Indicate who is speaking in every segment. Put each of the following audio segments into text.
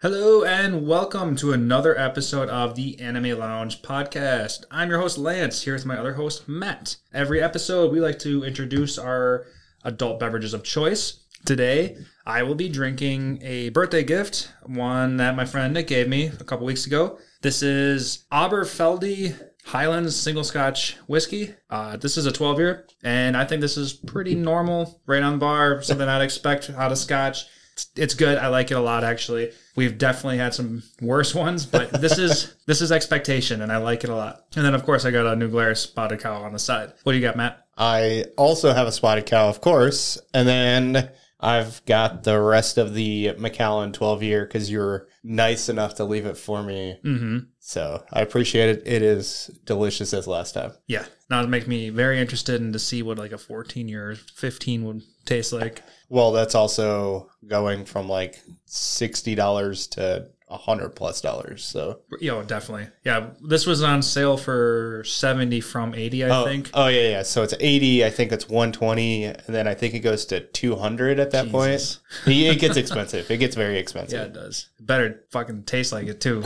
Speaker 1: Hello and welcome to another episode of the Anime Lounge podcast. I'm your host Lance here with my other host Matt. Every episode we like to introduce our adult beverages of choice. Today I will be drinking a birthday gift, one that my friend Nick gave me a couple weeks ago. This is Aberfeldy Highlands Single Scotch Whiskey. Uh, this is a 12 year, and I think this is pretty normal, right on bar, something I'd expect out of Scotch it's- it's good. I like it a lot actually. We've definitely had some worse ones, but this is this is expectation and I like it a lot. And then of course I got a New Glarus spotted cow on the side. What do you got, Matt?
Speaker 2: I also have a spotted cow, of course. And then I've got the rest of the Macallan 12 year because you were nice enough to leave it for me.
Speaker 1: Mm-hmm.
Speaker 2: So I appreciate it. It is delicious as last time.
Speaker 1: Yeah. Now it makes me very interested in to see what like a fourteen year fifteen would taste like.
Speaker 2: Well, that's also going from like $60 to a hundred plus dollars. So
Speaker 1: Yo, definitely. Yeah. This was on sale for seventy from eighty, I
Speaker 2: oh,
Speaker 1: think.
Speaker 2: oh yeah, yeah. So it's 80, I think it's 120. And then I think it goes to 200 at that
Speaker 1: Jesus.
Speaker 2: point. It- It gets expensive. It gets very
Speaker 1: Yeah,
Speaker 2: expensive.
Speaker 1: it does. It better fucking taste like it too.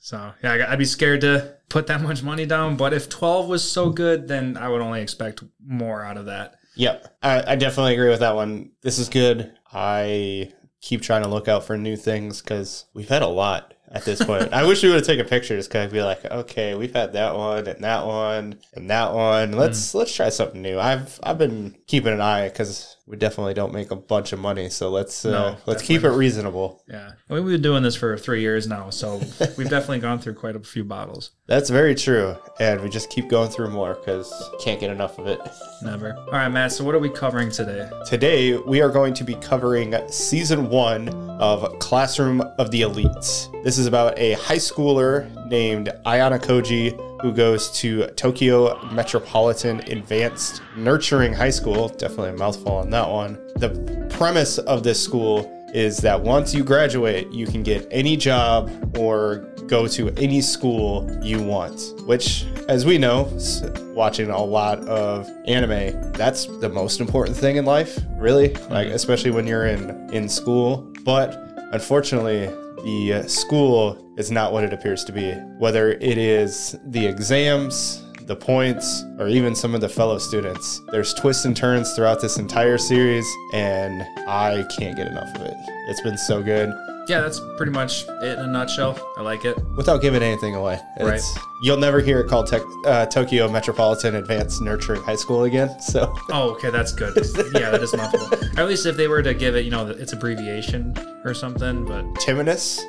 Speaker 1: so yeah, I- I'd be scared to put that much money down. But if twelve was so good, then I would only expect more out of that.
Speaker 2: Yep. I, I definitely agree with that one. This is good. I keep trying to look out for new things because we've had a lot at this point. I wish we would have taken pictures because I'd be like, okay, we've had that one and that one and that
Speaker 1: Hmm.
Speaker 2: one. Let's let's try something new. I've I've been keeping an eye because we definitely don't make a bunch of money, so let's uh,
Speaker 1: No,
Speaker 2: let's
Speaker 1: definitely
Speaker 2: keep it
Speaker 1: not.
Speaker 2: reasonable.
Speaker 1: Yeah, I mean, we've been doing this for three years now, so we've definitely gone through quite a few bottles.
Speaker 2: That's very true, and we just keep going through more because can't get enough of it.
Speaker 1: Never. All right, Matt. So what are we covering today?
Speaker 2: Today, we are going to be covering season one of Classroom of the Elites. This is about a high schooler named Ayana Koji who goes to Tokyo Metropolitan Advanced Nurturing High School. Definitely a mouthful on that one. The premise of this school is that once you graduate, you can get any job or go to any school you want. Which, as we know, s- watching a lot of anime, that's the most important thing in life, really. Like, especially when you're in in school. But unfortunately, the uh, school is not what it appears to be. Whether it is the exams the points, or even some of the fellow students. There's twists and turns throughout this entire series, and I can't get enough of it. It's been so good.
Speaker 1: Yeah, that's pretty much it in a nutshell. I like it.
Speaker 2: Without giving anything away, It's- You'll never hear it called Tec- uh, Tokyo Metropolitan Advanced Nurturing High School again. So,
Speaker 1: Oh, okay, that's good. Yeah, that is mouthful. At least if they were to give it, you know, its abbreviation or something. But
Speaker 2: Timinus.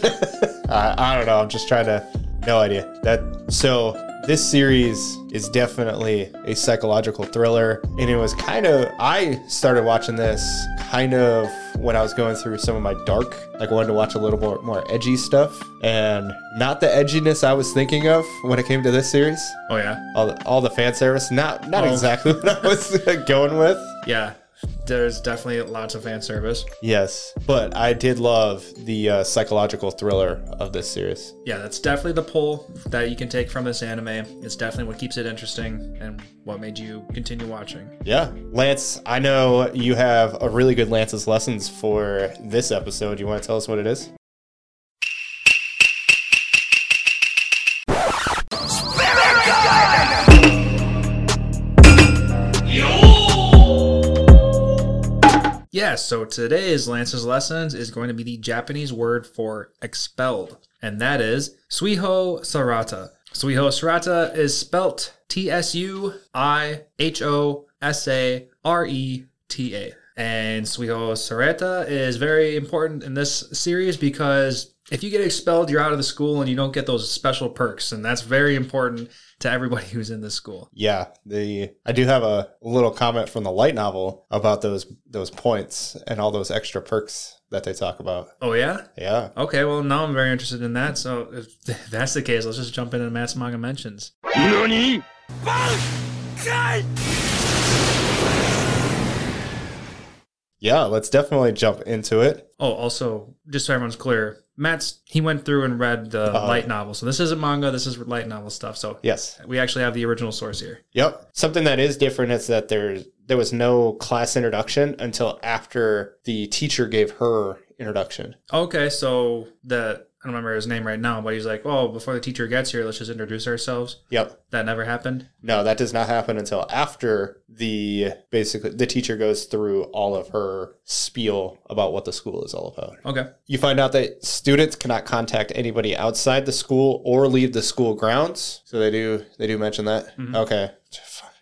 Speaker 2: I, I don't know. I'm just trying to. No idea. That so. This series is definitely a psychological thriller, and it was kind of. I started watching this kind of when I was going through some of my dark, like wanted to watch a little more more edgy stuff, and not the edginess I was thinking of when it came to this series.
Speaker 1: oh yeah,
Speaker 2: All the, all the fan service, not not
Speaker 1: Oh.
Speaker 2: exactly what I was going with.
Speaker 1: Yeah, there's definitely lots of fan service.
Speaker 2: Yes, but I did love the uh, psychological thriller of this series.
Speaker 1: Yeah, that's definitely the pull that you can take from this anime. It's definitely what keeps it interesting and what made you continue watching.
Speaker 2: Yeah. Lance, I know you have a really good Lance's lessons for this episode. You want to tell us what it is?
Speaker 1: Yeah, so today's Lance's Lessons is going to be the Japanese word for expelled, and that is Suiho Sarata. Suiho Sarata is spelt T S U I H O S A R E T A. And Suiho Sarata is very important in this series because if you get expelled, you're out of the school and you don't get those special perks, and that's very important to everybody who's in the school.
Speaker 2: Yeah, the I do have a little comment from the light novel about those those points and all those extra perks that they talk about.
Speaker 1: Oh, yeah?
Speaker 2: Yeah.
Speaker 1: Okay, well now I'm very interested in that. So if that's the case, let's just jump into Matt's manga mentions.
Speaker 2: Yeah, let's definitely jump into it.
Speaker 1: Oh, also, just so everyone's clear, Matt's he went through and read the
Speaker 2: Uh-huh.
Speaker 1: light novel. So this isn't manga. This is light novel stuff. So
Speaker 2: Yes.
Speaker 1: we actually have the original source here.
Speaker 2: Yep. Something that is different is that there there was no class introduction until after the teacher gave her introduction.
Speaker 1: Okay, so the I don't remember his name right now, but he's like, "Well, before the teacher gets here, let's just introduce ourselves."
Speaker 2: Yep.
Speaker 1: That never happened.
Speaker 2: No, that does not happen until after the basically the teacher goes through all of her spiel about what the school is all about.
Speaker 1: Okay.
Speaker 2: You find out that students cannot contact anybody outside the school or leave the school grounds. So they do they do mention that.
Speaker 1: Mhm.
Speaker 2: Okay.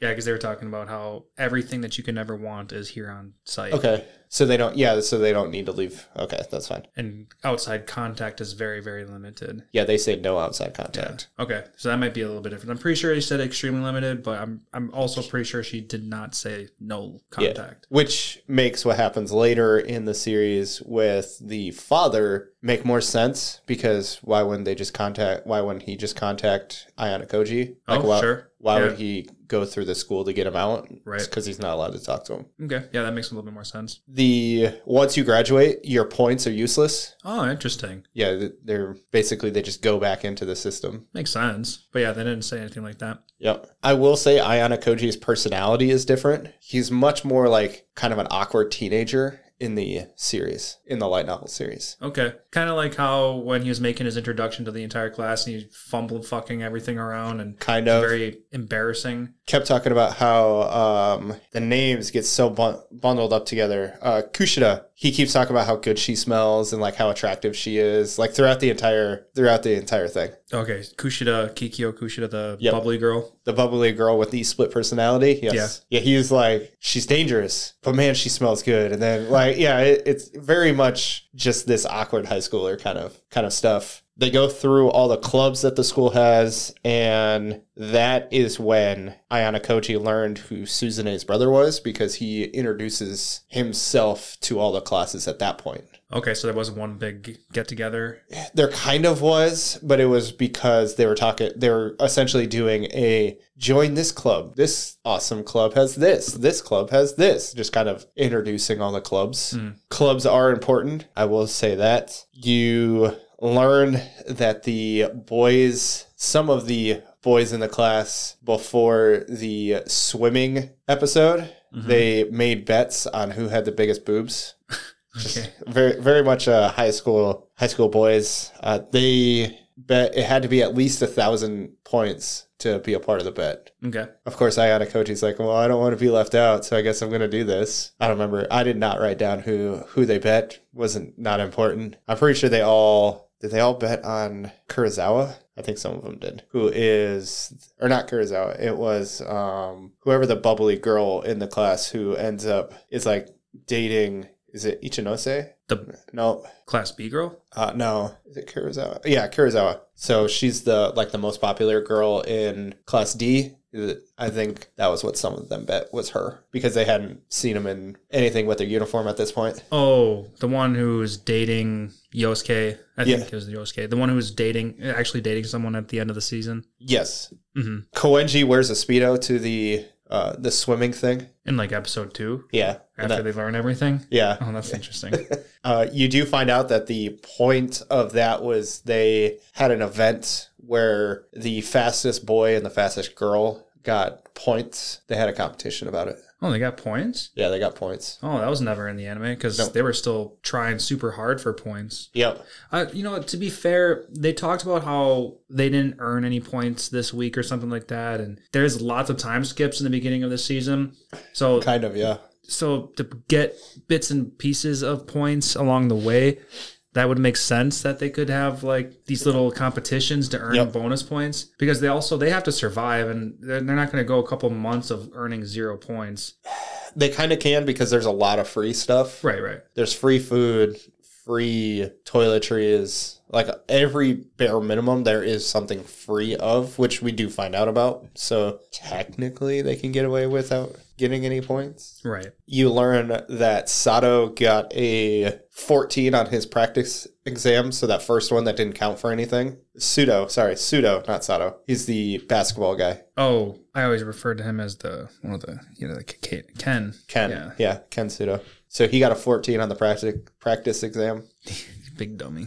Speaker 1: Yeah, because they were talking about how everything that you can ever want is here on site.
Speaker 2: Okay. So they don't yeah, so they don't need to leave. Okay, that's fine.
Speaker 1: And outside contact is very, very limited.
Speaker 2: Yeah, they say no outside contact.
Speaker 1: Okay, so that might be a little bit different. I'm pretty sure he said extremely limited, but I'm I'm also pretty sure she did not say no contact.
Speaker 2: Which makes what happens later in the series with the father make more sense because why wouldn't they just contact why wouldn't he just contact Ayana Koji?
Speaker 1: oh,
Speaker 2: why,
Speaker 1: sure.
Speaker 2: why
Speaker 1: Yeah.
Speaker 2: would he go through the school to get him out?
Speaker 1: Right.
Speaker 2: Because he's not allowed to talk to him.
Speaker 1: Okay, yeah, that makes a little bit more sense.
Speaker 2: The once you graduate, your points are useless.
Speaker 1: Oh, interesting.
Speaker 2: Yeah, th- they're basically they just go back into the system.
Speaker 1: Makes sense. But yeah, they didn't say anything like that.
Speaker 2: Yep. I will say Ayana Koji's personality is different. He's much more like kind of an awkward teenager in the series, in the light novel series.
Speaker 1: Okay. Kind of like how when he was making his introduction to the entire class and he fumbled fucking everything around and
Speaker 2: Kind
Speaker 1: it's
Speaker 2: of
Speaker 1: very embarrassing.
Speaker 2: kept talking about how um, the names get so bun- bundled up together. Uh, Kushida, he keeps talking about how good she smells and like how attractive she is, like throughout the entire throughout the entire thing.
Speaker 1: Okay, Kushida, Kikyo Kushida, the
Speaker 2: Yep.
Speaker 1: bubbly girl.
Speaker 2: The bubbly girl with the split personality. Yes. Yeah. He's like, she's dangerous, but man, she smells good. And then like, yeah, it, it's very much just this awkward high schooler kind of kind of stuff. They go through all the clubs that the school has, and that is when Ayana Koji learned who Suzune's brother was because he introduces himself to all the classes at that point.
Speaker 1: Okay, so there was one big get together.
Speaker 2: There kind of was, but it was because they were talking. They were essentially doing a join this club. This awesome club has this. This club has this. Just kind of introducing all the clubs.
Speaker 1: Mm.
Speaker 2: Clubs are important. I will say that you learn that the boys, some of the boys in the class before the swimming episode,
Speaker 1: Mhm.
Speaker 2: they made bets on who had the biggest boobs
Speaker 1: Okay.
Speaker 2: very very much uh, high school high school boys. Uh, they bet it had to be at least a thousand points to be a part of the bet.
Speaker 1: Okay.
Speaker 2: Of course, Ayana Koji's like, well, I don't want to be left out, so I guess I'm going to do this. I don't remember. I did not write down who who they bet. wasn't not important. I'm pretty sure they all did. They all bet on Kurosawa. I think some of them did. Who is or not Kurosawa? It was um whoever the bubbly girl in the class who ends up is like dating. Is it Ichinose?
Speaker 1: The
Speaker 2: No,
Speaker 1: class B girl?
Speaker 2: uh, no. Is it Kurosawa? Yeah, Kurosawa. So she's the like the most popular girl in Class D. I think that was what some of them bet was her because they hadn't seen him in anything with their uniform at this point.
Speaker 1: Oh, the one who's dating Yosuke. I
Speaker 2: Yeah.
Speaker 1: think it was Yosuke. The one who was dating, actually dating someone at the end of the season.
Speaker 2: Yes,
Speaker 1: hmm
Speaker 2: Koenji wears a speedo to the uh, the swimming thing.
Speaker 1: In like episode two,
Speaker 2: Yeah, And
Speaker 1: after
Speaker 2: that-
Speaker 1: they learn everything.
Speaker 2: yeah.
Speaker 1: Oh, that's interesting.
Speaker 2: Uh, you do find out that the point of that was they had an event where the fastest boy and the fastest girl got points. They had a competition about it.
Speaker 1: Oh, they got points?
Speaker 2: Yeah, they got points.
Speaker 1: Oh, that was never in the anime because
Speaker 2: No.
Speaker 1: they were still trying super hard for points.
Speaker 2: Yep.
Speaker 1: Uh, you know, to be fair, they talked about how they didn't earn any points this week or something like that, and there's lots of time skips in the beginning of the season. So,
Speaker 2: Kind of, yeah.
Speaker 1: so to get bits and pieces of points along the way, that would make sense that they could have like these little competitions to earn
Speaker 2: Yep.
Speaker 1: bonus points because they also they have to survive and they're, they're not going to go a couple months of earning zero points.
Speaker 2: They kind of can because there's a lot of free stuff.
Speaker 1: Right, right.
Speaker 2: There's free food, free toiletries. Like every bare minimum, there is something free of, which we do find out about. So technically, they can get away without getting any points.
Speaker 1: Right.
Speaker 2: You learn that Sato got a 14 on his practice exam. So that first one that didn't count for anything. Pseudo, sorry, Pseudo, not Sato. He's the basketball guy.
Speaker 1: Oh, I always referred to him as the one of the you know the K- Ken.
Speaker 2: Ken.
Speaker 1: Yeah.
Speaker 2: Yeah. Ken Sudo. So he got a 14 on the practice practice exam.
Speaker 1: Big dummy.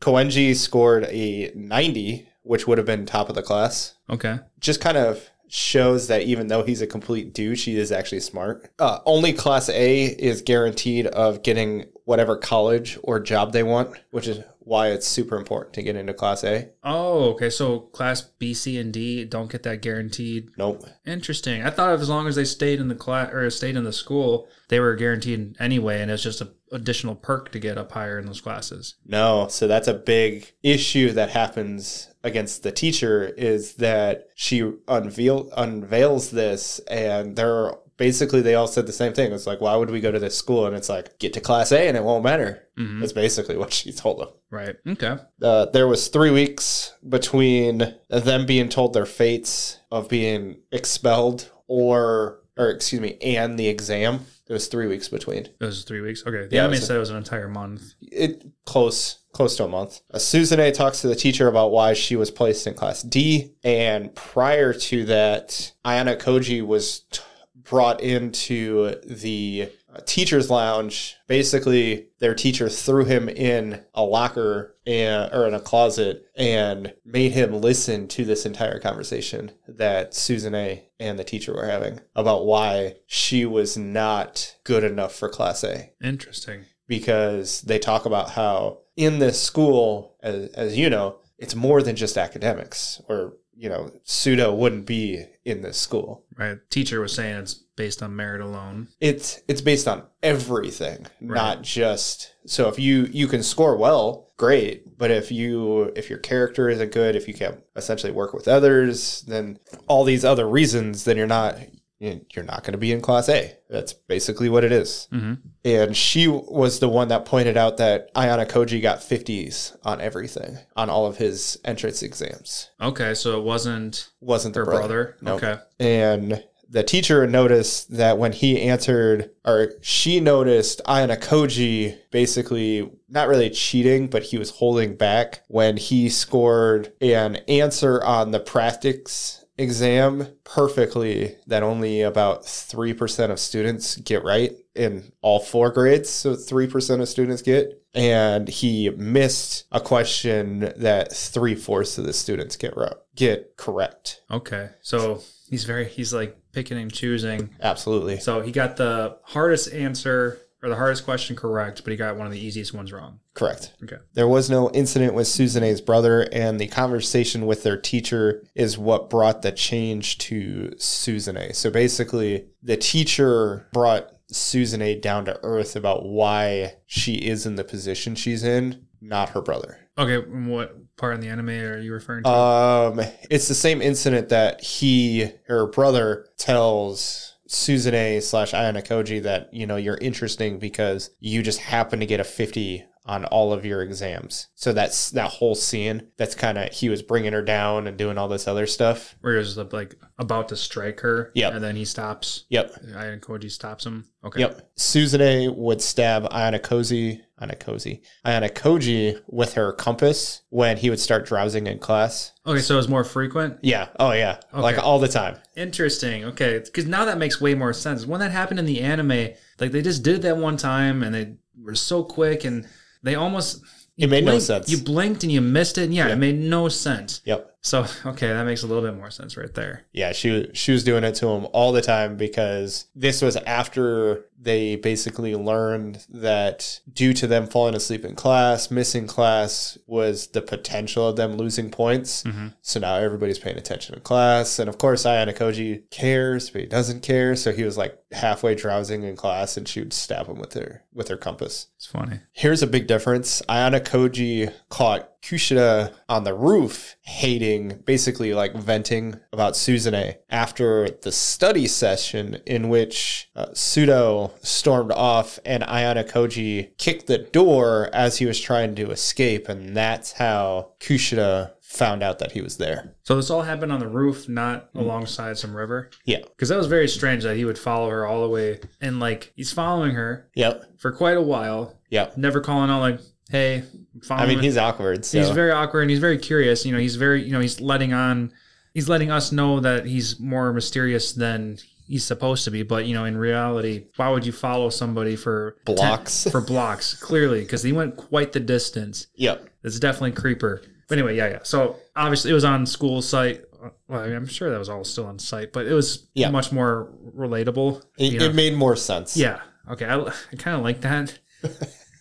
Speaker 2: Koenji scored a 90, which would have been top of the class.
Speaker 1: Okay.
Speaker 2: Just kind of shows that even though he's a complete douche, he is actually smart. Uh, only class A is guaranteed of getting whatever college or job they want, which is why it's super important to get into Class A.
Speaker 1: Oh, okay. So class B, C, and D don't get that guaranteed.
Speaker 2: Nope.
Speaker 1: Interesting. I thought as long as they stayed in the class or stayed in the school, they were guaranteed anyway, and it's just an additional perk to get up higher in those classes.
Speaker 2: No, so that's a big issue that happens against the teacher is that she unveil unveils this and there are basically they all said the same thing. It's like, why would we go to this school? And it's like, get to class A and it won't matter.
Speaker 1: Mhm.
Speaker 2: That's basically what she told them.
Speaker 1: Right. Okay.
Speaker 2: Uh, there was three weeks between them being told their fates of being expelled or or excuse me, and the exam. There was three weeks between.
Speaker 1: Those three weeks. Okay. The
Speaker 2: Yeah,
Speaker 1: anime
Speaker 2: so-
Speaker 1: said it was an entire month.
Speaker 2: it close close to a month. Uh, Susan A talks to the teacher about why she was placed in class D, and prior to that, Ayana Koji was t- brought into the uh, teacher's lounge. Basically, their teacher threw him in a locker and, or in a closet and made him listen to this entire conversation that Susan A and the teacher were having about why she was not good enough for class A
Speaker 1: Interesting.
Speaker 2: because they talk about how in this school, as, as you know, it's more than just academics, or, you know, pseudo wouldn't be in this school.
Speaker 1: Right. Teacher was saying it's based on merit alone.
Speaker 2: It's it's based on everything,
Speaker 1: Right.
Speaker 2: not just so if you you can score well, great, but if you if your character isn't good, if you can't essentially work with others, then all these other reasons, then you're not you're not going to be in class A. That's basically what it is.
Speaker 1: Mm-hmm.
Speaker 2: And she was the one that pointed out that Ayana Koji got 50s on everything, on all of his entrance exams.
Speaker 1: Okay. So it wasn't
Speaker 2: Wasn't the
Speaker 1: her
Speaker 2: brother.
Speaker 1: brother.
Speaker 2: Nope.
Speaker 1: Okay.
Speaker 2: And the teacher noticed that when he answered, or she noticed Ayana Koji basically not really cheating, but he was holding back when he scored an answer on the practice exam perfectly that only about 3% of students get right in all four grades. So 3% of students get. And he missed a question that three fourths of the students get ro- get correct.
Speaker 1: Okay. So he's very, he's like picking and choosing.
Speaker 2: Absolutely.
Speaker 1: So he got the hardest answer or the hardest question correct, but he got one of the easiest ones wrong.
Speaker 2: Correct.
Speaker 1: Okay.
Speaker 2: There was no incident with Susan A's brother, and the conversation with their teacher is what brought the change to Susan A. So basically, the teacher brought Susan A down to earth about why she is in the position she's in, not her brother.
Speaker 1: Okay. and What part in the anime are you referring to?
Speaker 2: Um, it's the same incident that he, her brother, tells Susan A slash Ayana Koji that you know you're interesting because you just happen to get a fifty on all of your exams. So that's that whole scene. That's kind of he was bringing her down and doing all this other stuff.
Speaker 1: Where he was like about to strike her.
Speaker 2: Yep.
Speaker 1: And then he stops.
Speaker 2: Yep.
Speaker 1: Iron Koji stops him. Okay.
Speaker 2: Yep. Susan A would stab Ayana Koji, Ayana Koji, Ayana Koji with her compass when he would start drowsing in class.
Speaker 1: Okay. So it's more frequent.
Speaker 2: Yeah. Oh yeah. Like
Speaker 1: Okay.
Speaker 2: all the time.
Speaker 1: Interesting. Okay, because now that makes way more sense. When that happened in the anime, like they just did it that one time, and they were so quick, and they almost
Speaker 2: It made no
Speaker 1: blinked-
Speaker 2: sense.
Speaker 1: You blinked and you missed it. And yeah,
Speaker 2: Yeah.
Speaker 1: it made no sense.
Speaker 2: Yep.
Speaker 1: So okay, that makes a little bit more sense right there.
Speaker 2: Yeah, she she was doing it to him all the time because this was after they basically learned that due to them falling asleep in class, missing class was the potential of them losing points.
Speaker 1: Mhm.
Speaker 2: So now everybody's paying attention in class, and of course Ayana Koji cares, but he doesn't care. So he was like halfway drowsing in class, and she would stab him with her with her compass.
Speaker 1: It's funny.
Speaker 2: Here's a big difference. Ayana Koji caught Kushida on the roof hating, basically like venting about Suzune after the study session in which uh, Sudo stormed off and Ayana Koji kicked the door as he was trying to escape. And that's how Kushida found out that he was there.
Speaker 1: So this all happened on the roof, not
Speaker 2: Mm.
Speaker 1: alongside some river,
Speaker 2: Yeah.
Speaker 1: because that was very strange that he would follow her all the way, and like he's following her
Speaker 2: Yep.
Speaker 1: for quite a while,
Speaker 2: Yep.
Speaker 1: never calling out like, "Hey, follow
Speaker 2: I mean,
Speaker 1: me."
Speaker 2: he's awkward. So.
Speaker 1: he's very awkward and he's very curious you know he's very you know he's letting on he's letting us know that he's more mysterious than he's supposed to be but you know in reality why would you follow somebody for
Speaker 2: Blocks.
Speaker 1: for blocks clearly because he went quite the distance
Speaker 2: yep.
Speaker 1: it's definitely a creeper but anyway yeah yeah so obviously it was on school site well, I mean, I'm sure that was all still on site, but it was
Speaker 2: Yeah.
Speaker 1: much more relatable.
Speaker 2: It,
Speaker 1: you know?
Speaker 2: it made more sense.
Speaker 1: yeah. Okay. I, I kind of like that.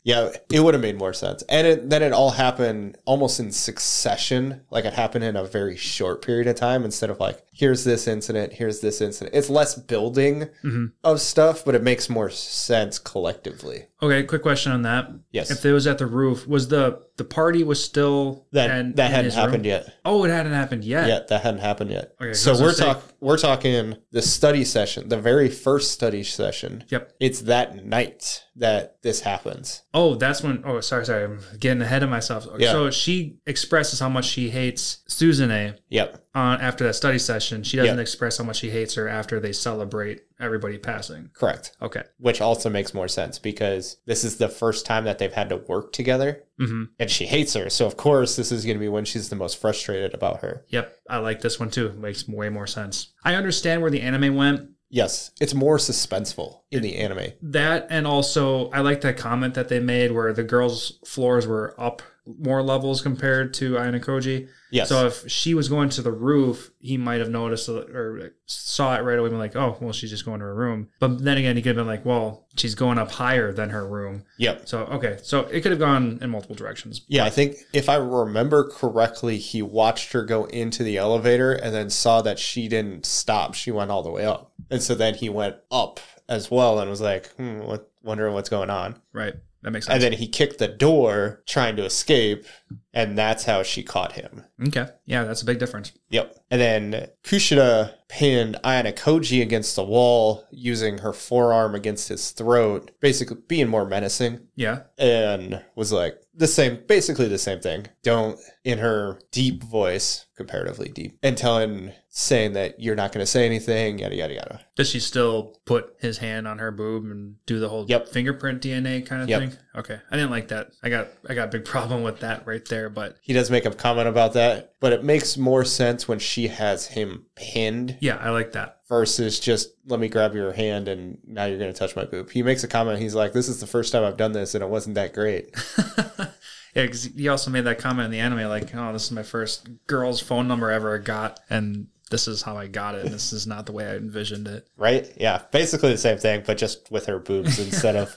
Speaker 2: Yeah, it would have made more sense. And it, then it all happened almost in succession. Like it happened in a very short period of time instead of like, here's this incident, here's this incident. It's less building
Speaker 1: Mm-hmm.
Speaker 2: of stuff, but it makes more sense collectively.
Speaker 1: Okay, quick question on that.
Speaker 2: Yes.
Speaker 1: If it was at the roof, was the the party was still
Speaker 2: That,
Speaker 1: in-
Speaker 2: that
Speaker 1: in
Speaker 2: hadn't
Speaker 1: his room?
Speaker 2: happened yet.
Speaker 1: Oh, it hadn't happened yet.
Speaker 2: Yeah, that hadn't happened yet.
Speaker 1: Okay,
Speaker 2: so
Speaker 1: so
Speaker 2: we're
Speaker 1: say-
Speaker 2: talk we're talking the study session, the very first study session.
Speaker 1: Yep.
Speaker 2: It's that night that this happens.
Speaker 1: Oh, that's when. Oh, sorry, sorry. I'm getting ahead of myself.
Speaker 2: Yeah.
Speaker 1: So she expresses how much she hates Susan A.
Speaker 2: Yep.
Speaker 1: On after that study session, she doesn't
Speaker 2: Yeah.
Speaker 1: express how much she hates her after they celebrate everybody passing.
Speaker 2: Correct.
Speaker 1: Okay.
Speaker 2: Which also makes more sense because this is the first time that they've had to work together
Speaker 1: hmm
Speaker 2: and she hates her. So of course this is gonna be when she's the most frustrated about her.
Speaker 1: Yep. I like this one too. Makes way more sense. I understand where the anime went.
Speaker 2: Yes. It's more suspenseful in the anime.
Speaker 1: That and also I like that comment that they made where the girls' floors were up more levels compared to Ayanokoji.
Speaker 2: Yes.
Speaker 1: So uh, if she was going to the roof, he might have noticed or saw it right away and been like, oh, well, she's just going to her room. But then again, he could have been like, well, she's going up higher than her room.
Speaker 2: yep.
Speaker 1: So, okay. So it could have gone in multiple directions.
Speaker 2: Yeah, I think if I remember correctly, he watched her go into the elevator and then saw that she didn't stop. She went all the way up. And so then he went up as well and was like, hmm, what, wondering what's going on.
Speaker 1: Right. That makes
Speaker 2: And
Speaker 1: sense.
Speaker 2: then he kicked the door trying to escape. And that's how she caught him.
Speaker 1: Okay. Yeah, that's a big difference.
Speaker 2: Yep. And then Kushida pinned Ayana Koji against the wall using her forearm against his throat, basically being more menacing
Speaker 1: Yeah.
Speaker 2: and was like the same basically the same thing don't in her deep voice comparatively deep and telling saying that you're not going to say anything yada yada yada
Speaker 1: Does she still put his hand on her boob and do the whole
Speaker 2: Yep.
Speaker 1: fingerprint DNA kind of
Speaker 2: Yep.
Speaker 1: thing? Okay. I didn't like that. I got I got a big problem with that right there, but
Speaker 2: he does make a comment about that but it makes more sense when she has him pinned
Speaker 1: yeah, I like that.
Speaker 2: versus just let me grab your hand and now you're going to touch my boob he makes a comment he's like this is the first time i've done this and it wasn't that great
Speaker 1: Yeah, 'cause he also made that comment in the anime, like, "Oh, this is my first girl's phone number ever I got, and this is how I got it, and this is not the way I envisioned it."
Speaker 2: right yeah basically the same thing but just with her boobs instead of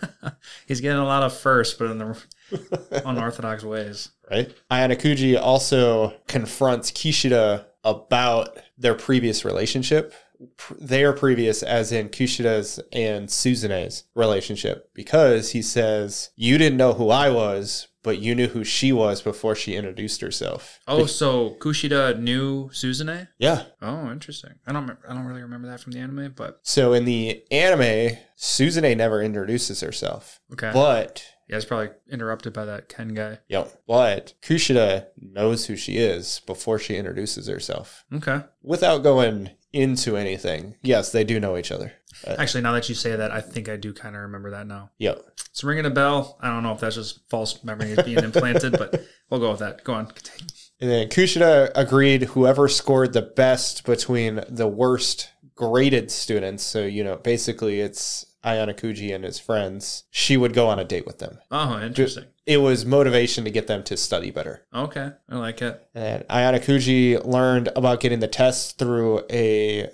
Speaker 1: He's getting a lot of firsts, but in the unorthodox ways.
Speaker 2: right? Ayanakuji also confronts Kishida about their previous relationship. Pr- Their previous, as in Kushida's and Suzune's relationship, because he says, You didn't know who I was, but you knew who she was before she introduced herself.
Speaker 1: Oh, so Kushida knew Susanne?
Speaker 2: Yeah.
Speaker 1: Oh, interesting. I don't remem- I don't really remember that from the anime, but
Speaker 2: So in the anime, Suzune never introduces herself,
Speaker 1: okay.
Speaker 2: but.
Speaker 1: yeah, it's probably interrupted by that Ken guy.
Speaker 2: Yep. But Kushida knows who she is before she introduces herself.
Speaker 1: Okay.
Speaker 2: without going into anything, yes, they do know each other. Uh,
Speaker 1: Actually, now that you say that, I think I do kind of remember that now.
Speaker 2: yep.
Speaker 1: It's ringing a bell. I don't know if that's just false memory being implanted, but we'll go with that. Go on.
Speaker 2: And then Kushida agreed whoever scored the best between the worst graded students, so you know, basically it's Ayana Kuji and his friends, she would go on a date with them.
Speaker 1: Oh, interesting.
Speaker 2: It was motivation to get them to study better.
Speaker 1: Okay, I like it.
Speaker 2: And Ayana Kuji learned about getting the test through a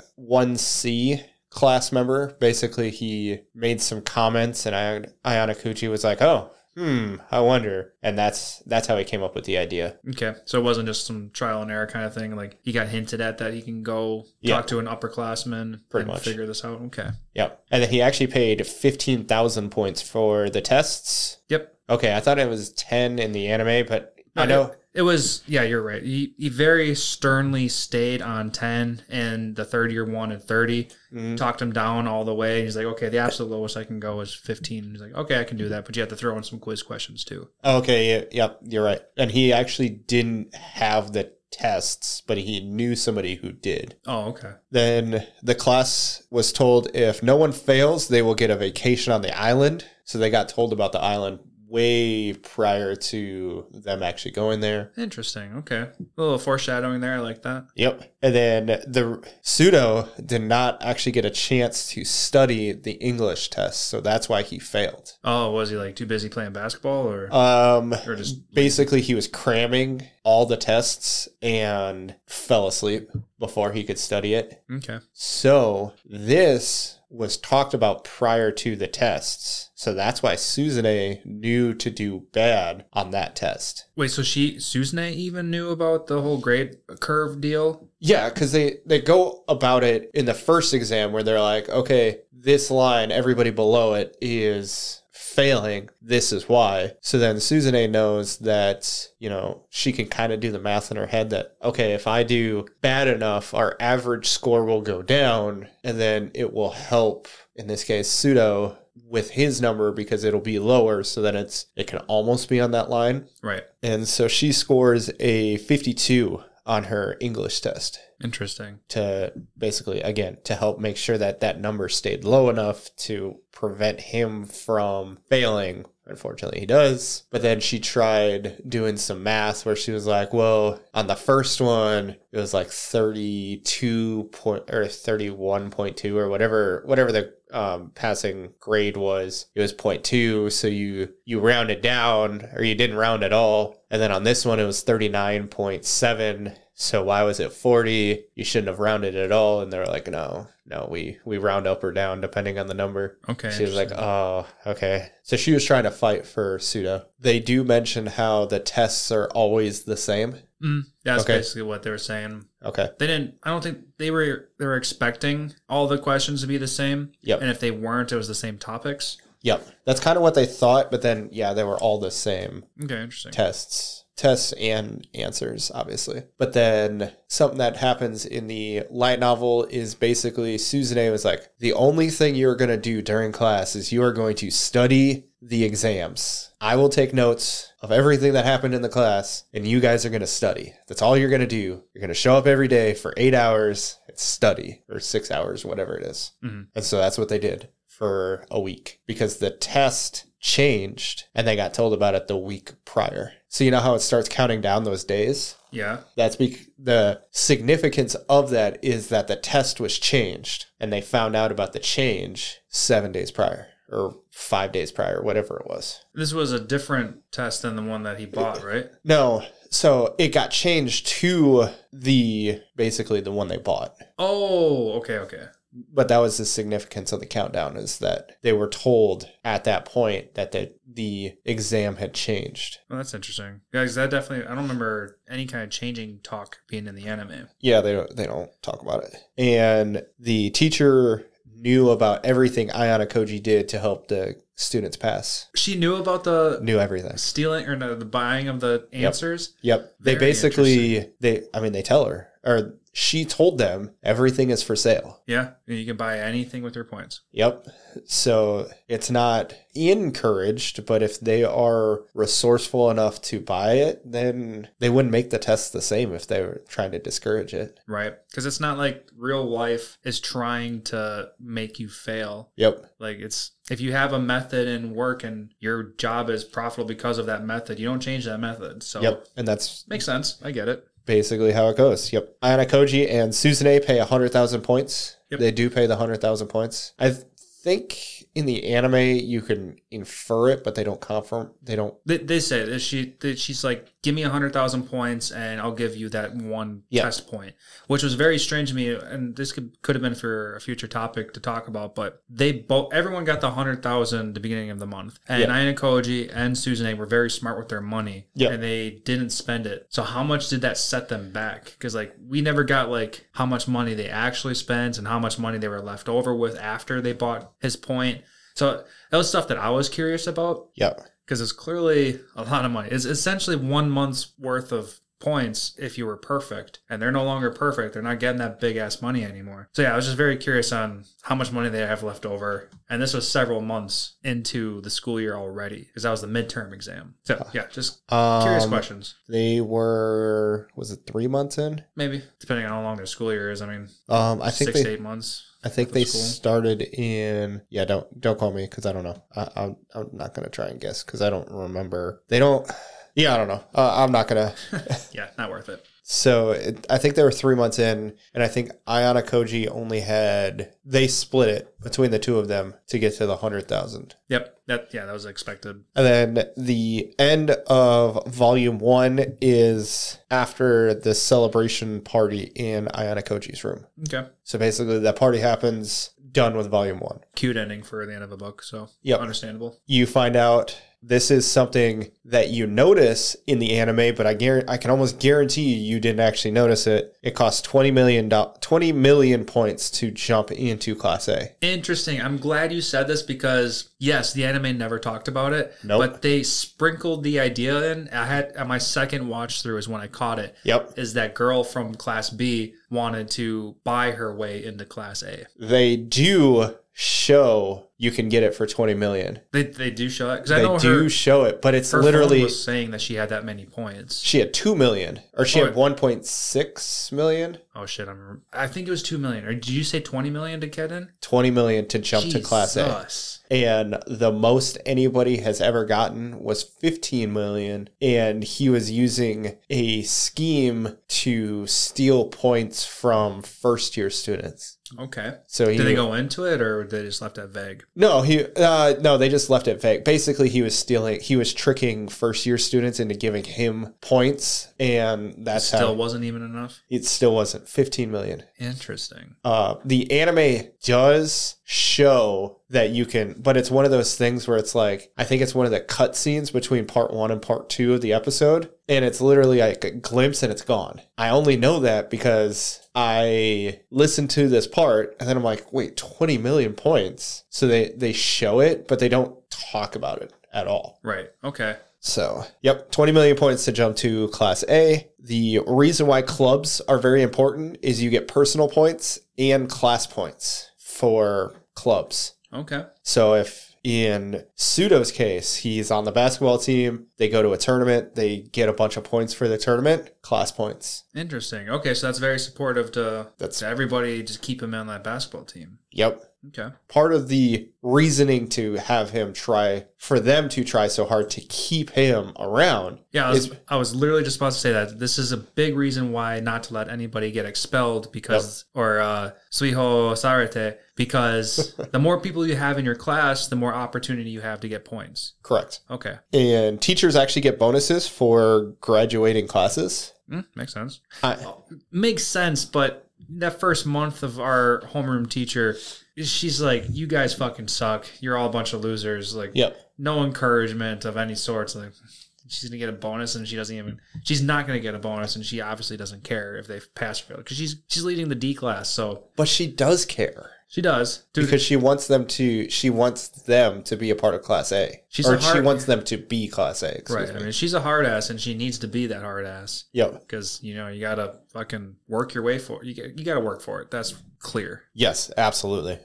Speaker 2: 1C class member. Basically, he made some comments, and Ay- Ayana Kuji was like, "Oh, hmm, I wonder." And that's that's how he came up with the idea.
Speaker 1: Okay, so it wasn't just some trial and error kind of thing. Like he got hinted at that he can go
Speaker 2: Yeah.
Speaker 1: talk to an upperclassman
Speaker 2: Pretty
Speaker 1: and
Speaker 2: much.
Speaker 1: figure this out. Okay.
Speaker 2: Yep. And then he actually paid fifteen thousand points for the tests.
Speaker 1: Yep.
Speaker 2: Okay, I thought it was ten in the anime, but I
Speaker 1: No,
Speaker 2: know.
Speaker 1: It was yeah, you're right. He, he very sternly stayed on ten, and the third year one and thirty
Speaker 2: Mm,
Speaker 1: talked him down all the way. He's like, okay, the absolute lowest I can go is fifteen. He's like, okay, I can do that, but you have to throw in some quiz questions too.
Speaker 2: Okay, yeah, yep, you're right. And he actually didn't have the tests, but he knew somebody who did.
Speaker 1: Oh, okay.
Speaker 2: Then the class was told if no one fails, they will get a vacation on the island. So they got told about the island way prior to them actually going there.
Speaker 1: Interesting. Okay, a little foreshadowing there. I like that.
Speaker 2: Yep. And then the pseudo did not actually get a chance to study the English test. So that's why he failed.
Speaker 1: Oh, was he like too busy playing basketball or
Speaker 2: Um,
Speaker 1: or just
Speaker 2: basically, he was cramming all the tests and fell asleep before he could study it.
Speaker 1: okay?
Speaker 2: So this was talked about prior to the tests. So that's why Susan knew to do bad on that test.
Speaker 1: Wait, so she Susan even knew about the whole grade uh, curve deal?
Speaker 2: Yeah, because they they go about it in the first exam where they're like, okay, this line, everybody below it is failing. This is why. So then Susan A knows that you know she can kind of do the math in her head that okay, if I do bad enough, our average score will go down, and then it will help in this case pseudo with his number because it'll be lower so then it's it can almost be on that line
Speaker 1: Right.
Speaker 2: and so she scores a 52 on her English test
Speaker 1: Interesting.
Speaker 2: to basically, again, to help make sure that that number stayed low enough to prevent him from failing. Unfortunately, he does. But then she tried doing some math where she was like, well, on the first one, it was like 32 point or 31.2 or whatever, whatever the um, passing grade was it was 0.2 so you you rounded down or you didn't round at all and then on this one it was 39.7 so why was it 40 you shouldn't have rounded at all and they were like no no we we round up or down depending on the number
Speaker 1: Okay.
Speaker 2: she was like
Speaker 1: interesting.
Speaker 2: oh okay so she was trying to fight for pseudo they do mention how the tests are always the same
Speaker 1: Mm, that's
Speaker 2: okay.
Speaker 1: basically what they were saying.
Speaker 2: okay
Speaker 1: They didn't. I don't think they were. They were expecting all the questions to be the same.
Speaker 2: Yep.
Speaker 1: And if they weren't, it was the same topics.
Speaker 2: yep that's kind of what they thought but then yeah they were all the same
Speaker 1: Okay, interesting.
Speaker 2: tests tests and answers obviously but then something that happens in the light novel is basically susan a was like the only thing you're going to do during class is you are going to study the exams i will take notes of everything that happened in the class and you guys are going to study that's all you're going to do you're going to show up every day for eight hours and study or six hours whatever it is.
Speaker 1: Mhm.
Speaker 2: and so that's what they did for a week because the test changed and they got told about it the week prior. So you know how it starts counting down those days?
Speaker 1: Yeah.
Speaker 2: That's bec- the significance of that is that the test was changed and they found out about the change 7 days prior or 5 days prior whatever it was.
Speaker 1: This was a different test than the one that he bought, right?
Speaker 2: No, so it got changed to the basically the one they bought.
Speaker 1: Oh, okay, okay.
Speaker 2: but that was the significance of the countdown is that they were told at that point that the, the exam had changed.
Speaker 1: Well, that's interesting. Guys, that definitely. I don't remember any kind of changing talk being in the anime.
Speaker 2: Yeah, they don't they don't talk about it. And the teacher knew about everything Ayana Koji did to help the students pass.
Speaker 1: She knew about the
Speaker 2: Knew everything.
Speaker 1: stealing or no, the buying of the
Speaker 2: Yep.
Speaker 1: answers.
Speaker 2: Yep. They
Speaker 1: Very
Speaker 2: basically they I mean they tell her or she told them everything is for sale.
Speaker 1: Yeah, and you can buy anything with your points.
Speaker 2: Yep. So it's not encouraged, but if they are resourceful enough to buy it, then they wouldn't make the test the same if they were trying to discourage it.
Speaker 1: Right. Because it's not like real life is trying to make you fail.
Speaker 2: Yep.
Speaker 1: Like it's if you have a method in work and your job is profitable because of that method, you don't change that method. So
Speaker 2: Yep. And that's
Speaker 1: makes sense. I get it.
Speaker 2: basically how it goes. Yep. Ayana Koji and Susan pay 100,000 points.
Speaker 1: Yep.
Speaker 2: They do pay the 100,000 points. I think in the anime you can infer it, but they don't confirm. They don't.
Speaker 1: They, they say that she that she's like, give me a hundred thousand points and I'll give you that one
Speaker 2: Yeah.
Speaker 1: test point, which was very strange to me. And this could could have been for a future topic to talk about, but they both everyone got the hundred thousand the beginning of the month, and
Speaker 2: Yeah.
Speaker 1: Ina Koji and Susan A were very smart with their money,
Speaker 2: Yeah.
Speaker 1: and they didn't spend it. So how much did that set them back? Because like we never got like how much money they actually spent and how much money they were left over with after they bought his point. So that was stuff that I was curious about
Speaker 2: Yep.
Speaker 1: because it's clearly a lot of money. It's essentially one month's worth of points if you were perfect, and they're no longer perfect. They're not getting that big ass money anymore. So yeah, I was just very curious on how much money they have left over, and this was several months into the school year already because that was the midterm exam. So yeah, just
Speaker 2: Um,
Speaker 1: curious questions.
Speaker 2: They were, was it three months in?
Speaker 1: Maybe depending on how long their school year is. I mean,
Speaker 2: Um, I think
Speaker 1: six
Speaker 2: they,
Speaker 1: to eight months.
Speaker 2: I think
Speaker 1: of
Speaker 2: they
Speaker 1: school.
Speaker 2: started in yeah. Don't don't call me because I don't know. I, I'm I'm not gonna try and guess because I don't remember. They don't. Yeah, I don't know. Uh, I'm not gonna.
Speaker 1: Yeah, not worth it.
Speaker 2: So it, I think they were three months in, and I think Ayana Koji only had they split it between the two of them to get to the hundred thousand.
Speaker 1: Yep. That yeah, that was expected.
Speaker 2: And then the end of volume one is after the celebration party in Ayana Koji's room.
Speaker 1: Okay.
Speaker 2: So basically, that party happens done with volume one.
Speaker 1: Cute ending for the end of a book, so
Speaker 2: Yep.
Speaker 1: understandable.
Speaker 2: You find out this is something that you notice in the anime, but I guarantee I can almost guarantee you you didn't actually notice it. It costs 20 million do- 20 million points to jump into class A.
Speaker 1: Interesting. I'm glad you said this because yes, the anime never talked about it,
Speaker 2: Nope.
Speaker 1: but they sprinkled the idea in. I had at my second watch through is when I caught it.
Speaker 2: Yep.
Speaker 1: Is that girl from class B wanted to buy her way into class A?
Speaker 2: They do show you can get it for 20 million.
Speaker 1: They, they do show it because I
Speaker 2: They
Speaker 1: know
Speaker 2: do
Speaker 1: her,
Speaker 2: show it, but it's
Speaker 1: her
Speaker 2: literally
Speaker 1: phone was saying that she had that many points.
Speaker 2: she had 2 million or she
Speaker 1: Oh,
Speaker 2: had
Speaker 1: it-
Speaker 2: 1.6 million,
Speaker 1: Oh shit! I'm I think it was two million or did you say twenty million to get in?
Speaker 2: 20 million to jump to class A.
Speaker 1: Jesus.
Speaker 2: and the most anybody has ever gotten was 15 million and he was using a scheme to steal points from first year students
Speaker 1: Okay.
Speaker 2: so he
Speaker 1: Did they go into it or they just left that vague?
Speaker 2: no he uh, no they just left it fake basically he was stealing he was tricking first year students into giving him points and that's
Speaker 1: Still
Speaker 2: how
Speaker 1: wasn't even enough.
Speaker 2: it still wasn't 15 million
Speaker 1: Interesting.
Speaker 2: uh, the anime does show that you can, but it's one of those things where it's like I think it's one of the cutscenes between part one and part two of the episode, and it's literally like a glimpse and it's gone. I only know that because I listened to this part and then I'm like, wait, 20 million points. So they they show it, but they don't talk about it at all.
Speaker 1: Right. Okay.
Speaker 2: So, yep, 20 million points to jump to Class A. The reason why clubs are very important is you get personal points and class points for clubs.
Speaker 1: Okay.
Speaker 2: So, if in Pseudo's case, he's on the basketball team, they go to a tournament, they get a bunch of points for the tournament, class points.
Speaker 1: Interesting. Okay, so that's very supportive to,
Speaker 2: That's-
Speaker 1: to everybody. Just keep him on that basketball team.
Speaker 2: Yep.
Speaker 1: Okay.
Speaker 2: Part of the reasoning to have him try, for them to try so hard to keep him around,
Speaker 1: Yeah, I was,
Speaker 2: It's-
Speaker 1: I was literally just about to say that this is a big reason why not to let anybody get expelled because or uh, suiho sarete because the more people you have in your class, the more opportunity you have to get points.
Speaker 2: correct.
Speaker 1: Okay,
Speaker 2: And teachers actually get bonuses for graduating classes.
Speaker 1: mm, makes sense.
Speaker 2: I,
Speaker 1: makes sense, but that first month of our homeroom teacher, she's like, "You guys fucking suck. You're all a bunch of losers. Like,
Speaker 2: yep.
Speaker 1: no encouragement of any sort. Like, she's gonna get a bonus, and she doesn't even. She's not gonna get a bonus, and she obviously doesn't care if they pass or fail because she's she's leading the D class, so
Speaker 2: But she does care
Speaker 1: she does. Dude,
Speaker 2: because she wants them to. She wants them to be a part of Class A,
Speaker 1: She's
Speaker 2: or
Speaker 1: a hard-
Speaker 2: she wants them to be Class A. Excuse
Speaker 1: right? I
Speaker 2: me.
Speaker 1: mean, she's a hard ass, and she needs to be that hard ass
Speaker 2: Yep.
Speaker 1: because you know you gotta fucking work your way for it. You get, you gotta work for it. That's clear.
Speaker 2: Yes. Absolutely.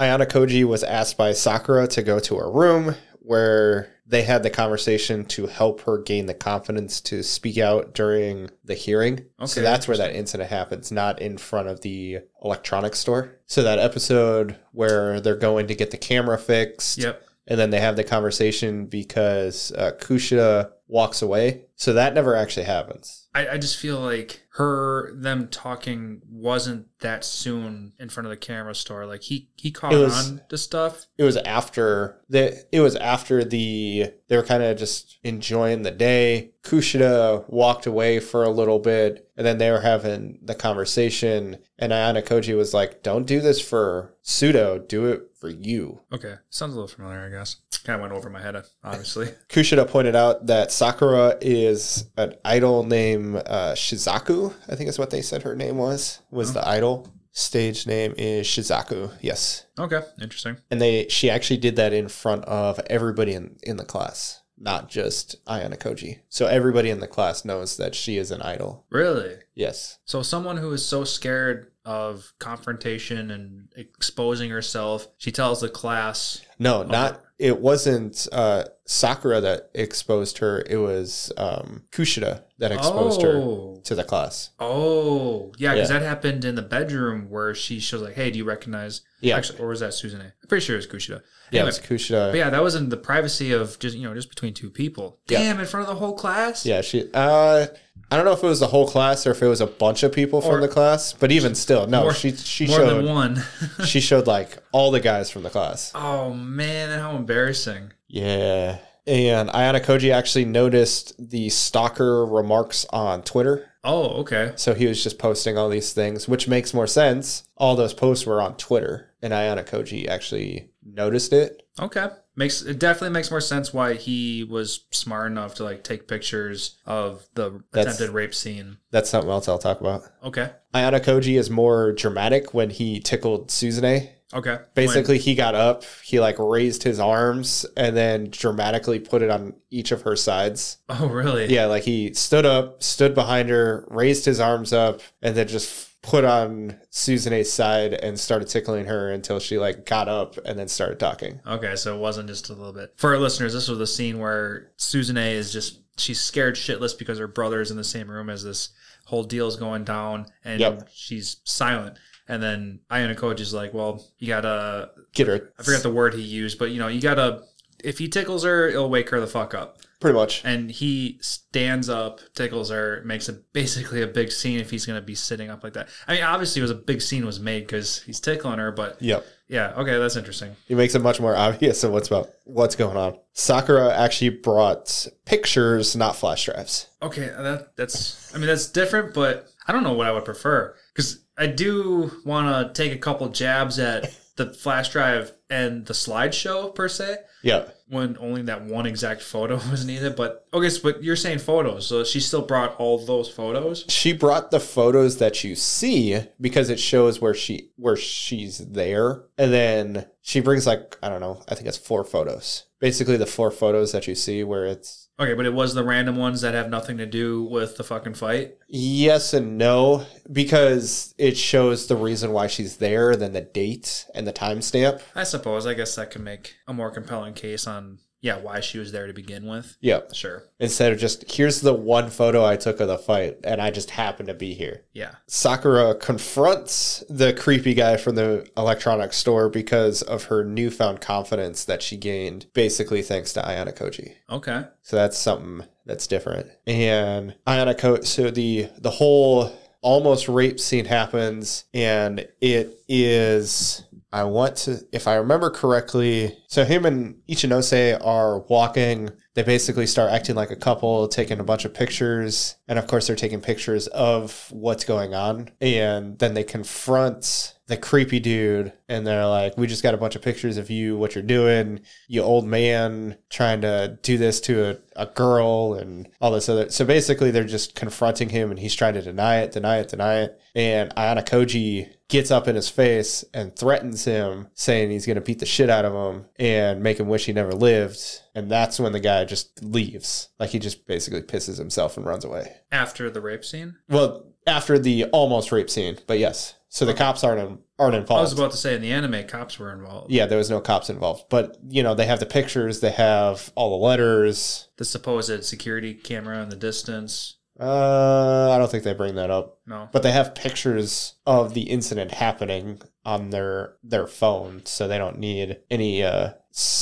Speaker 2: Ayana Koji was asked by Sakura to go to her room where they had the conversation to help her gain the confidence to speak out during the hearing.
Speaker 1: Okay,
Speaker 2: so that's where that incident happens, not in front of the electronics store. So that episode where they're going to get the camera fixed
Speaker 1: Yep.
Speaker 2: and then they have the conversation because uh, Kushida walks away. So that never actually happens.
Speaker 1: I, I just feel like her them talking wasn't that soon in front of the camera store. Like he he caught
Speaker 2: It was-
Speaker 1: on to stuff.
Speaker 2: it was after the it was after the they were kind of just enjoying the day. Kushida walked away for a little bit, and then they were having the conversation. And Ayana Koji was like, "Don't do this for Pseudo. Do it for you."
Speaker 1: Okay, sounds a little familiar, I guess. Kind of went over my head, obviously.
Speaker 2: Kushida pointed out that Sakura is an idol named uh, Shizaku. I think is what they said her name was. Was the idol stage name is Shizaku? Yes.
Speaker 1: Okay, interesting.
Speaker 2: and they she actually did that in front of everybody in in the class not just ayana koji so everybody in the class knows that she is an idol
Speaker 1: Really?
Speaker 2: yes
Speaker 1: So someone who is so scared of confrontation and exposing herself, she tells the class.
Speaker 2: no not it wasn't uh sakura that exposed her it was um kushida that exposed her
Speaker 1: oh,
Speaker 2: to the class
Speaker 1: oh, yeah, because that happened in the bedroom where she she was like, "Hey, do you recognize?"
Speaker 2: yeah
Speaker 1: Actually, or was that Susan? A? I'm pretty sure it was Kushida.
Speaker 2: yeah it
Speaker 1: Anyway,
Speaker 2: was kushida
Speaker 1: But yeah, that was in the privacy of just you know just between two people.
Speaker 2: Yeah.
Speaker 1: Damn, in front of the whole class.
Speaker 2: yeah she uh I don't know if it was the whole class or if it was a bunch of people from
Speaker 1: Or-
Speaker 2: the class, but even still, no,
Speaker 1: more-
Speaker 2: she she
Speaker 1: more than
Speaker 2: showed
Speaker 1: one.
Speaker 2: she showed like all the guys from the class.
Speaker 1: oh man, how embarrassing!
Speaker 2: Yeah. And Ayana Koji actually noticed the stalker remarks on Twitter
Speaker 1: Oh, okay.
Speaker 2: So he was just posting all these things, which makes more sense. All those posts were on Twitter, and Ayana Koji actually noticed it.
Speaker 1: Okay. Makes it definitely makes more sense why he was smart enough to like take pictures of the
Speaker 2: That's-
Speaker 1: attempted rape scene.
Speaker 2: That's something else I'll talk about.
Speaker 1: Okay.
Speaker 2: Ayana Koji is more dramatic when he tickled Suzune.
Speaker 1: Okay.
Speaker 2: Basically, he got up, he like raised his arms, and then dramatically put it on each of her sides.
Speaker 1: When- oh, really?
Speaker 2: Yeah, like he stood up, stood behind her, raised his arms up, and then just put on Suzune's side and started tickling her until she like got up and then started talking.
Speaker 1: Okay, so it wasn't just a little bit. For our listeners, this was the scene where Susan A is just she's scared shitless because her brother is in the same room as this whole deal is going down and
Speaker 2: Yep.
Speaker 1: she's silent. And then Ayana Coach is like, Well, you gotta
Speaker 2: Get her.
Speaker 1: I forgot the word he used, but you know, you gotta if he tickles her, it'll wake her the fuck up.
Speaker 2: Pretty much.
Speaker 1: And he stands up, tickles her, makes a basically a big scene if he's gonna be sitting up like that. I mean, obviously it was a big scene was made because he's tickling her, but
Speaker 2: Yep.
Speaker 1: yeah, okay, that's interesting.
Speaker 2: He makes it much more obvious of what's about what's going on. Sakura actually brought pictures, not flash drives.
Speaker 1: Okay, uh, that that's I mean that's different, but I don't know what I would prefer because I do want to take a couple jabs at the flash drive and the slideshow per se
Speaker 2: Yeah.
Speaker 1: when only that one exact photo was needed. But okay, so, but you're saying photos, so she still brought all those photos.
Speaker 2: She brought the photos that you see because it shows where she where she's there. And then she brings like, I don't know, I think it's four photos. Basically the four photos that you see where it's
Speaker 1: Okay, but it was the random ones that have nothing to do with the fucking fight.
Speaker 2: yes and no because it shows the reason why she's there, then the date and the timestamp.
Speaker 1: I suppose. I guess that can make a more compelling case on yeah why she was there to begin with.
Speaker 2: Yeah.
Speaker 1: Sure.
Speaker 2: Instead of just here's the one photo I took of the fight and I just happened to be here.
Speaker 1: Yeah.
Speaker 2: Sakura confronts the creepy guy from the electronics store because of her newfound confidence that she gained, basically thanks to Ayana Koji.
Speaker 1: Okay.
Speaker 2: So that's something that's different. And Ayana Koji, so the the whole almost rape scene happens, and it is. I want to, if I remember correctly, so him and Ichinose are walking. They basically start acting like a couple, taking a bunch of pictures. And of course, they're taking pictures of what's going on. And then they confront the creepy dude and they're like, We just got a bunch of pictures of you, what you're doing, you old man trying to do this to a, a girl and all this other. So basically, they're just confronting him and he's trying to deny it, deny it, deny it. And Ayana Koji gets up in his face and threatens him, saying he's going to beat the shit out of him and make him wish he never lived. And that's when the guy just leaves. Like he just basically pisses himself and runs away.
Speaker 1: After the rape scene.
Speaker 2: Well, after the almost rape scene, but yes. So the cops aren't in, aren't involved.
Speaker 1: I was about to say in the anime, cops were involved.
Speaker 2: yeah, there was no cops involved, but you know they have the pictures, they have all the letters.
Speaker 1: The supposed security camera in the distance.
Speaker 2: Uh, I don't think they bring that up,
Speaker 1: No.
Speaker 2: but they have pictures of the incident happening on their their phone, so they don't need any uh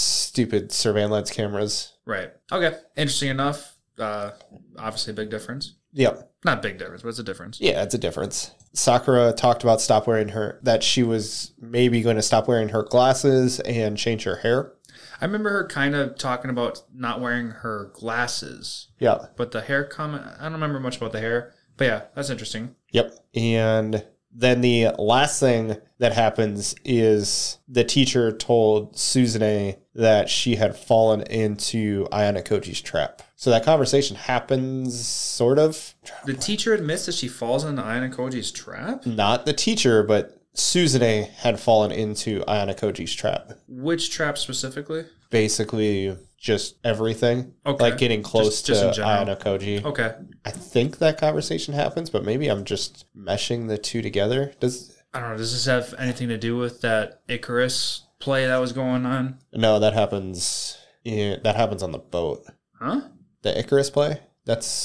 Speaker 2: stupid surveillance cameras.
Speaker 1: Right. Okay. Interesting enough. Uh, obviously, a big difference.
Speaker 2: Yep.
Speaker 1: Not big difference, but it's a difference.
Speaker 2: Yeah, it's a difference. Sakura talked about stop wearing her that she was maybe going to stop wearing her glasses and change her hair.
Speaker 1: I remember her kind of talking about not wearing her glasses,
Speaker 2: Yeah.
Speaker 1: but the hair comment, I don't remember much about the hair. But yeah, that's interesting.
Speaker 2: Yep. And then the last thing that happens is the teacher told Suzune that she had fallen into Ayana Koji's trap. So that conversation happens sort of.
Speaker 1: The teacher admits that she falls into Ayana Koji's trap,
Speaker 2: Not the teacher, but Suzune had fallen into Ayana Koji's trap.
Speaker 1: which trap specifically?
Speaker 2: Basically, just everything.
Speaker 1: Okay.
Speaker 2: Like getting close
Speaker 1: Just- just in
Speaker 2: to
Speaker 1: general. Oh.
Speaker 2: Ayana Koji.
Speaker 1: Okay.
Speaker 2: I think that conversation happens, but maybe I'm just meshing the two together. Does
Speaker 1: I don't know. Does this have anything to do with that Icarus play that was going on?
Speaker 2: No, that happens. Yeah, that happens on the boat.
Speaker 1: Huh?
Speaker 2: The Icarus play.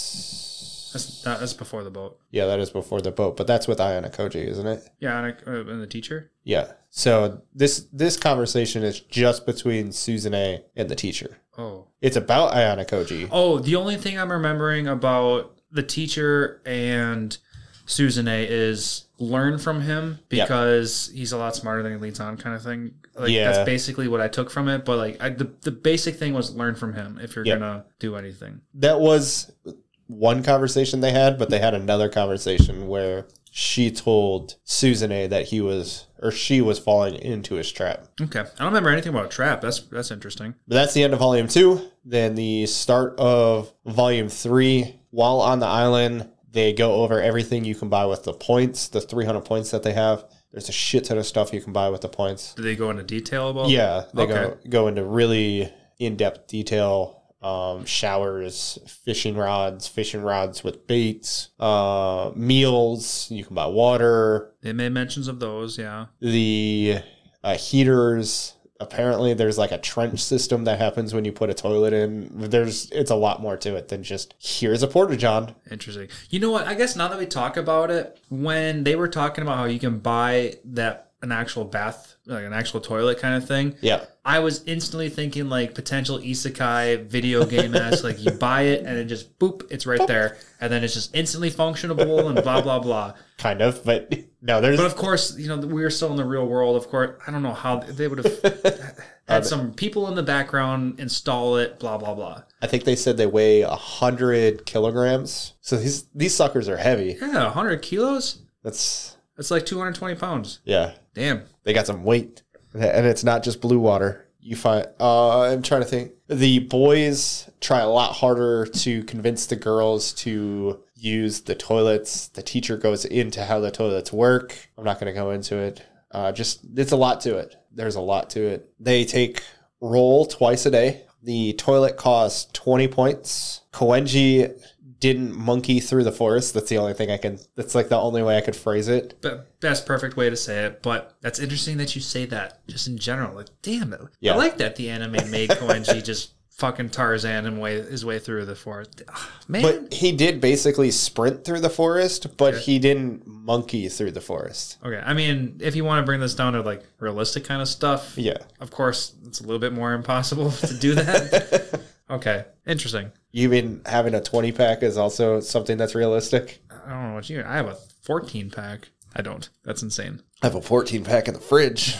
Speaker 2: That's
Speaker 1: That's, that, that's before the boat.
Speaker 2: yeah, that is before the boat, but that's with Ayana Koji, isn't it?
Speaker 1: Yeah, and, I, uh, and the teacher.
Speaker 2: Yeah. So this this conversation is just between Susan and the teacher.
Speaker 1: Oh.
Speaker 2: It's about Ayana Koji.
Speaker 1: Oh, the only thing I'm remembering about the teacher and Susan A is learn from him
Speaker 2: Yep.
Speaker 1: because he's a lot smarter than he leads on kind of thing. Like
Speaker 2: Yeah.
Speaker 1: that's basically what I took from it. But like I, the the basic thing was learn from him if you're
Speaker 2: Yep.
Speaker 1: gonna do anything.
Speaker 2: That was one conversation they had, but they had another conversation where she told Susan A that he was or she was falling into his trap.
Speaker 1: Okay. I don't remember anything about trap. That's that's interesting.
Speaker 2: But that's the end of volume two. Then the start of volume three. While on the island, they go over everything you can buy with the points, the 300 points that they have. There's a shit ton of stuff you can buy with the points.
Speaker 1: Did they go into detail about?
Speaker 2: Yeah, they go,
Speaker 1: Okay.
Speaker 2: go into really in depth detail. Um, showers, fishing rods, fishing rods with baits, uh, meals. You can buy water,
Speaker 1: They made mentions of those. Yeah.
Speaker 2: the uh, heaters. Apparently, there's like a trench system that happens when you put a toilet in. There's it's a lot more to it than just here's a porta john.
Speaker 1: Interesting. You know what? I guess now that we talk about it, when they were talking about how you can buy that an actual bath, like an actual toilet kind of thing,
Speaker 2: Yeah,
Speaker 1: I was instantly thinking like potential isekai video game ass. like you buy it and it just boop, it's right there, and then it's just instantly functionable and blah blah blah.
Speaker 2: kind of, but no, there's
Speaker 1: But of course, you know we were still in the real world. Of course, I don't know how they would have had some people in the background install it. Blah blah blah.
Speaker 2: I think they said they weigh a hundred kilograms, so these these suckers are heavy.
Speaker 1: Yeah, 100 kilos.
Speaker 2: That's
Speaker 1: That's like 220 pounds.
Speaker 2: yeah,
Speaker 1: Damn.
Speaker 2: they got some weight, and it's not just blue water. You find uh, I'm trying to think. The boys try a lot harder to convince the girls to use the toilets. The teacher goes into how the toilets work. I'm not going to go into it. Uh, just it's a lot to it. There's a lot to it. They take roll twice a day. The toilet costs 20 points. Koenji didn't monkey through the forest. That's the only thing I can. That's like the only way I could phrase it.
Speaker 1: Be- best perfect way to say it, but that's interesting that you say that just in general. Like, damn it.
Speaker 2: Yeah.
Speaker 1: I like that the anime made Koenji just fucking Tarzan and way his way through the forest. Ah, Man,
Speaker 2: But he did basically sprint through the forest, but he didn't monkey through the forest.
Speaker 1: okay. I mean, if you want to bring this down to like realistic kind of stuff,
Speaker 2: Yeah.
Speaker 1: of course, it's a little bit more impossible to do that. okay, interesting.
Speaker 2: You mean having a 20 pack is also something that's realistic?
Speaker 1: I don't know what you. I have a 14 pack. I don't. That's insane.
Speaker 2: I have a 14 pack in the fridge.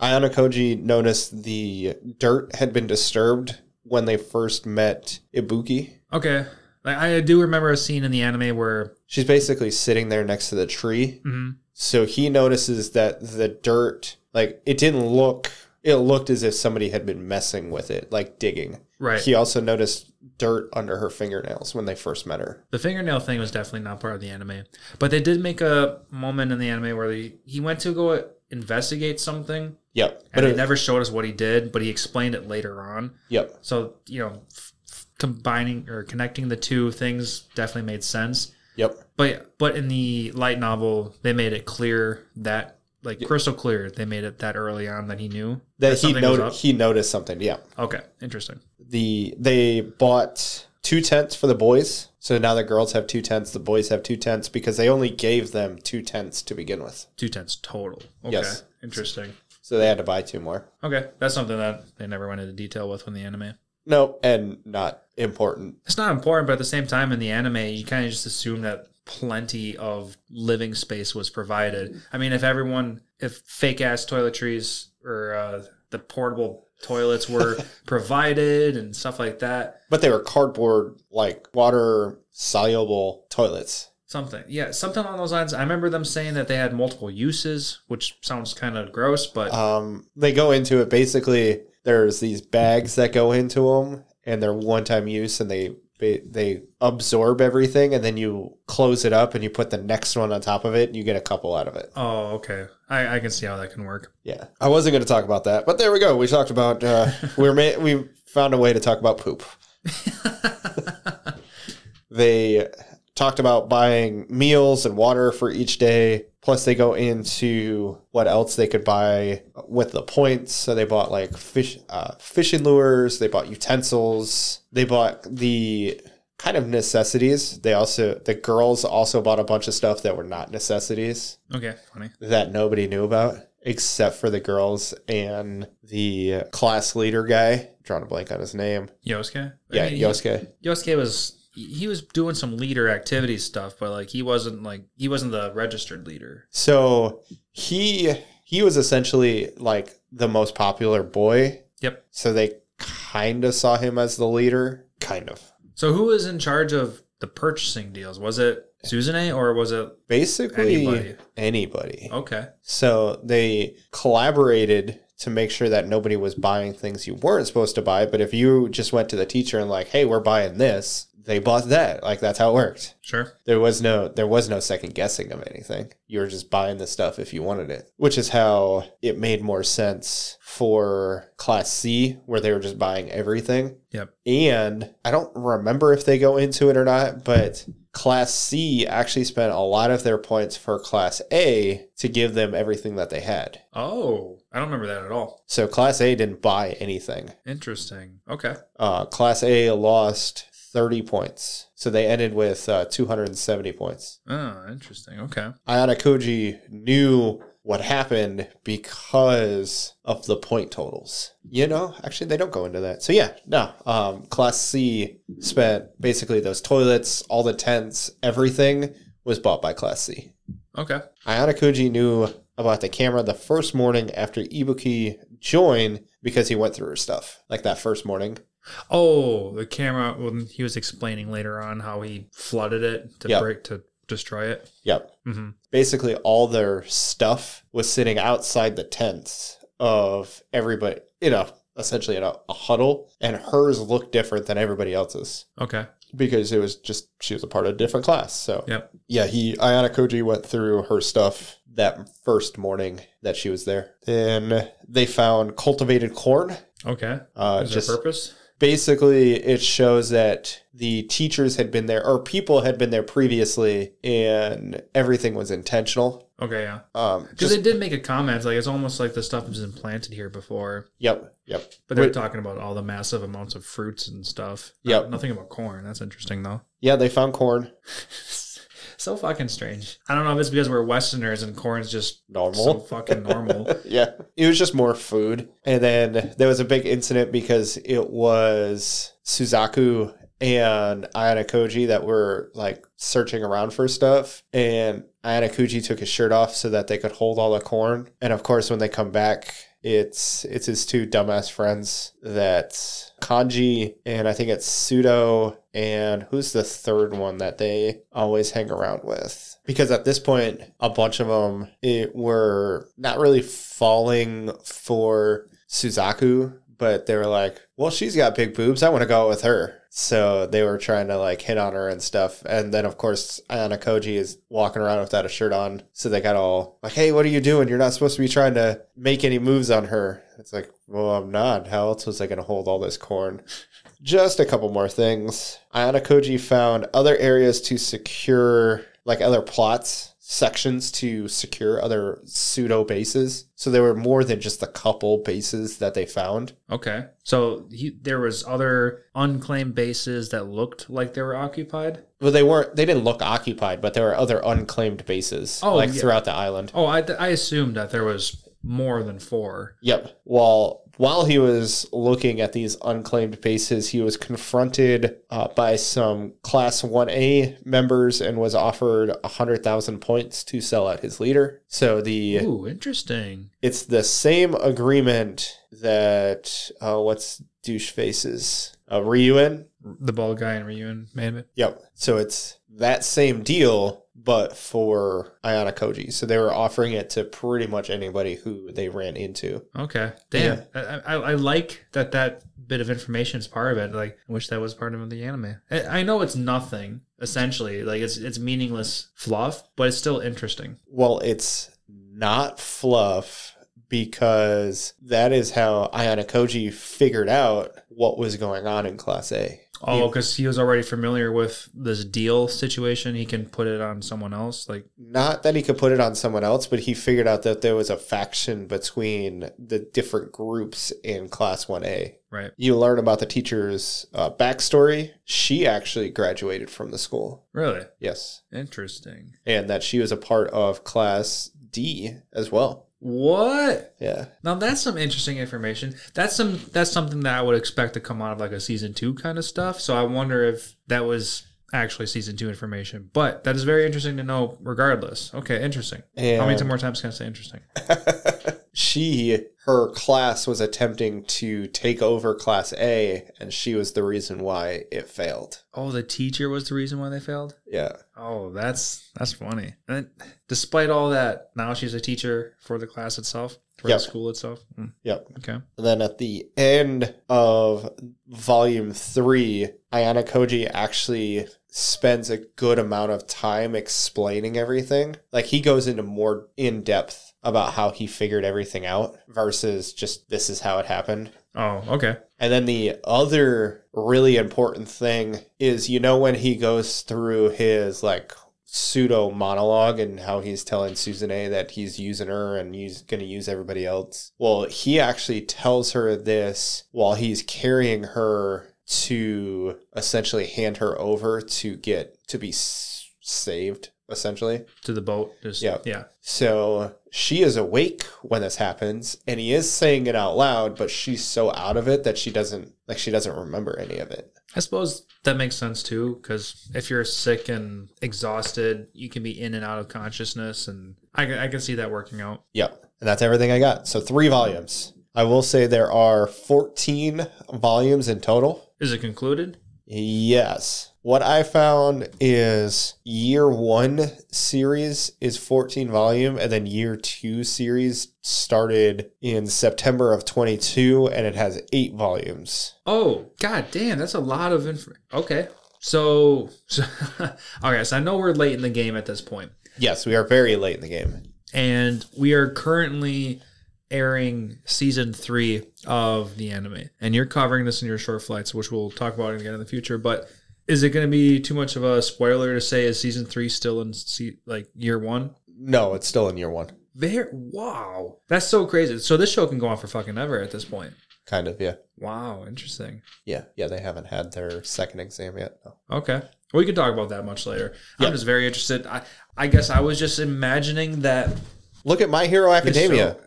Speaker 2: Ayano Koji noticed the dirt had been disturbed when they first met Ibuki.
Speaker 1: Okay. Like, I do remember a scene in the anime where
Speaker 2: She's basically sitting there next to the tree.
Speaker 1: Mhm.
Speaker 2: So he notices that the dirt, like, it didn't look, it looked as if somebody had been messing with it, like digging.
Speaker 1: right
Speaker 2: He also noticed dirt under her fingernails when they first met her.
Speaker 1: The fingernail thing was definitely not part of the anime, but they did make a moment in the anime where he, he went to go investigate something,
Speaker 2: Yep.
Speaker 1: and
Speaker 2: But
Speaker 1: they
Speaker 2: it,
Speaker 1: never showed us what he did, but he explained it later on.
Speaker 2: yep.
Speaker 1: So you know, f- f- combining or connecting the two things definitely made sense.
Speaker 2: Yep.
Speaker 1: But but in the light novel, they made it clear that like crystal clear, they made it that early on that he knew
Speaker 2: That he
Speaker 1: something was
Speaker 2: noted he noticed something. Yeah.
Speaker 1: up. Okay, interesting.
Speaker 2: The they bought two tents for the boys. So now the girls have two tents, the boys have two tents because they only gave them two tents to begin with.
Speaker 1: Two tenths total. Okay,
Speaker 2: Yes.
Speaker 1: interesting.
Speaker 2: So they had to buy two more.
Speaker 1: Okay, that's something that they never went into detail with in the anime.
Speaker 2: No, and not important.
Speaker 1: it's not important, but at the same time, in the anime, you kind of just assume that plenty of living space was provided. I mean, if everyone, if fake ass toiletries or uh, the portable toilets were provided and stuff like that,
Speaker 2: But they were cardboard like water soluble toilets.
Speaker 1: something, yeah, something along those lines. I remember them saying that they had multiple uses, which sounds kind of gross, but
Speaker 2: um, they go into it basically there's these bags that go into them and they're one time use and they they- they absorb everything and then you close it up and you put the next one on top of it and you get a couple out of it
Speaker 1: oh, okay, I, I can see how that can work.
Speaker 2: yeah i wasn't going to talk about that but there we go we talked about uh, we're ma- we found a way to talk about poop they talked about buying meals and water for each day. Plus, they go into what else they could buy with the points. So they bought like fish, uh, fishing lures. They bought utensils. They bought the kind of necessities. They also the girls also bought a bunch of stuff that were not necessities
Speaker 1: okay, funny.
Speaker 2: that nobody knew about except for the girls and the class leader guy. Drawing a blank on his name.
Speaker 1: Yosuke? I
Speaker 2: Yeah,
Speaker 1: mean, he-
Speaker 2: Yosuke.
Speaker 1: Yosuke was he was doing some leader activity stuff, but like he wasn't like he wasn't the registered leader.
Speaker 2: So he he was essentially like the most popular boy.
Speaker 1: Yep.
Speaker 2: So they kind of saw him as the leader, kind of.
Speaker 1: So who was in charge of the purchasing deals? Was it Susan A or was it
Speaker 2: Basically,
Speaker 1: Anybody. Oh.
Speaker 2: anybody.
Speaker 1: okay?
Speaker 2: So they collaborated to make sure that nobody was buying things you weren't supposed to buy. But if you just went to the teacher and like, hey, we're buying this, they bought that. Like that's how it worked.
Speaker 1: Sure.
Speaker 2: There was no there was no second guessing of anything. You were just buying the stuff if you wanted it. Which is how it made more sense for class C where they were just buying everything.
Speaker 1: Yep.
Speaker 2: And I don't remember if they go into it or not, but Class C actually spent a lot of their points for Class A to give them everything that they had.
Speaker 1: Oh, I don't remember that at all.
Speaker 2: So Class A didn't buy anything.
Speaker 1: Interesting. Okay.
Speaker 2: Uh, class A lost 30 points. So they ended with uh, 270 points.
Speaker 1: Oh, interesting. Okay.
Speaker 2: Ayana Koji knew what happened because of the point totals. You know, actually, they don't go into that. So yeah, no. Um, class C spent basically those toilets, all the tents, everything was bought by Class C.
Speaker 1: Okay.
Speaker 2: Ayana Koji knew about the camera the first morning after Ibuki joined because he went through her stuff like that first morning.
Speaker 1: Oh, the camera. When he was explaining later on how he flooded it to
Speaker 2: Yep.
Speaker 1: break to destroy it.
Speaker 2: Yep.
Speaker 1: hmm
Speaker 2: basically all their stuff was sitting outside the tents of everybody you know essentially in a, a huddle and hers looked different than everybody else's
Speaker 1: Okay.
Speaker 2: because it was just she was a part of a different class so
Speaker 1: Yep.
Speaker 2: yeah he ayana koji went through her stuff that first morning that she was there then they found cultivated corn
Speaker 1: Okay.
Speaker 2: uh,
Speaker 1: Is
Speaker 2: just
Speaker 1: there purpose?
Speaker 2: basically it shows that the teachers had been there or people had been there previously and everything was intentional
Speaker 1: Okay. Yeah.
Speaker 2: um,
Speaker 1: Because they did make a comment. It's like it's almost like the stuff was implanted here before.
Speaker 2: Yep. Yep.
Speaker 1: But they're
Speaker 2: Wait.
Speaker 1: talking about all the massive amounts of fruits and stuff.
Speaker 2: Yep.
Speaker 1: Uh, Nothing about corn. That's interesting though.
Speaker 2: Yeah, they found corn.
Speaker 1: so fucking strange. I don't know if it's because we're Westerners and corn's just so
Speaker 2: Normal.
Speaker 1: fucking normal.
Speaker 2: yeah. It was just more food. And then there was a big incident because it was Suzaku and Ayana Koji that were like searching around for stuff. And Ayana Koji took his shirt off so that they could hold all the corn. And of course, when they come back, it's it's his two dumbass friends that's Kanji and I think it's Pseudo and who's the third one that they always hang around with because at this point a bunch of them it were not really falling for Suzaku but they were like well she's got big boobs I want to go out with her so they were trying to like hit on her and stuff and then of course Ayana Koji is walking around without a shirt on so they got all like hey what are you doing you're not supposed to be trying to make any moves on her it's like well I'm not how else was I going to hold all this corn just a couple more things. Ayana Koji found other areas to secure, like other plots, sections to secure other pseudo bases. So there were more than just the couple bases that they found.
Speaker 1: Okay. So he, there was other unclaimed bases that looked like they were occupied.
Speaker 2: Well, they weren't. They didn't look occupied, but there were other unclaimed bases,
Speaker 1: Oh,
Speaker 2: like
Speaker 1: yeah.
Speaker 2: throughout the island.
Speaker 1: Oh, I, I assumed that there was more than four.
Speaker 2: Yep. While while he was looking at these unclaimed bases, he was confronted uh, by some Class One A members and was offered hundred thousand points to sell out his leader. So the
Speaker 1: Ooh, interesting.
Speaker 2: it's the same agreement that uh, what's douche faces uh, Ryuin.
Speaker 1: The bald guy and Ryuin made it.
Speaker 2: Yep. So it's that same deal, but for Ayana Koji. So they were offering it to pretty much anybody who they ran into.
Speaker 1: Okay. Damn. I, I, I like that that bit of information is part of it. Like, I wish that was part of the anime. I, I know it's nothing, essentially. Like, it's it's meaningless fluff, but it's still interesting.
Speaker 2: Well, it's not fluff because that is how Ayana Koji figured out what was going on in Class A.
Speaker 1: Oh, because he was already familiar with this deal situation. He can put it on someone else. Like,
Speaker 2: Not that he could put it on someone else, but he figured out that there was a faction between the different groups in Class 1A.
Speaker 1: right.
Speaker 2: You learn about the teacher's uh, backstory. She actually graduated from the school.
Speaker 1: Really?
Speaker 2: Yes.
Speaker 1: Interesting.
Speaker 2: And that she was a part of Class D as well.
Speaker 1: What?
Speaker 2: Yeah.
Speaker 1: Now that's some interesting information. That's some that's something that I would expect to come out of like a season two kind of stuff. So I wonder if that was actually season two information. But that is very interesting to know regardless. Okay, interesting. How many
Speaker 2: And-
Speaker 1: more times can I say interesting?
Speaker 2: she her class was attempting to take over Class A, and she was the reason why it failed.
Speaker 1: Oh, the teacher was the reason why they failed.
Speaker 2: Yeah.
Speaker 1: Oh, that's that's funny. And despite all that, now she's a teacher for the class itself, for
Speaker 2: Yep.
Speaker 1: the school itself. Mm,
Speaker 2: Yep.
Speaker 1: Okay.
Speaker 2: And then at the end of volume three, Ayana Koji actually spends a good amount of time explaining everything. Like he goes into more in depth about how he figured everything out versus just this is how it happened.
Speaker 1: Oh, okay.
Speaker 2: And then the other really important thing is, you know, when he goes through his like pseudo monologue and how he's telling Susan A that he's using her and he's going to use everybody else. Well, he actually tells her this while he's carrying her to essentially hand her over to get to be s- saved, essentially.
Speaker 1: To the boat. Just
Speaker 2: Yeah.
Speaker 1: yeah.
Speaker 2: So she is awake when this happens, and he is saying it out loud, but she's so out of it that she doesn't like she doesn't remember any of it.
Speaker 1: I suppose that makes sense too, because if you're sick and exhausted, you can be in and out of consciousness, and I, can- I can see that working out.
Speaker 2: Yep. And that's everything I got. So three volumes. I will say there are 14 volumes in total.
Speaker 1: Is it concluded?
Speaker 2: Yes. What I found is year one series is 14 volume, and then year two series started in September of 22, and it has eight volumes.
Speaker 1: Oh, god damn, that's a lot of info. Okay, so, so okay, so I know we're late in the game at this point,
Speaker 2: Yes, we are very late in the game.
Speaker 1: and we are currently airing season three of the anime, and you're covering this in your short flights, which we'll talk about again in the future, but. Is it going to be too much of a spoiler to say is season three still in se- like year one?
Speaker 2: No, it's still in year one.
Speaker 1: Very wow, that's so crazy. So this show can go on for fucking ever at this point.
Speaker 2: Kind of, yeah.
Speaker 1: Wow, interesting.
Speaker 2: Yeah. Yeah, they haven't had their second exam yet. No.
Speaker 1: Okay, we can talk about that much later.
Speaker 2: Yeah.
Speaker 1: I'm just very interested. I I guess I was just imagining that
Speaker 2: Look at My Hero
Speaker 1: this
Speaker 2: Academia.
Speaker 1: show-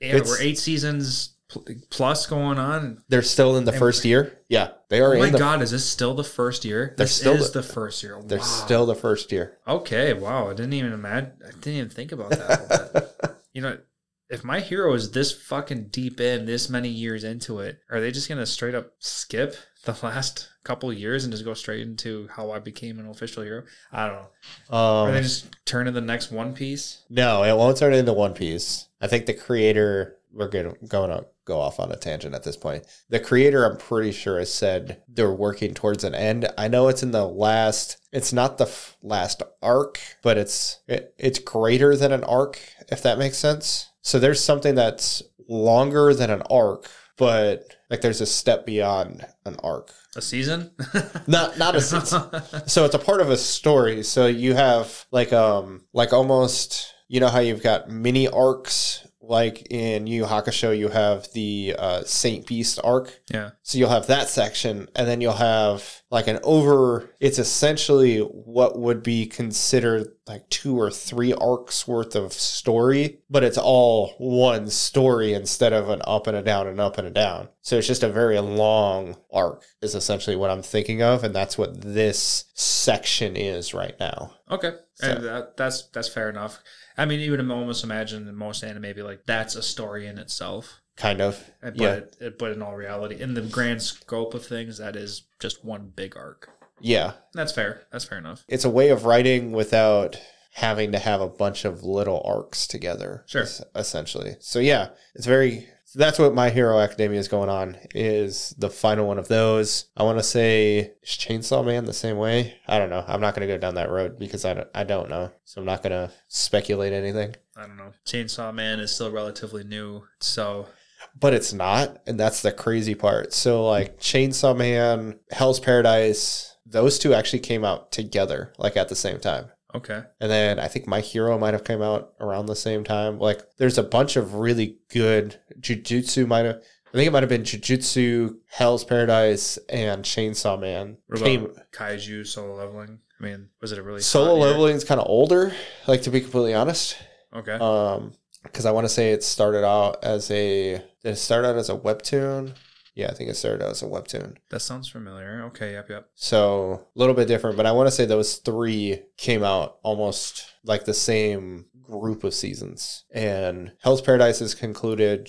Speaker 1: Yeah,
Speaker 2: It's-
Speaker 1: we're eight seasons pl- plus going on.
Speaker 2: They're still in the first year. Yeah. They are
Speaker 1: Oh my
Speaker 2: in the
Speaker 1: god, is this still the first year?
Speaker 2: They're
Speaker 1: This
Speaker 2: still
Speaker 1: is
Speaker 2: the-
Speaker 1: the, first year.
Speaker 2: they're
Speaker 1: wow.
Speaker 2: still the first year.
Speaker 1: okay. Wow, I didn't even imagine. I didn't even think about that. a little bit. you know, if my hero is this fucking deep in, this many years into it, are they just gonna straight up skip the last couple of years and just go straight into how I became an official hero? I don't know. Are they
Speaker 2: um,
Speaker 1: just turning the next One Piece?
Speaker 2: no, it won't turn into One Piece. I think the creator we're gonna going to go off on a tangent at this point. The creator I'm pretty sure has said they're working towards an end. I know it's in the last it's not the f- last arc, but it's it, it's greater than an arc if that makes sense. So there's something that's longer than an arc, but like there's a step beyond an arc.
Speaker 1: A season?
Speaker 2: Not not a it's- so it's a part of a story so you have like um like almost you know how you've got mini arcs like in Yu Yu Hakusho you have the uh, Saint Beast arc
Speaker 1: yeah.
Speaker 2: so you'll have that section and then you'll have like an over it's essentially what would be considered like two or three arcs worth of story but it's all one story instead of an up and a down and up and a down so it's just a very long arc is essentially what i'm thinking of and that's what this section is right now
Speaker 1: Okay.
Speaker 2: So-
Speaker 1: And that, that's that's fair enough. I mean, you would almost imagine that most anime be like that's a story in itself.
Speaker 2: kind of
Speaker 1: And- But
Speaker 2: yeah
Speaker 1: it, but in all reality, in the grand scope of things, that is just one big arc.
Speaker 2: yeah
Speaker 1: That's fair. That's fair enough.
Speaker 2: it's a way of writing without having to have a bunch of little arcs together.
Speaker 1: Sure.
Speaker 2: es- Essentially. So yeah, it's very so that's what My Hero Academia is going on is the final one of those. I want to say is Chainsaw Man the same way. I don't know. I'm not going to go down that road because I don't, I don't know. So I'm not going to speculate anything.
Speaker 1: I don't know. Chainsaw Man is still relatively new, so
Speaker 2: But it's not, and that's the crazy part. So like Chainsaw Man, Hell's Paradise, those two actually came out together like at the same time.
Speaker 1: okay.
Speaker 2: And then I think My Hero might have come out around the same time. Like there's a bunch of really good Jujutsu might have I think it might have been Jujutsu, Hell's Paradise, and Chainsaw Man.
Speaker 1: What about
Speaker 2: Came
Speaker 1: Kaiju Solo Leveling? I mean, was it a really hot
Speaker 2: solo
Speaker 1: year?
Speaker 2: leveling's kind of older, like to be completely honest.
Speaker 1: Okay,
Speaker 2: Um because I want to say it started out as a did it start out as a webtoon? Yeah, I think it started out as a webtoon.
Speaker 1: that sounds familiar. Okay, yep, yep.
Speaker 2: So a little bit different, but I want to say those three came out almost like the same group of seasons. And Hell's Paradise is concluded.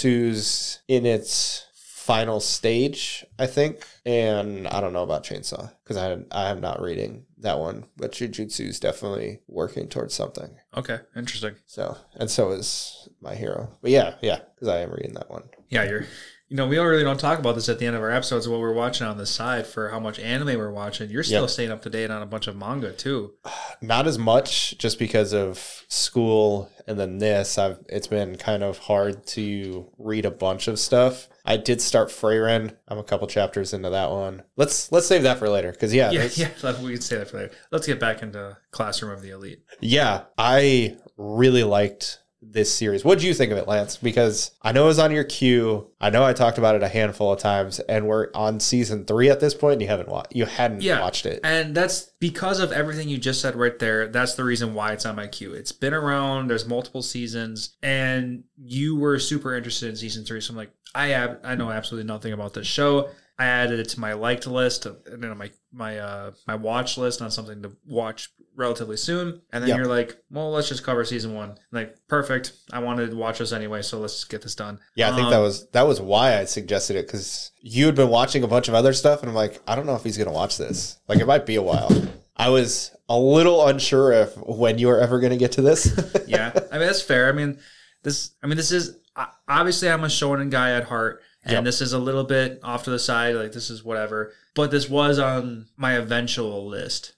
Speaker 2: Jujutsu's in its final stage, I think. And I don't know about Chainsaw because I I am not reading that one, but Jujutsu's definitely working towards something.
Speaker 1: Okay, interesting.
Speaker 2: So and so is my hero. But yeah, yeah, because I am reading that one.
Speaker 1: Yeah, you're. You know, we don't really don't talk about this at the end of our episodes. What we're watching on the side for how much anime we're watching. You're still
Speaker 2: Yep.
Speaker 1: staying up to date on a bunch of manga too.
Speaker 2: Not as much just because of school and then this. I've it's been kind of hard to read a bunch of stuff. I did start Freyren. I'm a couple chapters into that one. Let's let's save that for later because yeah,
Speaker 1: Yeah,
Speaker 2: that's-
Speaker 1: yeah. We can say that for later. Let's get back into classroom of the elite.
Speaker 2: Yeah, I really liked this series. What do you think of it, Lance? Because I know it was on your queue. I know I talked about it a handful of times, and we're on season three at this point, and you haven't watched. You hadn't
Speaker 1: Yeah.
Speaker 2: watched it.
Speaker 1: And that's because of everything you just said right there. That's the reason why it's on my queue. It's been around, there's multiple seasons, and you were super interested in season three. So I'm like, I ab- I know absolutely nothing about this show. I added it to my liked list, uh, you know, my my uh, my watch list on something to watch relatively soon. And then
Speaker 2: Yep.
Speaker 1: you're like, well, let's just cover season one. Like, perfect. I wanted to watch this anyway, so let's get this done.
Speaker 2: Yeah, I think
Speaker 1: Um,
Speaker 2: that was that was why I suggested it because you had been watching a bunch of other stuff, and I'm like, I don't know if he's gonna watch this. Like, it might be a while. I was a little unsure if when you were ever gonna get to this.
Speaker 1: yeah, I mean that's fair. I mean this. I mean this is o- obviously I'm a shonen guy at heart, and
Speaker 2: Yep.
Speaker 1: this is a little bit off to the side. Like this is whatever, but this was on my eventual list.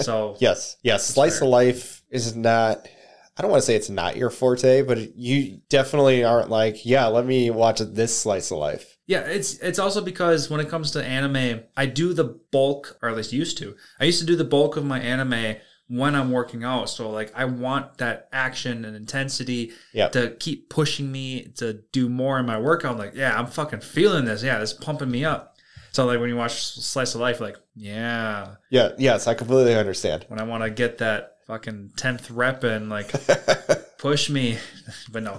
Speaker 1: So
Speaker 2: Yes, yes. Slice
Speaker 1: fair.
Speaker 2: of life is not. I don't want to say it's not your forte, but you definitely aren't like, yeah, let me watch this slice of life.
Speaker 1: yeah, it's it's also because when it comes to anime, I do the bulk, or at least used to. I used to do the bulk of my anime when I'm working out. So like I want that action and intensity
Speaker 2: Yeah.
Speaker 1: to keep pushing me to do more in my workout. I'm like, yeah, I'm fucking feeling this. Yeah, this is pumping me up. So like when you watch Slice of Life, like, yeah,
Speaker 2: Yeah, yes, I completely understand.
Speaker 1: when I want to get that fucking tenth rep in, like, push me. but no,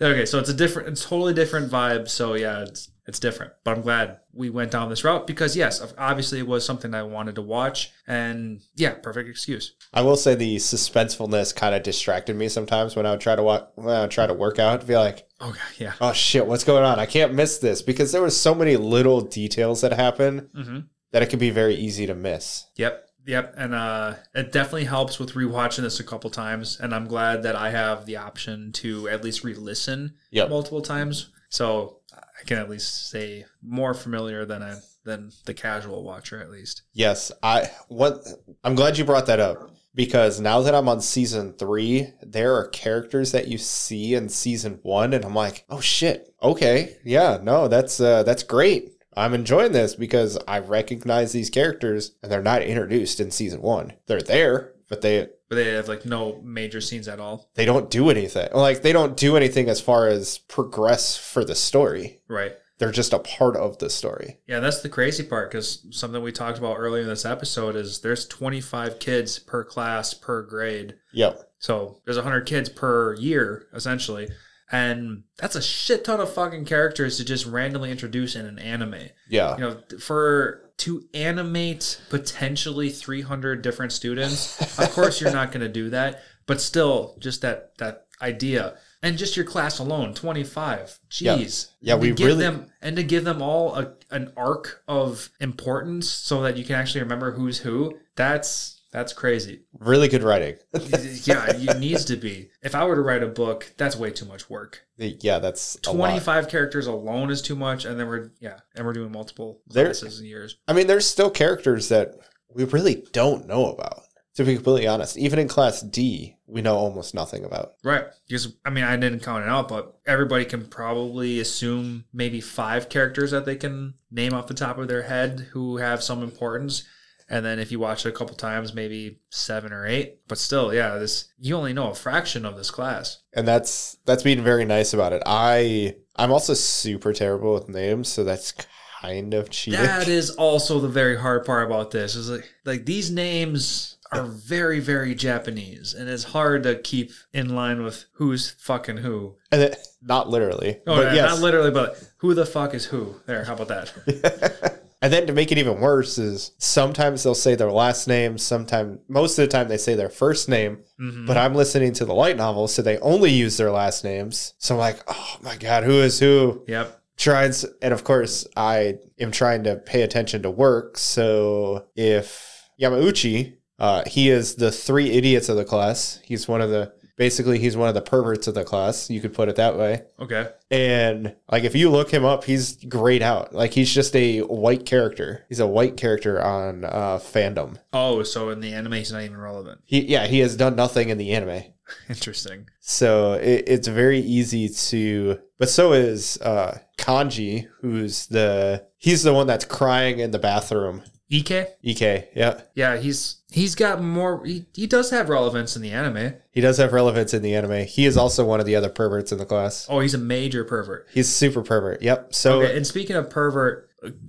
Speaker 1: okay. So it's a different, it's totally different vibe. So yeah, it's it's different. But I'm glad we went down this route because yes, obviously it was something I wanted to watch, and yeah, perfect excuse.
Speaker 2: I will say the suspensefulness kind of distracted me sometimes when I would try to walk, when I would try to work out, be like,
Speaker 1: Oh God, yeah.
Speaker 2: oh shit, what's going on? I can't miss this because there were so many little details that happen
Speaker 1: Mm-hmm.
Speaker 2: that it could be very easy to miss.
Speaker 1: Yep. Yep. And uh, it definitely helps with rewatching this a couple times. And I'm glad that I have the option to at least re listen
Speaker 2: Yep.
Speaker 1: multiple times. So I can at least say more familiar than I than the casual watcher at least.
Speaker 2: Yes, I what I'm glad you brought that up because now that I'm on season 3, there are characters that you see in season 1 and I'm like, "Oh shit. Okay. Yeah, no, that's uh that's great. I'm enjoying this because I recognize these characters and they're not introduced in season 1. They're there, but they
Speaker 1: But they have like no major scenes at all.
Speaker 2: they don't do anything. Like they don't do anything as far as progress for the story.
Speaker 1: Right.
Speaker 2: They're just a part of the story.
Speaker 1: Yeah, that's the crazy part because something we talked about earlier in this episode is there's 25 kids per class per grade.
Speaker 2: Yep.
Speaker 1: So there's 100 kids per year, essentially. And that's a shit ton of fucking characters to just randomly introduce in an anime.
Speaker 2: Yeah.
Speaker 1: You know, for to animate potentially 300 different students, of course you're not going to do that. But still, just that that idea, and just your class alone, 25.
Speaker 2: Yeah.
Speaker 1: Jeez.
Speaker 2: Yeah,
Speaker 1: To
Speaker 2: we
Speaker 1: give
Speaker 2: really-
Speaker 1: them and to give them all a, an arc of importance so that you can actually remember who's who. That's that's crazy
Speaker 2: Really good writing.
Speaker 1: yeah, it needs to be. If I were to write a book, that's way too much work.
Speaker 2: Yeah, that's a lot.
Speaker 1: Twenty five characters alone is too much, and then we're yeah, and we're doing multiple
Speaker 2: There-
Speaker 1: classes and years.
Speaker 2: I mean, there's still characters that we really don't know about. To be completely honest, even in Class D, we know almost nothing about.
Speaker 1: Right. Because I mean I didn't count it out, but everybody can probably assume maybe five characters that they can name off the top of their head who have some importance. And then if you watch it a couple times, maybe seven or eight. But still, yeah, this you only know a fraction of this class.
Speaker 2: And that's that's being very nice about it. I I'm also super terrible with names, so that's kind of cheating.
Speaker 1: That is also the very hard part about this is like like these names are very very Japanese and it's hard to keep in line with who's fucking who.
Speaker 2: and it, not literally,
Speaker 1: Oh, yeah,
Speaker 2: but yes,
Speaker 1: not literally, but who the fuck is who? There, how about that?
Speaker 2: And then to make it even worse is sometimes they'll say their last name, sometimes most of the time they say their first name,
Speaker 1: Mm-hmm.
Speaker 2: but I'm listening to the light novel, so they only use their last names. So I'm like, oh my God, who is who?
Speaker 1: Yep.
Speaker 2: Tries and of course I am trying to pay attention to work. So if Yamauchi, uh, he is the three idiots of the class. He's one of the basically he's one of the perverts of the class, you could put it that way.
Speaker 1: Okay.
Speaker 2: And like if you look him up, he's grayed out. Like he's just a white character. He's a white character on uh fandom.
Speaker 1: Oh, so in the anime, he's not even relevant.
Speaker 2: He yeah, he has done nothing in the anime.
Speaker 1: Interesting.
Speaker 2: So it, it's very easy to but so is uh Kanji, who's the he's the one that's crying in the bathroom. E
Speaker 1: Ek.
Speaker 2: EK, yeah.
Speaker 1: Yeah, he's he's got more. He, he does have relevance in the anime.
Speaker 2: He does have relevance in the anime. He is also one of the other perverts in the class.
Speaker 1: Oh, he's a major pervert.
Speaker 2: He's super pervert. Yep. So
Speaker 1: Okay, and speaking of pervert,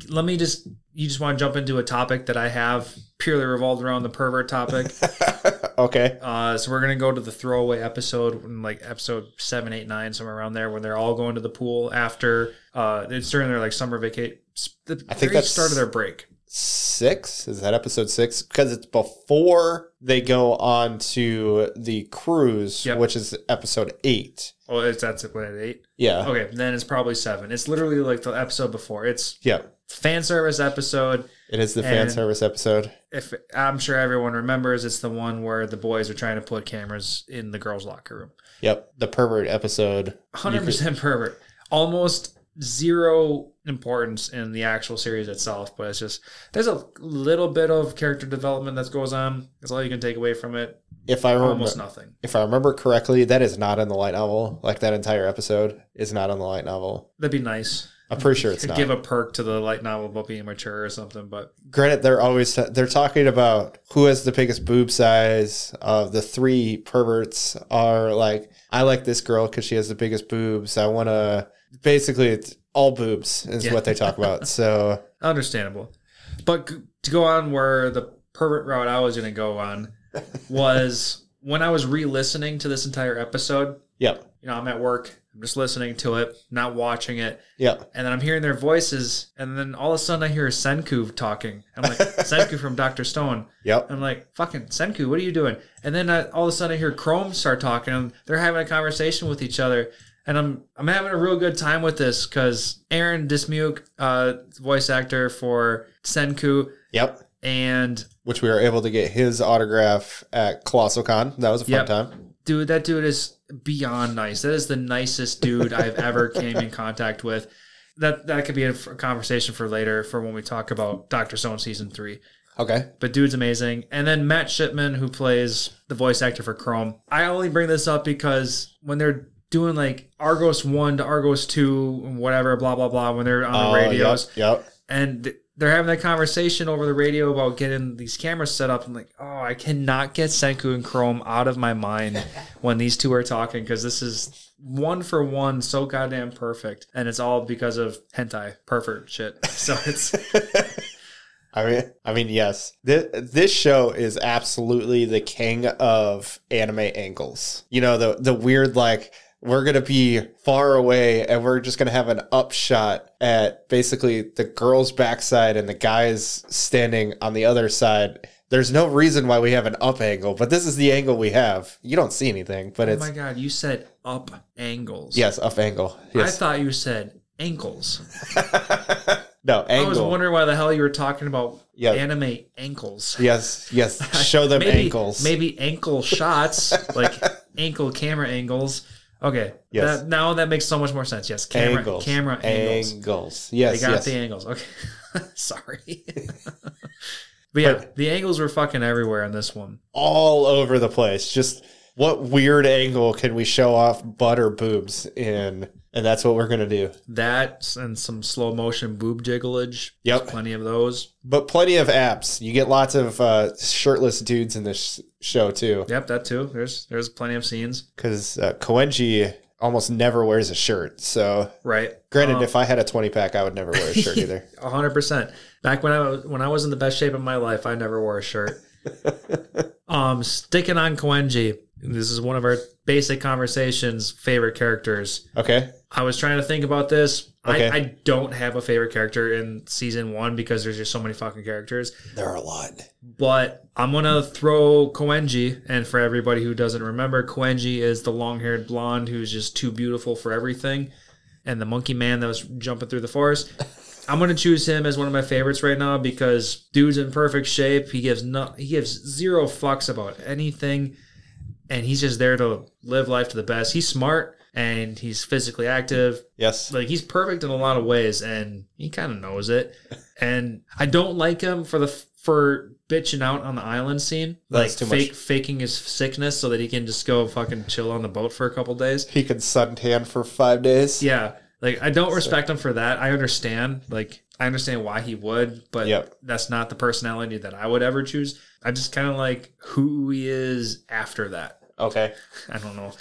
Speaker 1: let me just you just want to jump into a topic that I have purely revolved around the pervert topic.
Speaker 2: okay.
Speaker 1: uh, so we're gonna go to the throwaway episode, in like episode seven, eight, nine, somewhere around there, when they're all going to the pool after. Uh, it's during their like summer vacation. The I think
Speaker 2: think that's-
Speaker 1: start of their break.
Speaker 2: six is that episode six because it's before they go on to the cruise
Speaker 1: Yep.
Speaker 2: which is episode eight
Speaker 1: Oh, it's that's it, what, at eight.
Speaker 2: yeah
Speaker 1: Okay, then it's probably seven. It's literally like the episode before. It's
Speaker 2: yeah
Speaker 1: fan service episode.
Speaker 2: it is the fan
Speaker 1: And-
Speaker 2: service episode
Speaker 1: if I'm sure everyone remembers, it's the one where the boys are trying to put cameras in the girls' locker room.
Speaker 2: yep the pervert episode
Speaker 1: 100% pervert. Almost zero importance in the actual series itself, but it's just there's a little bit of character development that goes on. That's all you can take away from it.
Speaker 2: if i remember
Speaker 1: Almost nothing.
Speaker 2: if i remember correctly that is not in the light novel like that entire episode is not on the light novel
Speaker 1: That'd be nice.
Speaker 2: i'm pretty sure it's
Speaker 1: Could
Speaker 2: not
Speaker 1: give a perk to the light novel about being mature or something, but
Speaker 2: granted they're always they're talking about who has the biggest boob size uh, the three perverts are like i like this girl because she has the biggest boobs i want to basically it's all boobs is
Speaker 1: Yeah.
Speaker 2: what they talk about so
Speaker 1: understandable. But g- to go on where the pervert route I was going to go on was when I was re listening to this entire episode,
Speaker 2: yep
Speaker 1: you know, I'm at work, I'm just listening to it, not watching it,
Speaker 2: yep
Speaker 1: and then I'm hearing their voices, and then all of a sudden I hear Senku talking. I'm like, Senku from Dr. Stone.
Speaker 2: yep
Speaker 1: I'm like, fucking Senku, what are you doing? And then I, all of a sudden I hear Chrome start talking, and they're having a conversation with each other. And I'm I'm having a real good time with this because Aaron Dismuke, uh, voice actor for Senku,
Speaker 2: yep
Speaker 1: and
Speaker 2: which we were able to get his autograph at colossal con that was a fun
Speaker 1: Yep.
Speaker 2: time
Speaker 1: dude, that dude is beyond nice. That is the nicest dude I've ever came in contact with. That that could be a f- a conversation for later for when we talk about Doctor Stone season three.
Speaker 2: okay
Speaker 1: But dude's amazing. And then Matt Shipman, who plays the voice actor for Chrome. I only bring this up because when they're doing like Argos one to Argos two, and whatever, blah blah blah, when they're on
Speaker 2: Uh,
Speaker 1: the radios,
Speaker 2: yep, yep.
Speaker 1: and th- they're having that conversation over the radio about getting these cameras set up. I'm like, oh, I cannot get Senku and Chrome out of my mind when these two are talking because this is one for one, so goddamn perfect, and it's all because of hentai, perfect shit. So it's
Speaker 2: I mean, I mean, yes. This, this show is absolutely the king of anime angles. You know, the the weird like we're gonna be far away and we're just gonna have an upshot at basically the girl's backside and the guys standing on the other side. There's no reason why we have an up angle, but this is the angle we have. You don't see anything, but
Speaker 1: oh
Speaker 2: it's
Speaker 1: my god, you said up angles.
Speaker 2: yes, up angle.
Speaker 1: I
Speaker 2: Yes,
Speaker 1: thought you said ankles.
Speaker 2: no
Speaker 1: I was
Speaker 2: angle.
Speaker 1: wondering why the hell you were talking about
Speaker 2: Yeah.
Speaker 1: anime ankles.
Speaker 2: yes, yes. Show them
Speaker 1: maybe,
Speaker 2: angles.
Speaker 1: Maybe ankle shots, like ankle camera angles. Okay.
Speaker 2: Yes.
Speaker 1: That, now that makes so much more sense. Yes. Camera
Speaker 2: angles.
Speaker 1: camera angles.
Speaker 2: Angles.
Speaker 1: They
Speaker 2: Yes.
Speaker 1: got
Speaker 2: yes.
Speaker 1: the angles. Okay. Sorry. but yeah, the angles were fucking everywhere in this one.
Speaker 2: all over the place. Just what weird angle can we show off butt or boobs in? And that's what we're gonna do.
Speaker 1: That and some slow motion boob jigglage.
Speaker 2: Yep.
Speaker 1: Plenty of those.
Speaker 2: But plenty of apps. You get lots of uh, shirtless dudes in this sh- show too,
Speaker 1: Yep, that too. There's there's plenty of scenes.
Speaker 2: because uh, Koenji almost never wears a shirt. So,
Speaker 1: Right.
Speaker 2: granted,
Speaker 1: Um,
Speaker 2: if I had a twenty pack, I would never wear a shirt either.
Speaker 1: A hundred percent. Back when I was when I was in the best shape of my life, I never wore a shirt. um, sticking on Kwenji. This is one of our basic conversations, favorite characters.
Speaker 2: Okay.
Speaker 1: I was trying to think about this.
Speaker 2: Okay.
Speaker 1: I, I don't have a favorite character in season one because there's just so many fucking characters.
Speaker 2: There are a lot.
Speaker 1: But I'm gonna throw Koenji, and for everybody who doesn't remember, Koenji is the long-haired blonde who's just too beautiful for everything, and the monkey man that was jumping through the forest. I'm gonna choose him as one of my favorites right now because dude's in perfect shape. He gives no, he gives zero fucks about anything, and he's just there to live life to the best. He's smart and he's physically active
Speaker 2: Yes.
Speaker 1: like he's perfect in a lot of ways and he kind of knows it and i don't like him for the for bitching out on the island scene
Speaker 2: That's
Speaker 1: like
Speaker 2: too
Speaker 1: fake faking his sickness so that he can just go fucking chill on the boat for a couple days
Speaker 2: He could suntan for five days.
Speaker 1: yeah like i don't respect him for that i understand like i understand why he would but
Speaker 2: Yep.
Speaker 1: that's not the personality that i would ever choose i just kind of like who he is after that
Speaker 2: Okay.
Speaker 1: i don't know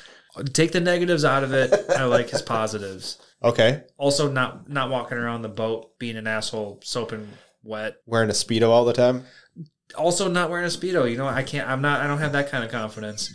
Speaker 1: take the negatives out of it i like his positives
Speaker 2: Okay.
Speaker 1: also not not walking around the boat being an asshole soaping wet
Speaker 2: Wearing a speedo all the time.
Speaker 1: also not wearing a speedo you know i can't i'm not i don't have that kind of confidence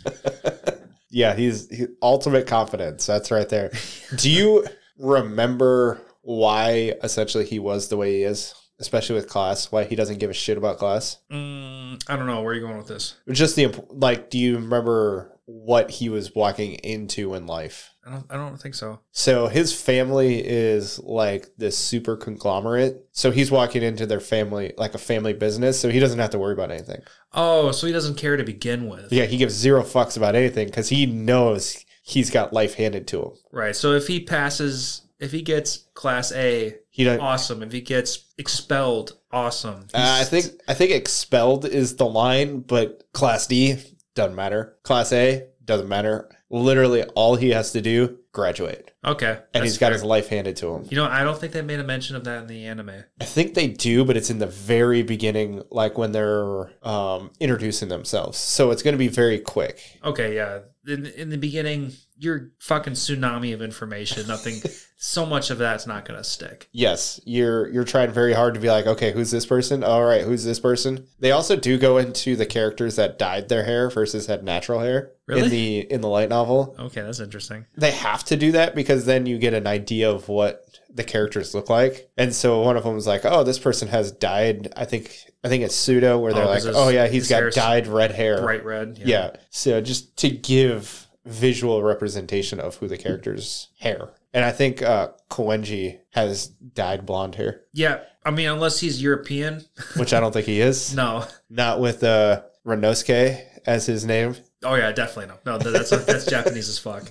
Speaker 2: Yeah, he's he, ultimate confidence. That's right there. Do you remember why essentially he was the way he is, especially with class? Why he doesn't give a shit about class?
Speaker 1: mm, i don't know where are you going with this
Speaker 2: Just the imp- like. Do you remember what he was walking into in life?
Speaker 1: i don't i don't think so
Speaker 2: So his family is like this super conglomerate. So he's walking into their family like a family business. So he doesn't have to worry about anything.
Speaker 1: oh so he doesn't care to begin with
Speaker 2: Yeah, he gives zero fucks about anything because he knows he's got life handed to him.
Speaker 1: right so if he passes if he gets class a
Speaker 2: He doesn't.
Speaker 1: awesome if he gets expelled awesome
Speaker 2: Uh, I think I think expelled is the line, but class D doesn't matter. Class A doesn't matter. Literally, all he has to do graduate,
Speaker 1: okay
Speaker 2: and
Speaker 1: that's
Speaker 2: he's got
Speaker 1: fair.
Speaker 2: his life handed to him.
Speaker 1: you know i don't think they made a mention of that in the anime
Speaker 2: I think they do, but it's in the very beginning, like when they're um, introducing themselves. So it's going to be very quick.
Speaker 1: Okay, yeah. In in the beginning, your fucking tsunami of information. Nothing. so much of that's not gonna stick.
Speaker 2: Yes, you're you're trying very hard to be like, okay, who's this person? All right, who's this person? They also do go into the characters that dyed their hair versus had natural hair
Speaker 1: Really?
Speaker 2: in the in the light novel.
Speaker 1: Okay, that's interesting.
Speaker 2: they have to do that because then you get an idea of what the characters look like. And so one of them was like, "Oh, this person has dyed." I think I think it's pseudo where they're
Speaker 1: Oh,
Speaker 2: like,
Speaker 1: 'cause his-
Speaker 2: "Oh yeah, he's
Speaker 1: his
Speaker 2: got
Speaker 1: hair's
Speaker 2: dyed red hair."
Speaker 1: Bright red.
Speaker 2: Yeah. So just to give visual representation of who the character's hair. And I think uh Koenji has dyed blonde hair,
Speaker 1: Yeah. I mean, unless he's European.
Speaker 2: which I don't think he is.
Speaker 1: No.
Speaker 2: Not with uh Renosuke as his name.
Speaker 1: Oh yeah, definitely no. No, th- that's that's Japanese as fuck.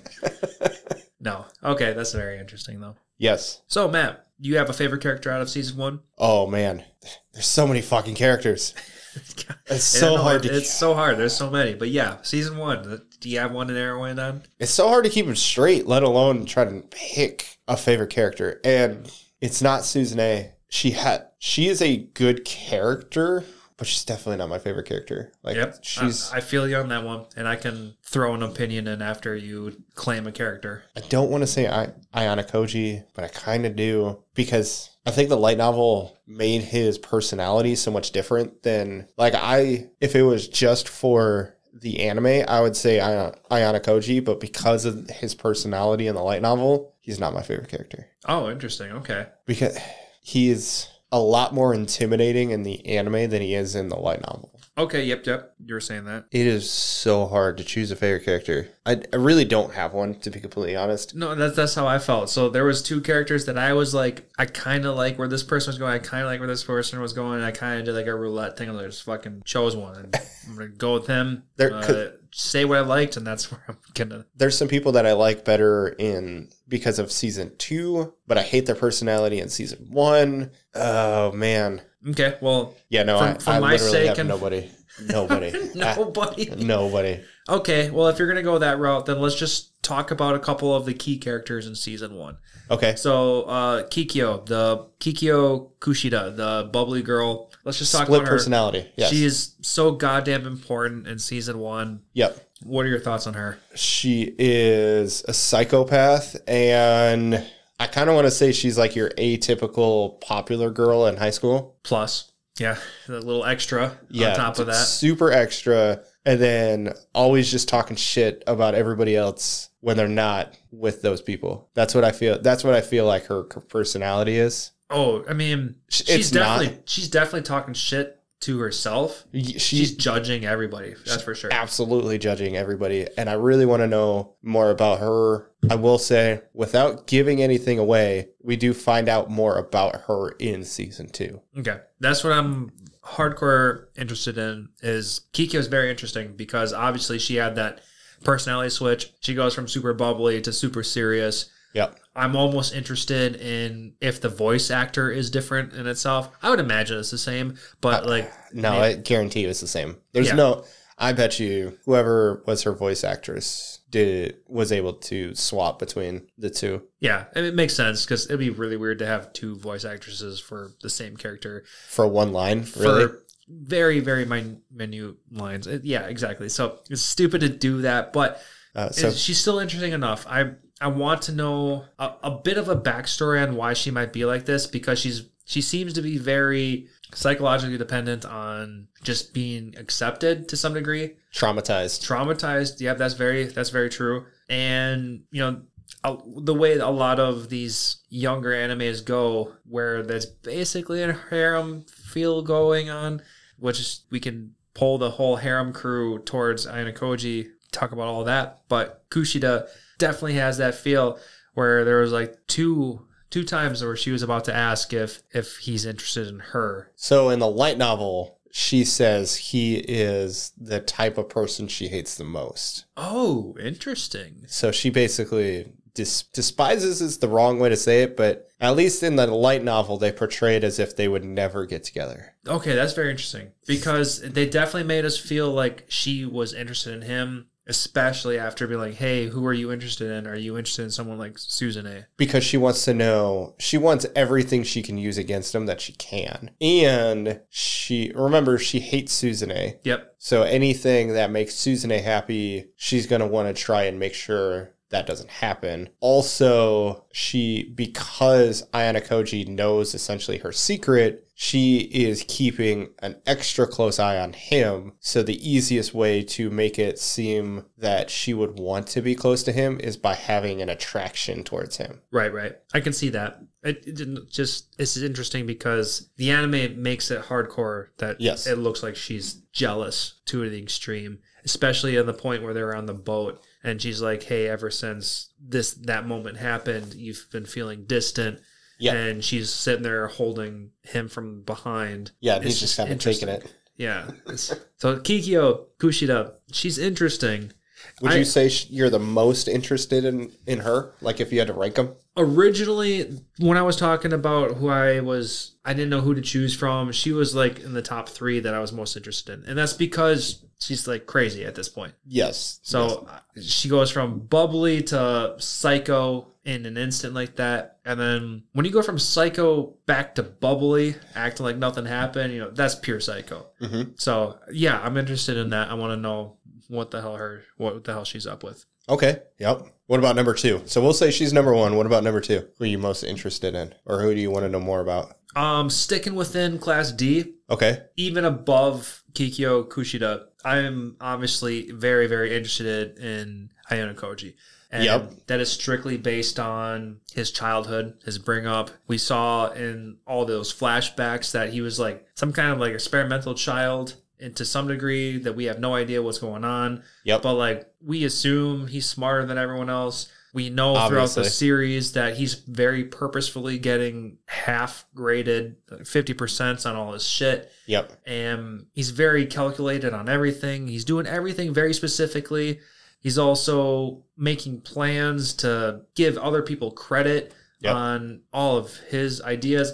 Speaker 1: No. Okay, that's very interesting though.
Speaker 2: Yes.
Speaker 1: So Matt, you have a favorite character out of season one?
Speaker 2: Oh man. There's so many fucking characters. It's so
Speaker 1: Yeah, no,
Speaker 2: hard
Speaker 1: it-
Speaker 2: to
Speaker 1: It's so hard. There's so many. But yeah, season one. Do you have one in Arrowhead on?
Speaker 2: it's so hard to keep them straight, let alone try to pick a favorite character. And it's not Susan A. She had she is a good character, but she's definitely not my favorite character. Like
Speaker 1: Yep. Uh,
Speaker 2: she's I,
Speaker 1: I, I feel you on that one, and I can throw an opinion in after you claim a character.
Speaker 2: don't want to say I Ayana Koji, but I kinda do because I think the light novel made his personality so much different than like I if it was just for the anime, I would say Ayana, Ayana Koji, but because of his personality in the light novel, he's not my favorite character.
Speaker 1: Oh, interesting. Okay.
Speaker 2: because he is a lot more intimidating in the anime than he is in the light novel.
Speaker 1: Okay. Yep. Yep. You were saying that.
Speaker 2: It is so hard to choose a favorite character. I, I really don't have one, to be completely honest.
Speaker 1: No, that's that's how I felt. So there was two characters that I was like, I kind of like where this person was going. I kind of like where this person was going. And I kind of did like a roulette thing. and I just fucking chose one, and I'm gonna go with him.
Speaker 2: There
Speaker 1: Uh,
Speaker 2: could-
Speaker 1: say what I liked, and that's where I'm gonna.
Speaker 2: There's some people that I like better in because of season two, but I hate their personality in season one. Oh man,
Speaker 1: Okay. Well,
Speaker 2: yeah, no,
Speaker 1: For-
Speaker 2: I,
Speaker 1: for
Speaker 2: I
Speaker 1: my
Speaker 2: literally
Speaker 1: sake
Speaker 2: have
Speaker 1: and-
Speaker 2: nobody, nobody, I-
Speaker 1: nobody.
Speaker 2: nobody.
Speaker 1: Okay. Well, if you're gonna go that route, then let's just talk about a couple of the key characters in season one.
Speaker 2: Okay,
Speaker 1: So uh, Kikyo, the Kikyo Kushida, the bubbly girl. Let's just talk
Speaker 2: split
Speaker 1: about her.
Speaker 2: personality. Yes,
Speaker 1: She is so goddamn important in season one.
Speaker 2: yep.
Speaker 1: What are your thoughts on her?
Speaker 2: she is a psychopath and i kind of want to say she's like your atypical popular girl in high school
Speaker 1: Plus, yeah, a little extra
Speaker 2: yeah
Speaker 1: on top of that.
Speaker 2: super extra and then always just talking shit about everybody else when they're not with those people. That's what I feel. That's what I feel like her c- personality is.
Speaker 1: Oh, I mean,
Speaker 2: Sh-
Speaker 1: she's
Speaker 2: it's not-
Speaker 1: definitely she's definitely talking shit to herself.
Speaker 2: Y-
Speaker 1: She's
Speaker 2: She's
Speaker 1: judging everybody. That's for sure.
Speaker 2: absolutely judging everybody, and I really want to know more about her. I will say, without giving anything away, we do find out more about her in season two.
Speaker 1: Okay, that's what I'm hardcore interested in. Is Kiki is very interesting because obviously she had that personality switch. She goes from super bubbly to super serious.
Speaker 2: Yep.
Speaker 1: I'm almost interested in if the voice actor is different in itself. I would imagine it's the same, but like
Speaker 2: No,
Speaker 1: Yeah.
Speaker 2: I guarantee you it's the same. There's
Speaker 1: Yeah.
Speaker 2: no. I bet you whoever was her voice actress did was able to swap between the two.
Speaker 1: yeah, and it makes sense because it'd be really weird to have two voice actresses for the same character.
Speaker 2: For one line,
Speaker 1: for
Speaker 2: really?
Speaker 1: very very min- minute lines. It- yeah, exactly. So it's stupid to do that, but
Speaker 2: Uh, so
Speaker 1: it- she's still interesting enough. I I want to know a, a bit of a backstory on why she might be like this because she's she seems to be very psychologically dependent on just being accepted to some degree.
Speaker 2: traumatized.
Speaker 1: Traumatized. Yeah, that's very that's very true. And you know. a- The way a lot of these younger animes go, where there's basically a harem feel going on, which is, we can pull the whole harem crew towards Ayanokoji, talk about all that. But Kushida definitely has that feel where there was like two two times where she was about to ask if if he's interested in her.
Speaker 2: So in the light novel, she says he is the type of person she hates the most.
Speaker 1: Oh, interesting.
Speaker 2: So she basically dis- despises is the wrong way to say it, but at least in the light novel, they portray it as if they would never get together.
Speaker 1: Okay, that's very interesting because they definitely made us feel like she was interested in him, especially after being like, "Hey, who are you interested in? Are you interested in someone like Susan A?"
Speaker 2: because she wants to know she wants everything she can use against him that she can and she remember she hates Susanne
Speaker 1: Yep.
Speaker 2: so anything that makes Susanne happy she's going to want to try and make sure that doesn't happen also she because Ayana Koji knows essentially her secret she is keeping an extra close eye on him so the easiest way to make it seem that she would want to be close to him is by having an attraction towards him
Speaker 1: Right, right. I can see that. It, it didn't just it's interesting because the anime makes it hardcore that
Speaker 2: Yes.
Speaker 1: it looks like she's jealous to the extreme, especially in the point where they're on the boat and she's like, "Hey, ever since this that moment happened, you've been feeling distant."
Speaker 2: Yeah.
Speaker 1: And she's sitting there holding him from behind.
Speaker 2: Yeah, he's
Speaker 1: It's
Speaker 2: just
Speaker 1: just
Speaker 2: kind of taking it.
Speaker 1: Yeah. It's- so Kikyo Kushida, she's interesting.
Speaker 2: Would
Speaker 1: I-
Speaker 2: you say sh- you're the most interested in in her? Like if you had to rank them?
Speaker 1: originally when i was talking about who i was i didn't know who to choose from she was like in the top three that i was most interested in and that's because she's like crazy at this point
Speaker 2: Yes.
Speaker 1: so she goes from bubbly to psycho in an instant like that and then when you go from psycho back to bubbly acting like nothing happened you know that's pure psycho
Speaker 2: Yes. Mhm.
Speaker 1: so yeah i'm interested in that i want to know what the hell her what the hell she's up with
Speaker 2: Okay. Yep. What about number two? So we'll say she's number one. What about number two? Who are you most interested in, or who do you want to know more about?
Speaker 1: um sticking within class d
Speaker 2: Okay.
Speaker 1: even above Kikyo Kushida, I'm obviously very, very interested in Ayano Koji. And
Speaker 2: Yep.
Speaker 1: that is strictly based on his childhood, his bring up. We saw in all those flashbacks that he was like some kind of like experimental child and to some degree that we have no idea what's going on.
Speaker 2: Yep.
Speaker 1: But like we assume he's smarter than everyone else. We know throughout
Speaker 2: Obviously.
Speaker 1: the series that he's very purposefully getting half graded 50% on all his shit
Speaker 2: Yep.
Speaker 1: and he's very calculated on everything. He's doing everything very specifically. He's also making plans to give other people credit
Speaker 2: Yep.
Speaker 1: on all of his ideas,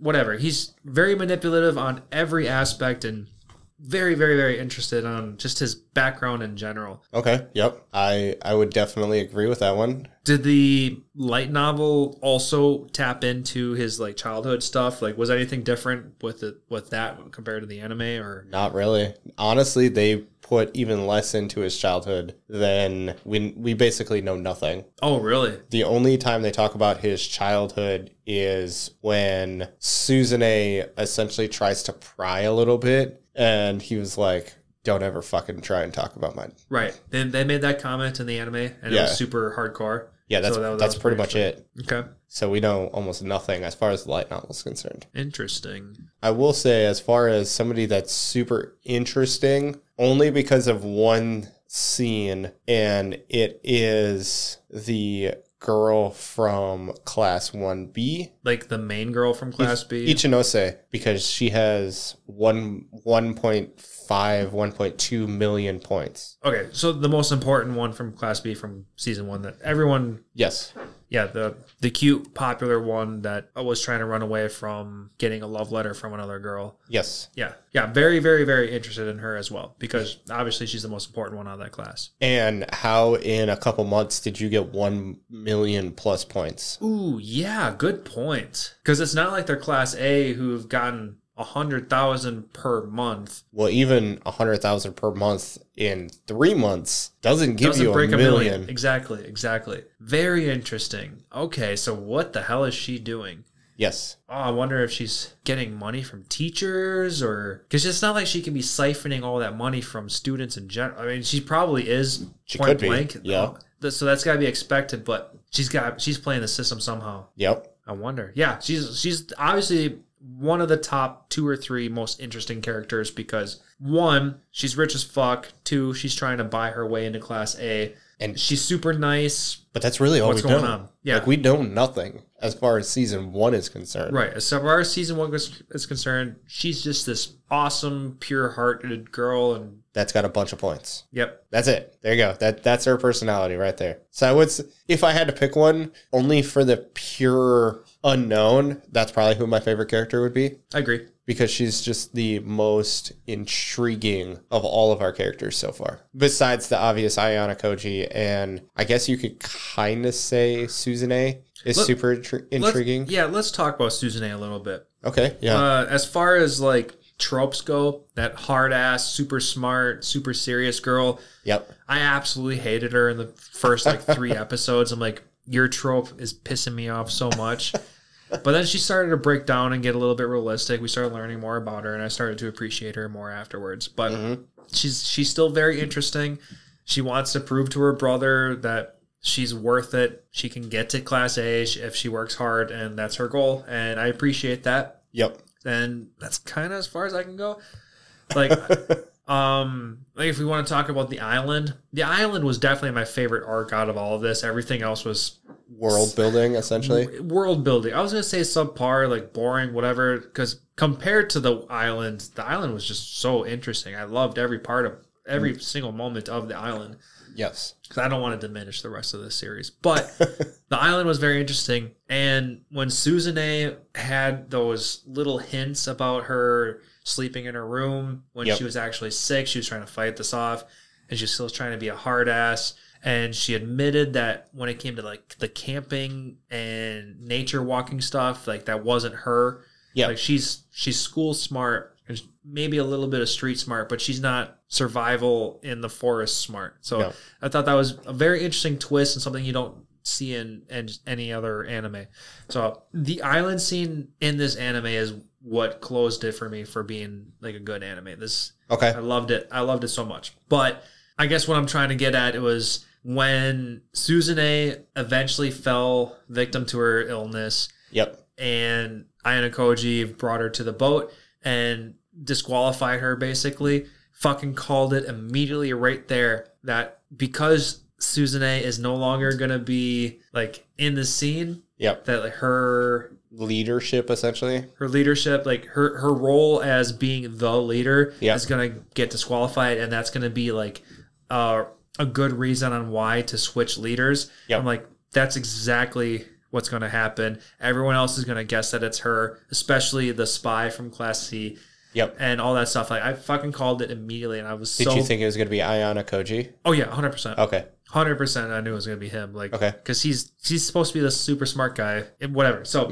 Speaker 1: whatever. He's very manipulative on every aspect and very, very, very interested on just his background in general.
Speaker 2: Okay. Yep. I I would definitely agree with that one.
Speaker 1: Did the light novel also tap into his like childhood stuff? Like, was anything different with it with that compared to the anime or?
Speaker 2: Not really. Honestly, they put even less into his childhood than we we basically know nothing.
Speaker 1: Oh, really?
Speaker 2: the only time they talk about his childhood is when Susan essentially tries to pry a little bit and he was like don't ever fucking try and talk about mine.
Speaker 1: Right. They, they made that comment in the anime, and it
Speaker 2: Yeah.
Speaker 1: was super hardcore.
Speaker 2: Yeah, that's
Speaker 1: So that was-
Speaker 2: that's
Speaker 1: that was
Speaker 2: pretty much
Speaker 1: pretty
Speaker 2: it.
Speaker 1: Okay.
Speaker 2: So we know almost nothing as far as the light novel is concerned.
Speaker 1: Interesting.
Speaker 2: I will say, as far as somebody that's super interesting, only because of one scene, and it is the girl from class 1B
Speaker 1: Like the main girl from Class B.
Speaker 2: Ichinose because she has one 1.5 1.2 million points.
Speaker 1: okay, so the most important one from Class B from season one that everyone,
Speaker 2: Yes.
Speaker 1: yeah, the the cute popular one that was trying to run away from getting a love letter from another girl.
Speaker 2: Yes.
Speaker 1: Yeah, yeah, very, very, very interested in her as well because obviously she's the most important one out of that class.
Speaker 2: And how in a couple months did you get 1 million plus points?
Speaker 1: Ooh, yeah, good point. Because it's not like they're Class A who've gotten a hundred thousand per month.
Speaker 2: Well, even 100,000 per month in 3 months doesn't give
Speaker 1: Doesn't
Speaker 2: you
Speaker 1: break
Speaker 2: a million.
Speaker 1: Exactly, exactly. Very interesting. Okay, so what the hell is she doing?
Speaker 2: Yes.
Speaker 1: Oh, I wonder if she's getting money from teachers or because it's not like she can be siphoning all that money from students in general. I mean, she probably is
Speaker 2: She
Speaker 1: point
Speaker 2: could be,
Speaker 1: blank.
Speaker 2: yeah.
Speaker 1: Th- So that's got to be expected, but she's got she's playing the system somehow.
Speaker 2: Yep.
Speaker 1: I wonder. Yeah, she's she's obviously one of the top two or three most interesting characters because one, she's rich as fuck. Two, she's trying to buy her way into class A.
Speaker 2: And-
Speaker 1: she's super nice.
Speaker 2: But that's really all
Speaker 1: What's
Speaker 2: Oh, we
Speaker 1: going
Speaker 2: know.
Speaker 1: on? Yeah.
Speaker 2: Like we know nothing as far as season 1 is concerned.
Speaker 1: Right. As far as season one is is concerned, she's just this awesome, pure-hearted girl, and
Speaker 2: That's got a bunch of points.
Speaker 1: yep,
Speaker 2: That's it. There you go. That that's her personality right there. So I would, s- if I had to pick one, only for the pure unknown, that's probably who my favorite character would be
Speaker 1: I agree.
Speaker 2: because she's just the most intriguing of all of our characters so far. Besides the obvious Ayana Koji, and I guess you could kind of say Susanne is
Speaker 1: Let-
Speaker 2: super intri-
Speaker 1: Let's-
Speaker 2: intriguing.
Speaker 1: yeah, let's talk about Susan a little bit.
Speaker 2: Okay, yeah,
Speaker 1: Uh, as far as like tropes go, that hard ass, super smart, super serious girl.
Speaker 2: yep.
Speaker 1: I absolutely hated her in the first like three episodes. I'm like, your trope is pissing me off so much. But then she started to break down and get a little bit realistic. We started learning more about her, and I started to appreciate her more afterwards. But she's she's still very interesting. She wants to prove to her brother that she's worth it. She can get to Class A sh- if she works hard, and that's her goal. And I appreciate that
Speaker 2: Yep.
Speaker 1: then that's kind of as far as I can go. Like, um, like if we want to talk about the island, the island was definitely my favorite arc out of all of this. Everything else was
Speaker 2: World building essentially.
Speaker 1: world building. I was gonna say subpar, like boring, whatever. Because compared to the island, the island was just so interesting. I loved every part of every single moment of the island.
Speaker 2: Yes.
Speaker 1: Because I don't want to diminish the rest of this series, but the island was very interesting. And when Susanne had those little hints about her sleeping in her room when
Speaker 2: Yep.
Speaker 1: she was actually sick, she was trying to fight this off, and she was still trying to be a hard ass. And she admitted that when it came to like the camping and nature walking stuff, like that wasn't her.
Speaker 2: Yeah.
Speaker 1: like she's she's school smart and maybe a little bit of street smart, but she's not survival in the forest smart. So
Speaker 2: No.
Speaker 1: I thought that was a very interesting twist and something you don't see in, in any other anime. So the island scene in this anime is what closed it for me for being like a good anime. This
Speaker 2: Okay.
Speaker 1: I loved it. I loved it so much. But I guess what I'm trying to get at it was when Susanne eventually fell victim to her illness
Speaker 2: Yep.
Speaker 1: and Ayana Koji brought her to the boat and disqualified her basically. Fucking called it immediately right there that because Susanne is no longer gonna be like in the scene,
Speaker 2: Yep.
Speaker 1: that like, her
Speaker 2: Leadership essentially.
Speaker 1: her leadership, like her her role as being the leader,
Speaker 2: Yeah.
Speaker 1: is gonna get disqualified, and that's gonna be like uh, a good reason on why to switch leaders.
Speaker 2: Yeah.
Speaker 1: I'm like, that's exactly what's gonna happen. Everyone else is gonna guess that it's her, especially the spy from Class C
Speaker 2: Yep.
Speaker 1: and all that stuff. Like I fucking called it immediately, and I was
Speaker 2: Did
Speaker 1: so
Speaker 2: you think it was going to be Ayana Koji?
Speaker 1: oh yeah, hundred percent.
Speaker 2: Okay.
Speaker 1: Hundred percent, I knew it was gonna be him. Like,
Speaker 2: Okay.
Speaker 1: because he's he's supposed to be the super smart guy, and whatever. So,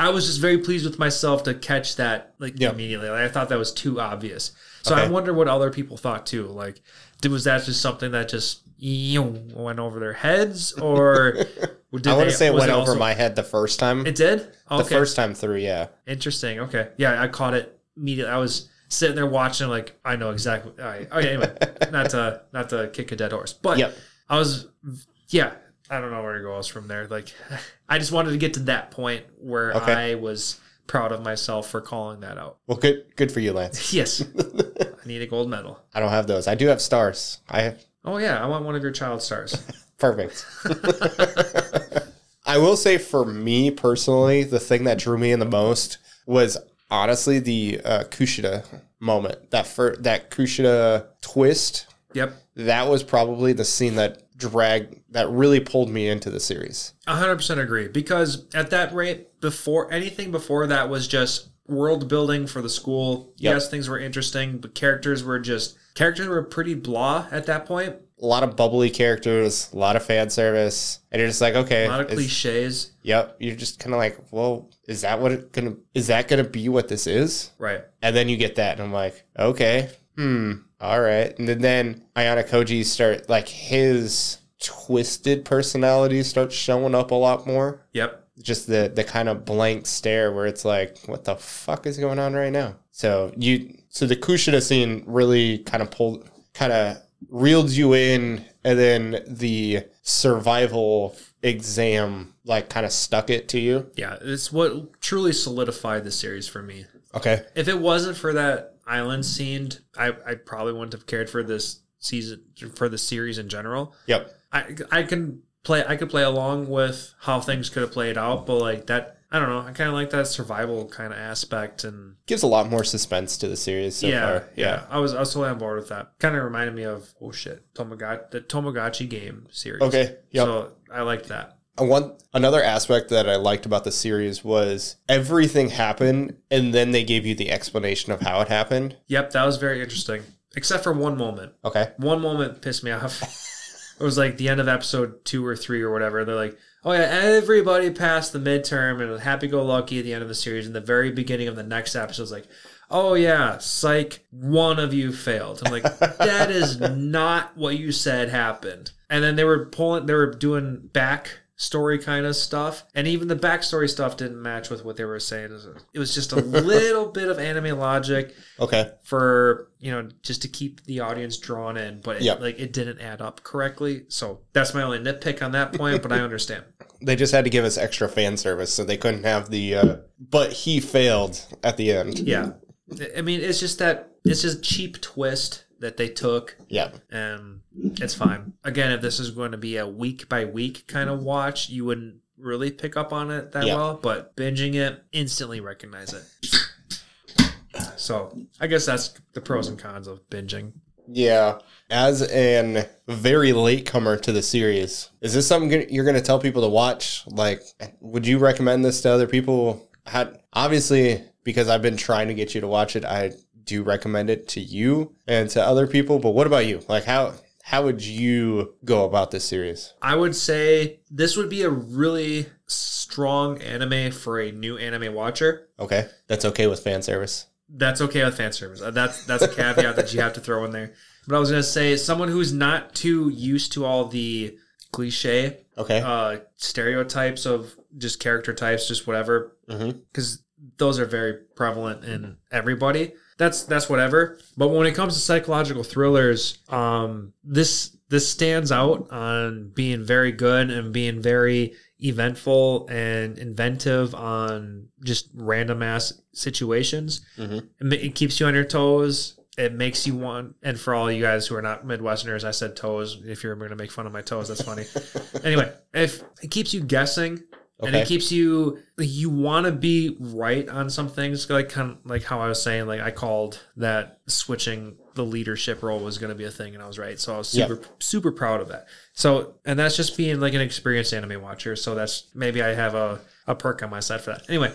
Speaker 1: I was just very pleased with myself to catch that like
Speaker 2: Yeah.
Speaker 1: immediately. Like, I thought that was too obvious. So I
Speaker 2: Okay.
Speaker 1: wonder what other people thought too. Like, did was that just something that just you know, went over their heads, or did
Speaker 2: I want
Speaker 1: they-
Speaker 2: to say it
Speaker 1: was
Speaker 2: went over
Speaker 1: also-
Speaker 2: my head the first time.
Speaker 1: It did.
Speaker 2: the
Speaker 1: Okay,
Speaker 2: first time through, yeah.
Speaker 1: interesting. Okay, yeah, I caught it immediately. I was sitting there watching, like I know exactly. All right. Okay. Anyway, not to not to kick a dead horse, but
Speaker 2: Yep.
Speaker 1: I was, yeah. I don't know where it goes from there. Like, I just wanted to get to that point where
Speaker 2: Okay.
Speaker 1: I was proud of myself for calling that out.
Speaker 2: Well, good good for you, Lance.
Speaker 1: Yes, I need a gold medal.
Speaker 2: I don't have those. I do have stars. I have
Speaker 1: Oh yeah, I want one of your child stars.
Speaker 2: Perfect. I will say for me personally, the thing that drew me in the most was honestly the uh, Kushida moment. That fir- that Kushida twist.
Speaker 1: yep,
Speaker 2: That was probably the scene that dragged that really pulled me into the series.
Speaker 1: hundred percent agree. Because at that rate, before anything before that was just world building for the school.
Speaker 2: Yep.
Speaker 1: Yes, things were interesting, but characters were just characters were pretty blah at that point.
Speaker 2: A lot of bubbly characters, a lot of fan service, and you're just like, okay,
Speaker 1: A lot of
Speaker 2: it's-
Speaker 1: cliches.
Speaker 2: yep. You're just kind of like, well, is that what it gonna is that gonna be what this is?
Speaker 1: Right.
Speaker 2: And then you get that, and I'm like, okay, hmm, all right. And then, then Ayana Koji start like his twisted personality starts showing up a lot more.
Speaker 1: Yep.
Speaker 2: Just the the kind of blank stare where it's like, what the fuck is going on right now? So you, so the Kushida scene really kind of pulled, kind of reeled you in, and then the survival exam like kind of stuck it to you.
Speaker 1: Yeah. It's what truly solidified the series for me.
Speaker 2: Okay.
Speaker 1: If it wasn't for that island scene, I, I probably wouldn't have cared for this season for the series in general.
Speaker 2: Yep.
Speaker 1: I I can play I could play along with how things could have played out, but like that I don't know. I kind of like that survival kind of aspect, and
Speaker 2: Gives a lot more suspense to the series so
Speaker 1: yeah,
Speaker 2: far.
Speaker 1: yeah, I was I was totally on board with that. Kind of reminded me of oh shit, Tomogachi the Tomogachi game series.
Speaker 2: Okay. Yep.
Speaker 1: so I liked that.
Speaker 2: And Uh, One another aspect that I liked about the series was everything happened, and then they gave you the explanation of how it happened.
Speaker 1: Yep, that was very interesting, except for one moment.
Speaker 2: Okay.
Speaker 1: One moment pissed me off. it was like the end of episode two or three or whatever. They're like, oh yeah, everybody passed the midterm and happy go lucky at the end of the series. And the very beginning of the next episode is like, oh yeah, psych, one of you failed. I'm like, that is not what you said happened. And then they were pulling, they were doing back story kind of stuff and even the backstory stuff didn't match with what they were saying it was just a little bit of anime logic
Speaker 2: Okay.
Speaker 1: for you know just to keep the audience drawn in but it,
Speaker 2: Yep.
Speaker 1: like it didn't add up correctly so that's my only nitpick on that point but i understand
Speaker 2: They just had to give us extra fan service, so they couldn't have the. Uh, but he failed at the end.
Speaker 1: yeah I- i mean it's just that it's just cheap twist that they took
Speaker 2: Yeah.
Speaker 1: and it's fine again if this is going to be a week by week kind of watch you wouldn't really pick up on it that
Speaker 2: Yeah.
Speaker 1: well but binging it instantly recognize it so i guess that's the pros and cons of binging
Speaker 2: Yeah. As an very latecomer to the series, is this something gonna- you're going to tell people to watch? Like, would you recommend this to other people? How, obviously, because I've been trying to get you to watch it, I do recommend it to you and to other people. But what about you? Like, how how would you go about this series?
Speaker 1: I would say this would be a really strong anime for a new anime watcher.
Speaker 2: Okay, that's okay with fan service.
Speaker 1: That's okay with fan service. Uh, That's that's a caveat that you have to throw in there. But I was gonna say someone who's not too used to all the cliche
Speaker 2: Okay,
Speaker 1: uh, stereotypes of just character types, just whatever,
Speaker 2: Mhm.
Speaker 1: because those are very prevalent in everybody. That's that's whatever. But when it comes to psychological thrillers, um, this this stands out on being very good and being very eventful and inventive on just random ass situations.
Speaker 2: Mhm.
Speaker 1: It, ma- it keeps you on your toes. It makes you want, and for all you guys who are not Midwesterners, I said toes. If you're going to make fun of my toes, that's funny anyway, if it keeps you guessing and
Speaker 2: okay,
Speaker 1: it keeps you like, you want to be right on some things like kind of like how I was saying like I called that switching the leadership role was going to be a thing and I was right. So I was
Speaker 2: Yeah.
Speaker 1: super super proud of that. So and that's just being like an experienced anime watcher. So that's maybe I have a a perk on my side for that. Anyway,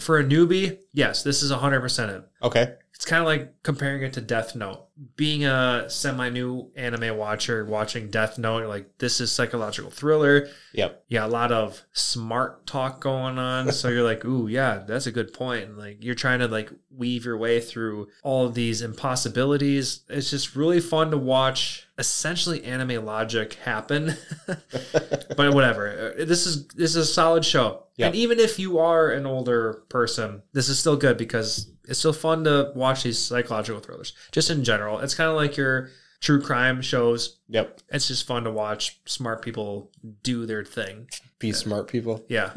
Speaker 1: for a newbie, yes, this is 100% it
Speaker 2: okay,
Speaker 1: it's kind of like comparing it to Death Note. Being a semi new anime watcher, watching Death Note, you're like, this is psychological thriller.
Speaker 2: yep,
Speaker 1: You got a lot of smart talk going on. So you're like, ooh, yeah, that's a good point. And like, you're trying to like weave your way through all of these impossibilities. It's just really fun to watch essentially anime logic happen. but whatever. Uh, This is this is a solid show.
Speaker 2: Yeah.
Speaker 1: And even if you are an older person, this is still good because it's still fun to watch these psychological thrillers. Just in general, it's kind of like your true crime shows.
Speaker 2: Yep.
Speaker 1: It's just fun to watch smart people do their thing.
Speaker 2: Be smart people.
Speaker 1: Yeah.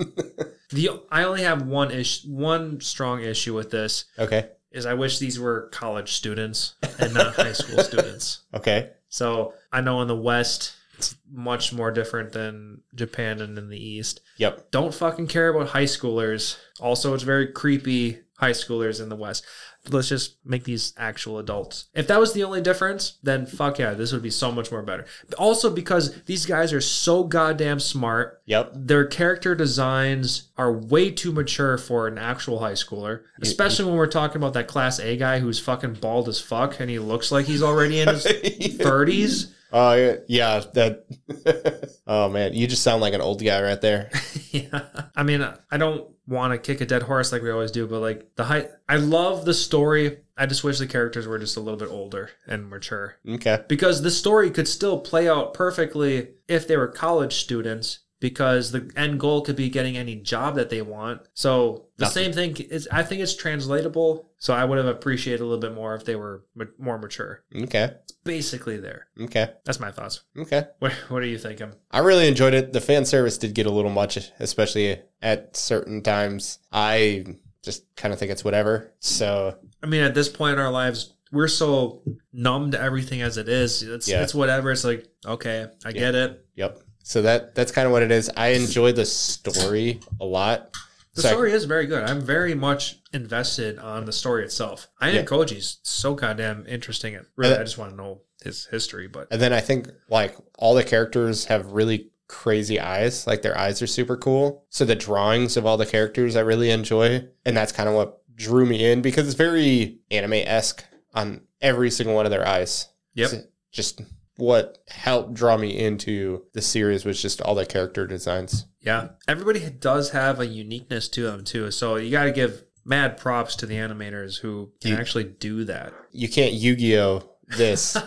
Speaker 1: the I only have one ish, one strong issue with this
Speaker 2: Okay.
Speaker 1: is I wish these were college students and not high school students.
Speaker 2: Okay.
Speaker 1: So I know in the West it's much more different than Japan and in the East.
Speaker 2: Yep.
Speaker 1: Don't fucking care about high schoolers. Also, it's very creepy high schoolers in the West. Let's just make these actual adults. If that was the only difference, then fuck yeah, this would be so much more better. Also, because these guys are so goddamn smart
Speaker 2: Yep.
Speaker 1: their character designs are way too mature for an actual high schooler, especially when we're talking about that class A guy who's fucking bald as fuck and he looks like he's already in his 30s.
Speaker 2: Oh yeah, yeah, that. oh man, you just sound like an old guy right there.
Speaker 1: Yeah. I mean, I don't want to kick a dead horse like we always do, but like the high, I love the story. I just wish the characters were just a little bit older and mature
Speaker 2: Okay.
Speaker 1: because the story could still play out perfectly if they were college students because the end goal could be getting any job that they want so the
Speaker 2: Nothing.
Speaker 1: same thing is i think it's translatable so i would have appreciated a little bit more if they were ma- more mature
Speaker 2: Okay.
Speaker 1: basically there
Speaker 2: Okay.
Speaker 1: that's my thoughts
Speaker 2: Okay.
Speaker 1: what, what are you thinking
Speaker 2: I really enjoyed it. The fan service did get a little much, especially at certain times. I just kind of think it's whatever. So
Speaker 1: i mean at this point in our lives we're so numb to everything as it is it's,
Speaker 2: Yeah.
Speaker 1: it's whatever it's like okay i get it
Speaker 2: yep. So that that's kind of what it is. I enjoy the story a lot.
Speaker 1: The
Speaker 2: So I-
Speaker 1: story is very good. I'm very much invested on the story itself. I
Speaker 2: Yeah.
Speaker 1: am Koji's so goddamn interesting. It really,
Speaker 2: Uh,
Speaker 1: I just want to know his history. But
Speaker 2: and then I think like all the characters have really crazy eyes. Like their eyes are super cool. So the drawings of all the characters I really enjoy, and that's kind of what drew me in because it's very anime esque on every single one of their eyes.
Speaker 1: yep,
Speaker 2: So, just what helped draw me into the series was just all the character designs.
Speaker 1: yeah, everybody does have a uniqueness to them too. So you got to give mad props to the animators who can
Speaker 2: You-
Speaker 1: actually do that.
Speaker 2: You can't Yu-Gi-Oh this.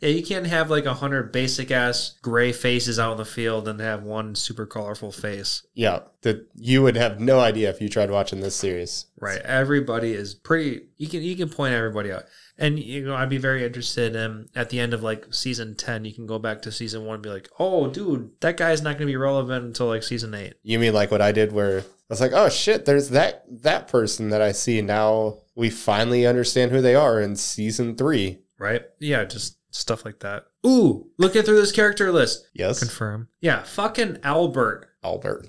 Speaker 1: yeah, you can't have like a hundred basic ass gray faces out in the field and have one super colorful face.
Speaker 2: yeah, that you would have no idea if you tried watching this series.
Speaker 1: Right. Everybody is pretty. You can you can point everybody out, and you know I'd be very interested. in at the end of like season ten, you can go back to season one and be like, oh, dude, that guy's not going to be relevant until like season eight.
Speaker 2: You mean like what I did where I was like, "Oh shit, there's that that person that I see now. We finally understand who they are in season 3."
Speaker 1: Right. Yeah. Just stuff like that. Ooh, looking through this character list.
Speaker 2: Yes,
Speaker 1: Confirm. Yeah. Fucking Albert
Speaker 2: Albert.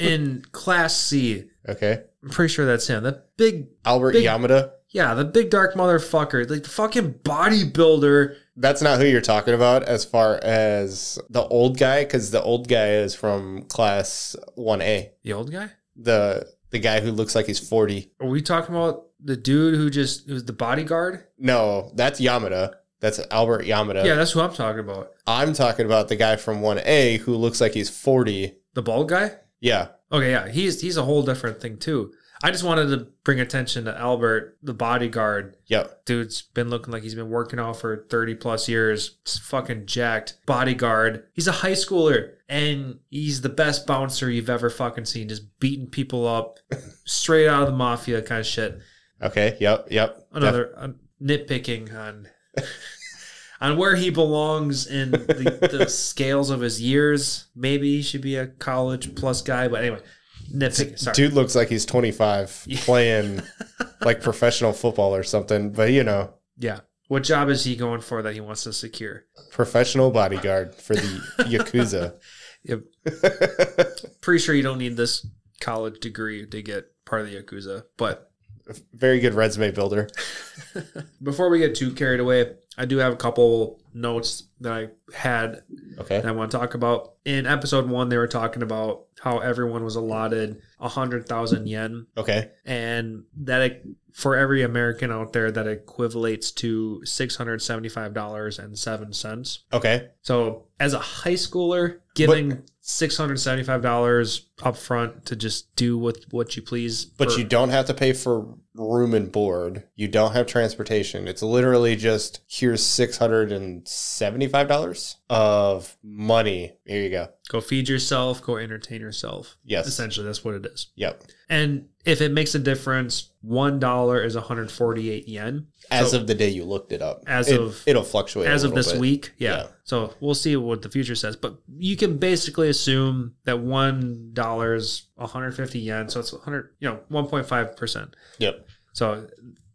Speaker 1: in Class C.
Speaker 2: okay.
Speaker 1: I'm pretty sure that's him. The big.
Speaker 2: Albert
Speaker 1: Big-
Speaker 2: Yamada.
Speaker 1: Yeah, the big dark motherfucker, like the fucking bodybuilder.
Speaker 2: That's not who you're talking about as far as the old guy cuz the old guy is from class 1A.
Speaker 1: The old guy.
Speaker 2: the the guy who looks like he's 40.
Speaker 1: Are we talking about the dude who just who's the bodyguard?
Speaker 2: No, that's Yamada. That's Albert Yamada.
Speaker 1: Yeah, that's who I'm talking about.
Speaker 2: I'm talking about the guy from 1A who looks like he's 40.
Speaker 1: The bald guy?
Speaker 2: Yeah.
Speaker 1: Okay, yeah. He's he's a whole different thing too. I just wanted to bring attention to Albert, the bodyguard.
Speaker 2: Yep.
Speaker 1: Dude's been looking like he's been working out for 30 plus years. It's fucking jacked. Bodyguard. He's a high schooler and he's the best bouncer you've ever fucking seen. Just beating people up straight out of the mafia kind of shit.
Speaker 2: Okay. Yep. Yep.
Speaker 1: Another uh, nitpicking on on where he belongs in the, the scales of his years. Maybe he should be a college plus guy, but anyway, nitpicking. Sorry.
Speaker 2: Dude looks like he's 25
Speaker 1: Yeah.
Speaker 2: playing like professional football or something, but you know,
Speaker 1: Yeah. What job is he going for that he wants to secure?
Speaker 2: professional bodyguard for the Yakuza.
Speaker 1: Yep. Pretty sure you don't need this college degree to get part of the Yakuza. But
Speaker 2: Very good resume builder.
Speaker 1: before we get too carried away, I do have a couple notes that I had
Speaker 2: Okay.
Speaker 1: that I want to talk about. In episode one, they were talking about how everyone was allotted 100,000 yen,
Speaker 2: Okay.
Speaker 1: and that it, for every American out there, that equivalates to $675.07.
Speaker 2: Okay.
Speaker 1: So, as a high schooler, giving $675 up front to just do with what you please.
Speaker 2: But
Speaker 1: for-
Speaker 2: you don't have to pay for room and board. You don't have transportation. It's literally just here's six hundred and seventy-five dollars of money. Here you go.
Speaker 1: go feed yourself, go entertain yourself.
Speaker 2: Yes.
Speaker 1: Essentially, that's what it is.
Speaker 2: Yep.
Speaker 1: And If it makes a difference, one dollar is 148 yen.
Speaker 2: As of the day you looked it up.
Speaker 1: As
Speaker 2: It-
Speaker 1: of-
Speaker 2: it'll fluctuate. a
Speaker 1: as of
Speaker 2: little
Speaker 1: this
Speaker 2: bit.
Speaker 1: week. Yeah.
Speaker 2: Yeah.
Speaker 1: So we'll see what the future says. But you can basically assume that one dollar's 150 yen, so it's 100, you know, 1.5 percent.
Speaker 2: Yep.
Speaker 1: So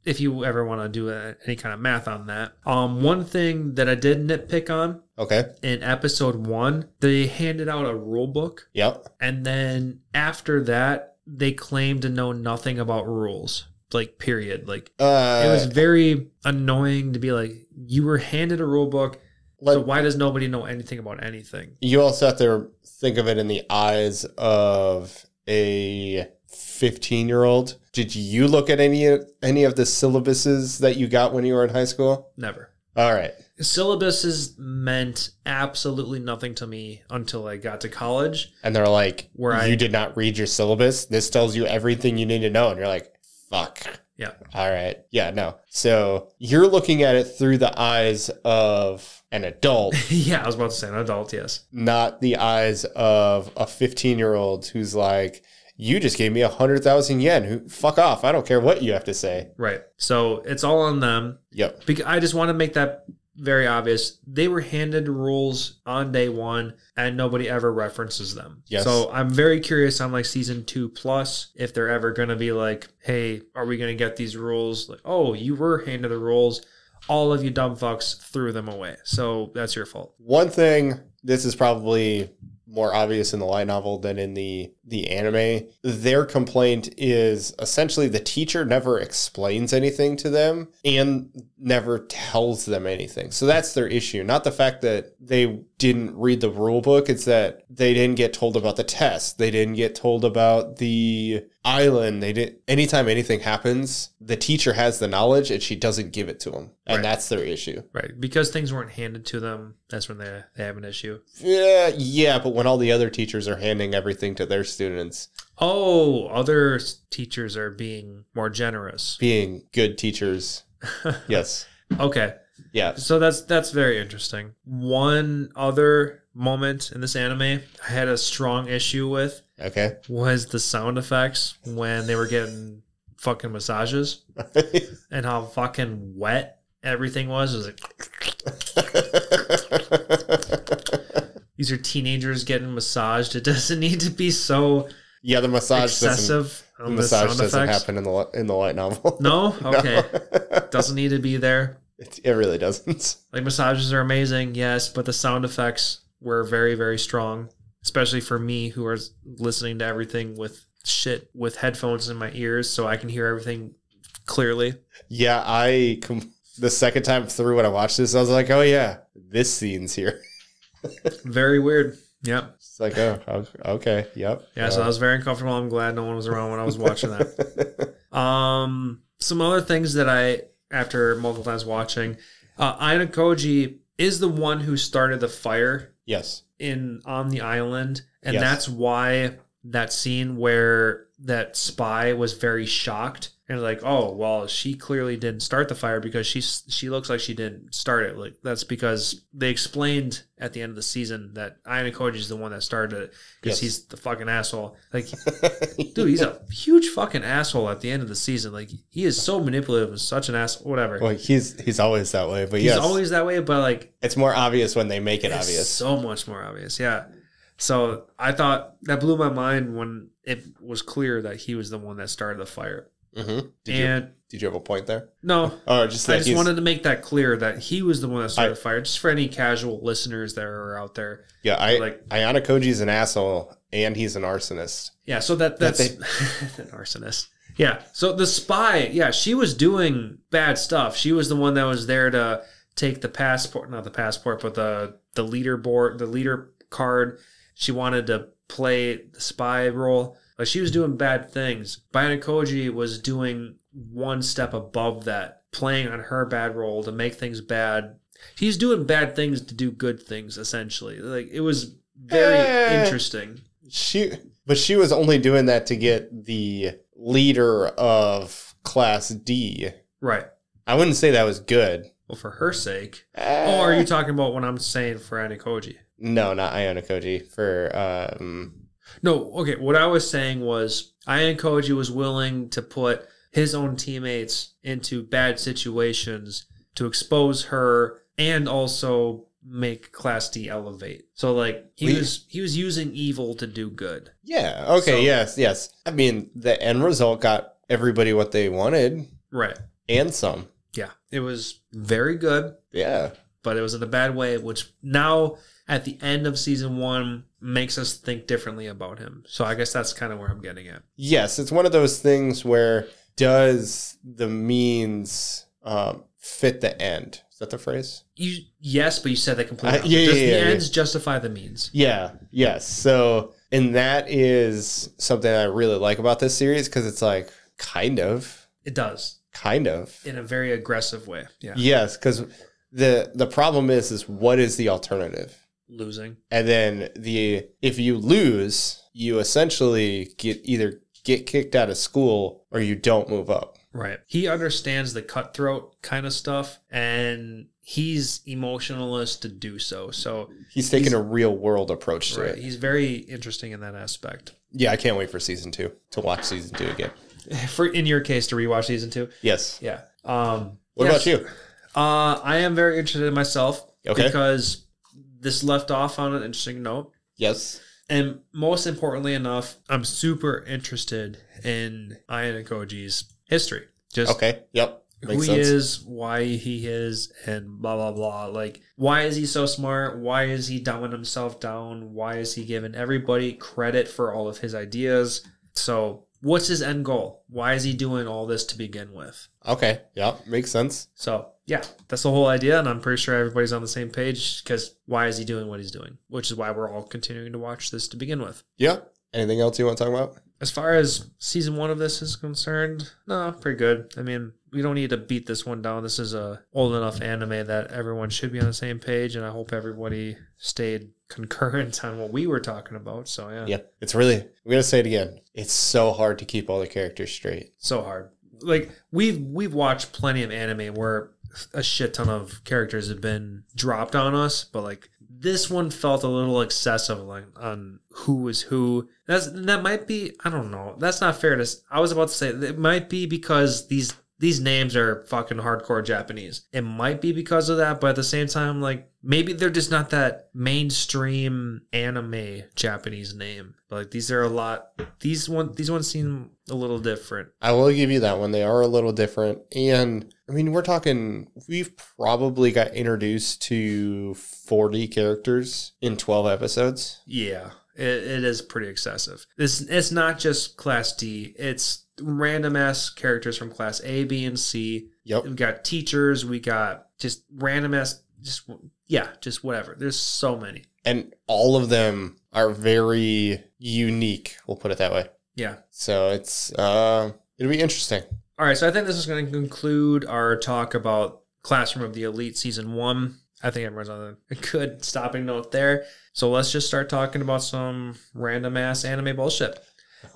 Speaker 1: if you ever want to do a, any kind of math on that, um, one thing that I did nitpick on
Speaker 2: Okay.
Speaker 1: in episode one, they handed out a rule book,
Speaker 2: Yep.
Speaker 1: and then after that, they claimed to know nothing about rules. Like period. Like
Speaker 2: Uh,
Speaker 1: it was very annoying to be like you were handed a rule book
Speaker 2: let-
Speaker 1: so why does nobody know anything about anything
Speaker 2: you also have to think of it in the eyes of a 15 year old did you look at any of any of the syllabuses that you got when you were in high school
Speaker 1: never
Speaker 2: all right
Speaker 1: syllabuses meant absolutely nothing to me until i got to college
Speaker 2: and they're like
Speaker 1: Where I-
Speaker 2: you did not read your syllabus this tells you everything you need to know and you're like fuck
Speaker 1: Yeah.
Speaker 2: all right yeah no so you're looking at it through the eyes of an adult
Speaker 1: yeah i was about to say an adult yes
Speaker 2: not the eyes of a 15 year old who's like, you just gave me a hundred thousand yen. Who fuck off? I don't care what you have to say.
Speaker 1: right so it's all on them
Speaker 2: Yep.
Speaker 1: because i just want to make that very obvious they were handed rules on day one and nobody ever references them
Speaker 2: Yes.
Speaker 1: so i'm very curious on like season two plus if they're ever going to be like hey are we going to get these rules like oh you were handed the rules all of you dumb fucks threw them away so that's your fault
Speaker 2: One thing, this is probably more obvious in the light novel than in the the anime. Their complaint is essentially the teacher never explains anything to them and never tells them anything. So that's their issue. Not the fact that they didn't read the rule book, it's that they didn't get told about the test. They didn't get told about the island. They didn't anytime anything happens, the teacher has the knowledge and she doesn't give it to them. And
Speaker 1: Right.
Speaker 2: that's their issue.
Speaker 1: right because things weren't handed to them that's when they, they have an issue
Speaker 2: Yeah, yeah, but when all the other teachers are handing everything to their students,
Speaker 1: oh other s- teachers are being more generous
Speaker 2: being good teachers. yes.
Speaker 1: okay
Speaker 2: Yeah.
Speaker 1: So that's that's very interesting. One other moment in this anime I had a strong issue with
Speaker 2: Okay.
Speaker 1: was the sound effects when they were getting fucking massages and how fucking wet everything was. It was like these are teenagers getting massaged. It doesn't need to be so
Speaker 2: yeah, the massage doesn't
Speaker 1: excessive
Speaker 2: the
Speaker 1: on the
Speaker 2: massage
Speaker 1: sound
Speaker 2: doesn't
Speaker 1: effects.
Speaker 2: happen in the li- in the light novel.
Speaker 1: No?
Speaker 2: No.
Speaker 1: Okay. Doesn't need to be there.
Speaker 2: it, it really doesn't.
Speaker 1: Like massages are amazing, yes, but the sound effects were very, very strong, especially for me who are listening to everything with shit with headphones in my ears, so I can hear everything clearly.
Speaker 2: Yeah, I com- the second time through when I watched this, I was like, oh yeah, this scene's here.
Speaker 1: Very weird. Yep.
Speaker 2: It's like, oh, o- okay, yep. Uh,
Speaker 1: Yeah. So that was very uncomfortable. I'm glad no one was around when I was watching that.
Speaker 2: that.
Speaker 1: Um, some other things that I, after multiple times watching, uh, Aina Koji is the one who started the fire
Speaker 2: yes.
Speaker 1: in on the island and
Speaker 2: Yes.
Speaker 1: that's why that scene where that spy was very shocked and like oh well she clearly didn't start the fire because she she looks like she didn't start it like that's because they explained at the end of the season that Aina Koji is the one that started it because
Speaker 2: Yes.
Speaker 1: he's the fucking asshole like dude he's a huge fucking asshole at the end of the season like he is so manipulative and such an asshole whatever
Speaker 2: Well, he's he's always that way, but
Speaker 1: he's
Speaker 2: yes,
Speaker 1: always that way but like
Speaker 2: it's more obvious when they make it
Speaker 1: It's
Speaker 2: obvious.
Speaker 1: So much more obvious. Yeah. So I thought that blew my mind when it was clear that he was the one that started the fire.
Speaker 2: Mm-hmm. Did you
Speaker 1: and
Speaker 2: did you have a point there?
Speaker 1: no,
Speaker 2: Or just
Speaker 1: I
Speaker 2: that
Speaker 1: just
Speaker 2: he's-
Speaker 1: wanted to make that clear that he was the one that started
Speaker 2: I-
Speaker 1: the fire, just for any casual listeners that are out there.
Speaker 2: yeah, I
Speaker 1: like,
Speaker 2: Ayana Koji's an asshole and he's an arsonist.
Speaker 1: yeah. So that
Speaker 2: That
Speaker 1: that's an arsonist. Yeah. So the spy, yeah, she was doing bad stuff. She was the one that was there to take the passport, not the passport, but the the leaderboard, the leader card. She wanted to play the spy role. Like she was doing bad things. Bayana Koji was doing one step above that, playing on her bad role to make things bad. He's doing bad things to do good things, essentially. Like it was very
Speaker 2: Eh.
Speaker 1: interesting.
Speaker 2: She but she was only doing that to get the leader of class D.
Speaker 1: Right.
Speaker 2: I wouldn't say that was good. Eh,
Speaker 1: Well, for her sake. Oh, are you talking about when I'm saying for Anikoji?
Speaker 2: No, not Ayana Koji. For um
Speaker 1: No, okay. What I was saying was Ian Koji was willing to put his own teammates into bad situations to expose her and also make Class D elevate. So like he
Speaker 2: We-
Speaker 1: was he was using evil to do good.
Speaker 2: Yeah. Okay.
Speaker 1: So-
Speaker 2: yes. Yes. I mean, the end result got everybody what they wanted
Speaker 1: Right.
Speaker 2: and some.
Speaker 1: Yeah. It was very good,
Speaker 2: Yeah.
Speaker 1: but it was in a bad way, which now at the end of season one makes us think differently about him. So I guess that's kind of where I'm getting at.
Speaker 2: Yes. It's one of those things where does the means um, fit the end? Is that the phrase?
Speaker 1: You yes, but you said that completely.
Speaker 2: Uh,
Speaker 1: opposite.
Speaker 2: yeah,
Speaker 1: Does
Speaker 2: yeah,
Speaker 1: the
Speaker 2: yeah, yeah.
Speaker 1: ends justify the means?
Speaker 2: Yeah. Yes. So, and that is something I really like about this series because it's like kind of,
Speaker 1: It does
Speaker 2: kind of.
Speaker 1: in a very aggressive way. Yeah,
Speaker 2: Yes, because the the problem is is what is the alternative?
Speaker 1: losing.
Speaker 2: And then the if you lose, you essentially get either get kicked out of school or you don't move up.
Speaker 1: Right. He understands the cutthroat kind of stuff, and he's emotionalist to do so. So
Speaker 2: He's taking
Speaker 1: He's-
Speaker 2: a real world approach to
Speaker 1: right.
Speaker 2: it.
Speaker 1: he's very interesting in that aspect.
Speaker 2: Yeah, I can't wait for season two to watch season two again.
Speaker 1: For in your case, to rewatch season two.
Speaker 2: Yes.
Speaker 1: Yeah. Um.
Speaker 2: What
Speaker 1: yes.
Speaker 2: about you?
Speaker 1: Uh, I am very interested in myself
Speaker 2: Okay.
Speaker 1: because this left off on an interesting note.
Speaker 2: Yes.
Speaker 1: And most importantly enough, I'm super interested in Ayana Koji's history. Just
Speaker 2: Okay. Yep.
Speaker 1: who he is, why he is, and blah blah blah. Like, why is he so smart? Why is he dumbing himself down? Why is he giving everybody credit for all of his ideas? So, what's his end goal? Why is he doing all this to begin with?
Speaker 2: Okay. Yep. Makes sense.
Speaker 1: So, yeah, that's the whole idea, and I'm pretty sure everybody's on the same page because why is he doing what he's doing? Which is why we're all continuing to watch this to begin with.
Speaker 2: Yeah. Anything else you want to talk about?
Speaker 1: As far as season one of this is concerned, no, pretty good. I mean, we don't need to beat this one down. This is a old enough anime that everyone should be on the same page, and I hope everybody stayed concurrent on what we were talking about. So yeah,
Speaker 2: Yeah. It's really I'm gonna say it again. It's so hard to keep all the characters straight.
Speaker 1: so hard. Like we've we've watched plenty of anime where a shit ton of characters have been dropped on us, but like this one felt a little excessive like on who was who. That's that might be I don't know. That's not fair to. s- I was about to say it might be because these these names are fucking hardcore Japanese. It might be because of that, but at the same time, like maybe they're just not that mainstream anime Japanese name. But like these are a lot. These one these ones seem a little different.
Speaker 2: I will give you that one. They are a little different. And I mean, we're talking, we've probably got introduced to 40 characters in 12 episodes.
Speaker 1: Yeah, it, it is pretty excessive. It's it's not just Class D. It's random ass characters from Class A, B, and C.
Speaker 2: Yep.
Speaker 1: We got teachers. We got just random ass. Just yeah, just whatever. There's so many.
Speaker 2: And all of them are very unique. We'll put it that way.
Speaker 1: Yeah.
Speaker 2: So it's, uh, it'll be interesting.
Speaker 1: All right, so I think this is going to conclude our talk about Classroom of the Elite Season 1. I think everyone's on a good stopping note there. So let's just start talking about some random ass anime bullshit.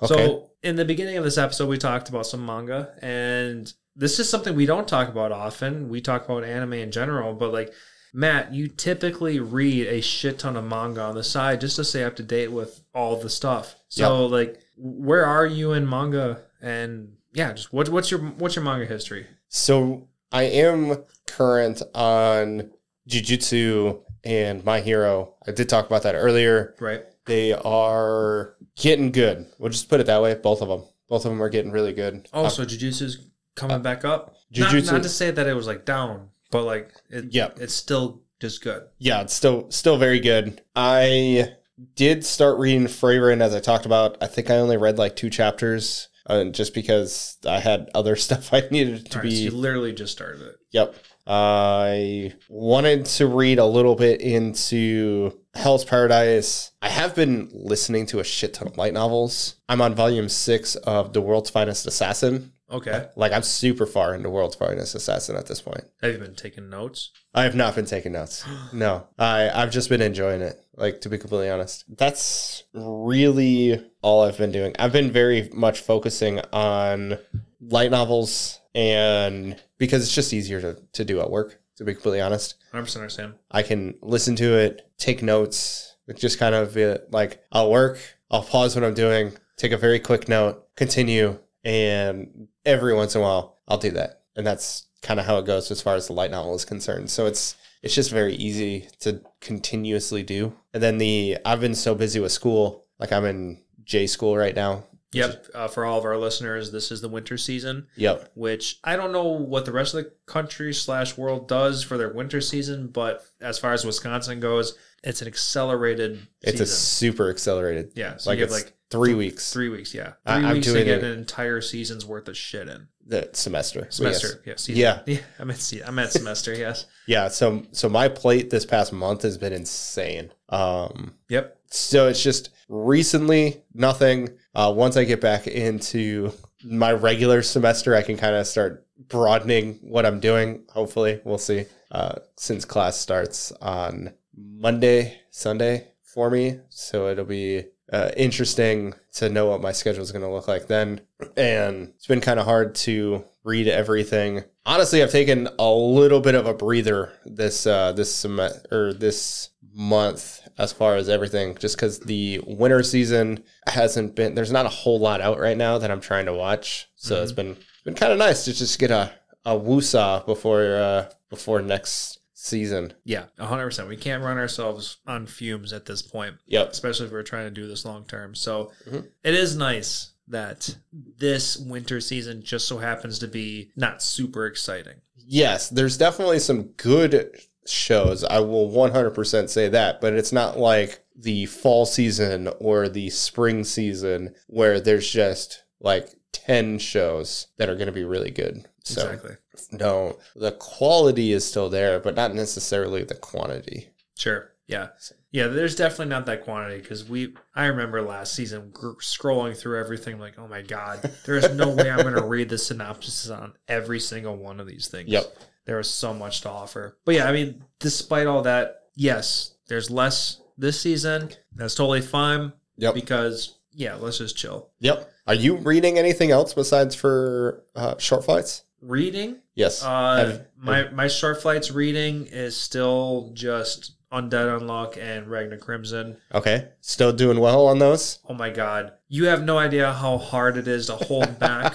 Speaker 2: Okay.
Speaker 1: So, in the beginning of this episode, we talked about some manga, and this is something we don't talk about often. We talk about anime in general, but like, Matt, you typically read a shit ton of manga on the side just to stay up to date with all the stuff. So, like, where are you in manga? And yeah, just what, what's your what's your manga history?
Speaker 2: So I am current on Jujutsu and My Hero. I did talk about that earlier.
Speaker 1: Right.
Speaker 2: they are getting good. We'll just put it that way. Both of them. Both of them are getting really good.
Speaker 1: Oh,
Speaker 2: Uh,
Speaker 1: so Jujutsu's coming back up.
Speaker 2: Jujutsu-
Speaker 1: Not, not to say that it was like down, but like, it,
Speaker 2: Yeah.
Speaker 1: it's still just good.
Speaker 2: yeah, it's still still very good. I did start reading Freyrin as I talked about. I think I only read like two chapters, uh, just because I had other stuff I needed to
Speaker 1: All right, so
Speaker 2: be.
Speaker 1: you literally just started it.
Speaker 2: Yep. I wanted to read a little bit into Hell's Paradise. I have been listening to a shit ton of light novels. I'm on volume six of The World's Finest Assassin.
Speaker 1: Okay.
Speaker 2: Like I'm super far into World's Finest Assassin at this point.
Speaker 1: Have you been taking notes?
Speaker 2: I have not been taking notes. No, I I've just been enjoying it. Like to be completely honest, that's really all I've been doing. I've been very much focusing on light novels and because it's just easier to to do at work. To be completely honest,
Speaker 1: 100% understand.
Speaker 2: I can listen to it, take notes. It's just kind of uh, like I'll work. I'll pause what I'm doing, take a very quick note, continue, and every once in a while I'll do that. And that's kind of how it goes as far as the light novel is concerned. So it's it's just very easy to continuously do. And then the I've been so busy with school, like I'm in J school right now.
Speaker 1: Yep. Uh, for all of our listeners, this is the winter season,
Speaker 2: Yep.
Speaker 1: which I don't know what the rest of the country slash world does for their winter season, but as far as Wisconsin goes, it's an accelerated
Speaker 2: It's a
Speaker 1: season.
Speaker 2: super accelerated.
Speaker 1: yeah. So
Speaker 2: like
Speaker 1: you have
Speaker 2: it's
Speaker 1: like
Speaker 2: like three weeks
Speaker 1: three weeks. Yeah. 3
Speaker 2: I- I'm
Speaker 1: weeks to
Speaker 2: doing
Speaker 1: get
Speaker 2: it-
Speaker 1: an entire season's worth of shit in.
Speaker 2: the semester. Yes.
Speaker 1: Semester. Yeah. Season.
Speaker 2: Yeah.
Speaker 1: Yeah. I meant, se- I meant semester. Yes.
Speaker 2: Yeah. So so my plate this past month has been insane. Um
Speaker 1: Yep.
Speaker 2: so it's just recently nothing. Uh, once I get back into my regular semester, I can kind of start broadening what I'm doing. Hopefully, we'll see. Uh, since class starts on Monday, Sunday for me, so it'll be uh, interesting to know what my schedule is going to look like then. And it's been kind of hard to read everything. Honestly, I've taken a little bit of a breather this uh, this semester or this month as far as everything, just because the winter season hasn't been. There's not a whole lot out right now that I'm trying to watch, so it's been been kind of nice to just get a a woosah before uh, before next season.
Speaker 1: Yeah. 100%. We can't run ourselves on fumes at this point.
Speaker 2: Yep.
Speaker 1: especially if we're trying to do this long term. So
Speaker 2: Mhm.
Speaker 1: it is nice that this winter season just so happens to be not super exciting.
Speaker 2: Yes, there's definitely some good shows. I will 100% say that, but it's not like the fall season or the spring season where there's just like 10 shows that are going to be really good. So,
Speaker 1: Exactly.
Speaker 2: no, the quality is still there, but not necessarily the quantity.
Speaker 1: Sure. Yeah. Yeah. There's definitely not that quantity because we, I remember last season gr- scrolling through everything like, oh my God, there is no way I'm going to read the synopsis on every single one of these things.
Speaker 2: Yep.
Speaker 1: There is so much to offer. But yeah, I mean, despite all that, yes, there's less this season. That's totally fine
Speaker 2: Yep.
Speaker 1: because, yeah, let's just chill.
Speaker 2: Yep. Are you reading anything else besides for uh, short flights?
Speaker 1: reading
Speaker 2: Yes.
Speaker 1: uh
Speaker 2: Have-
Speaker 1: my my short flights reading is still just undead unlock and ragnar crimson
Speaker 2: okay. Still doing well on those?
Speaker 1: oh my god you have no idea how hard it is to hold back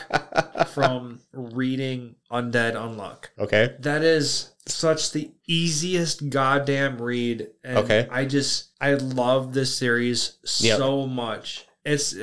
Speaker 1: from reading undead unlock
Speaker 2: okay.
Speaker 1: that is such the easiest goddamn read and
Speaker 2: Okay.
Speaker 1: i just i love this series
Speaker 2: Yep.
Speaker 1: so much it's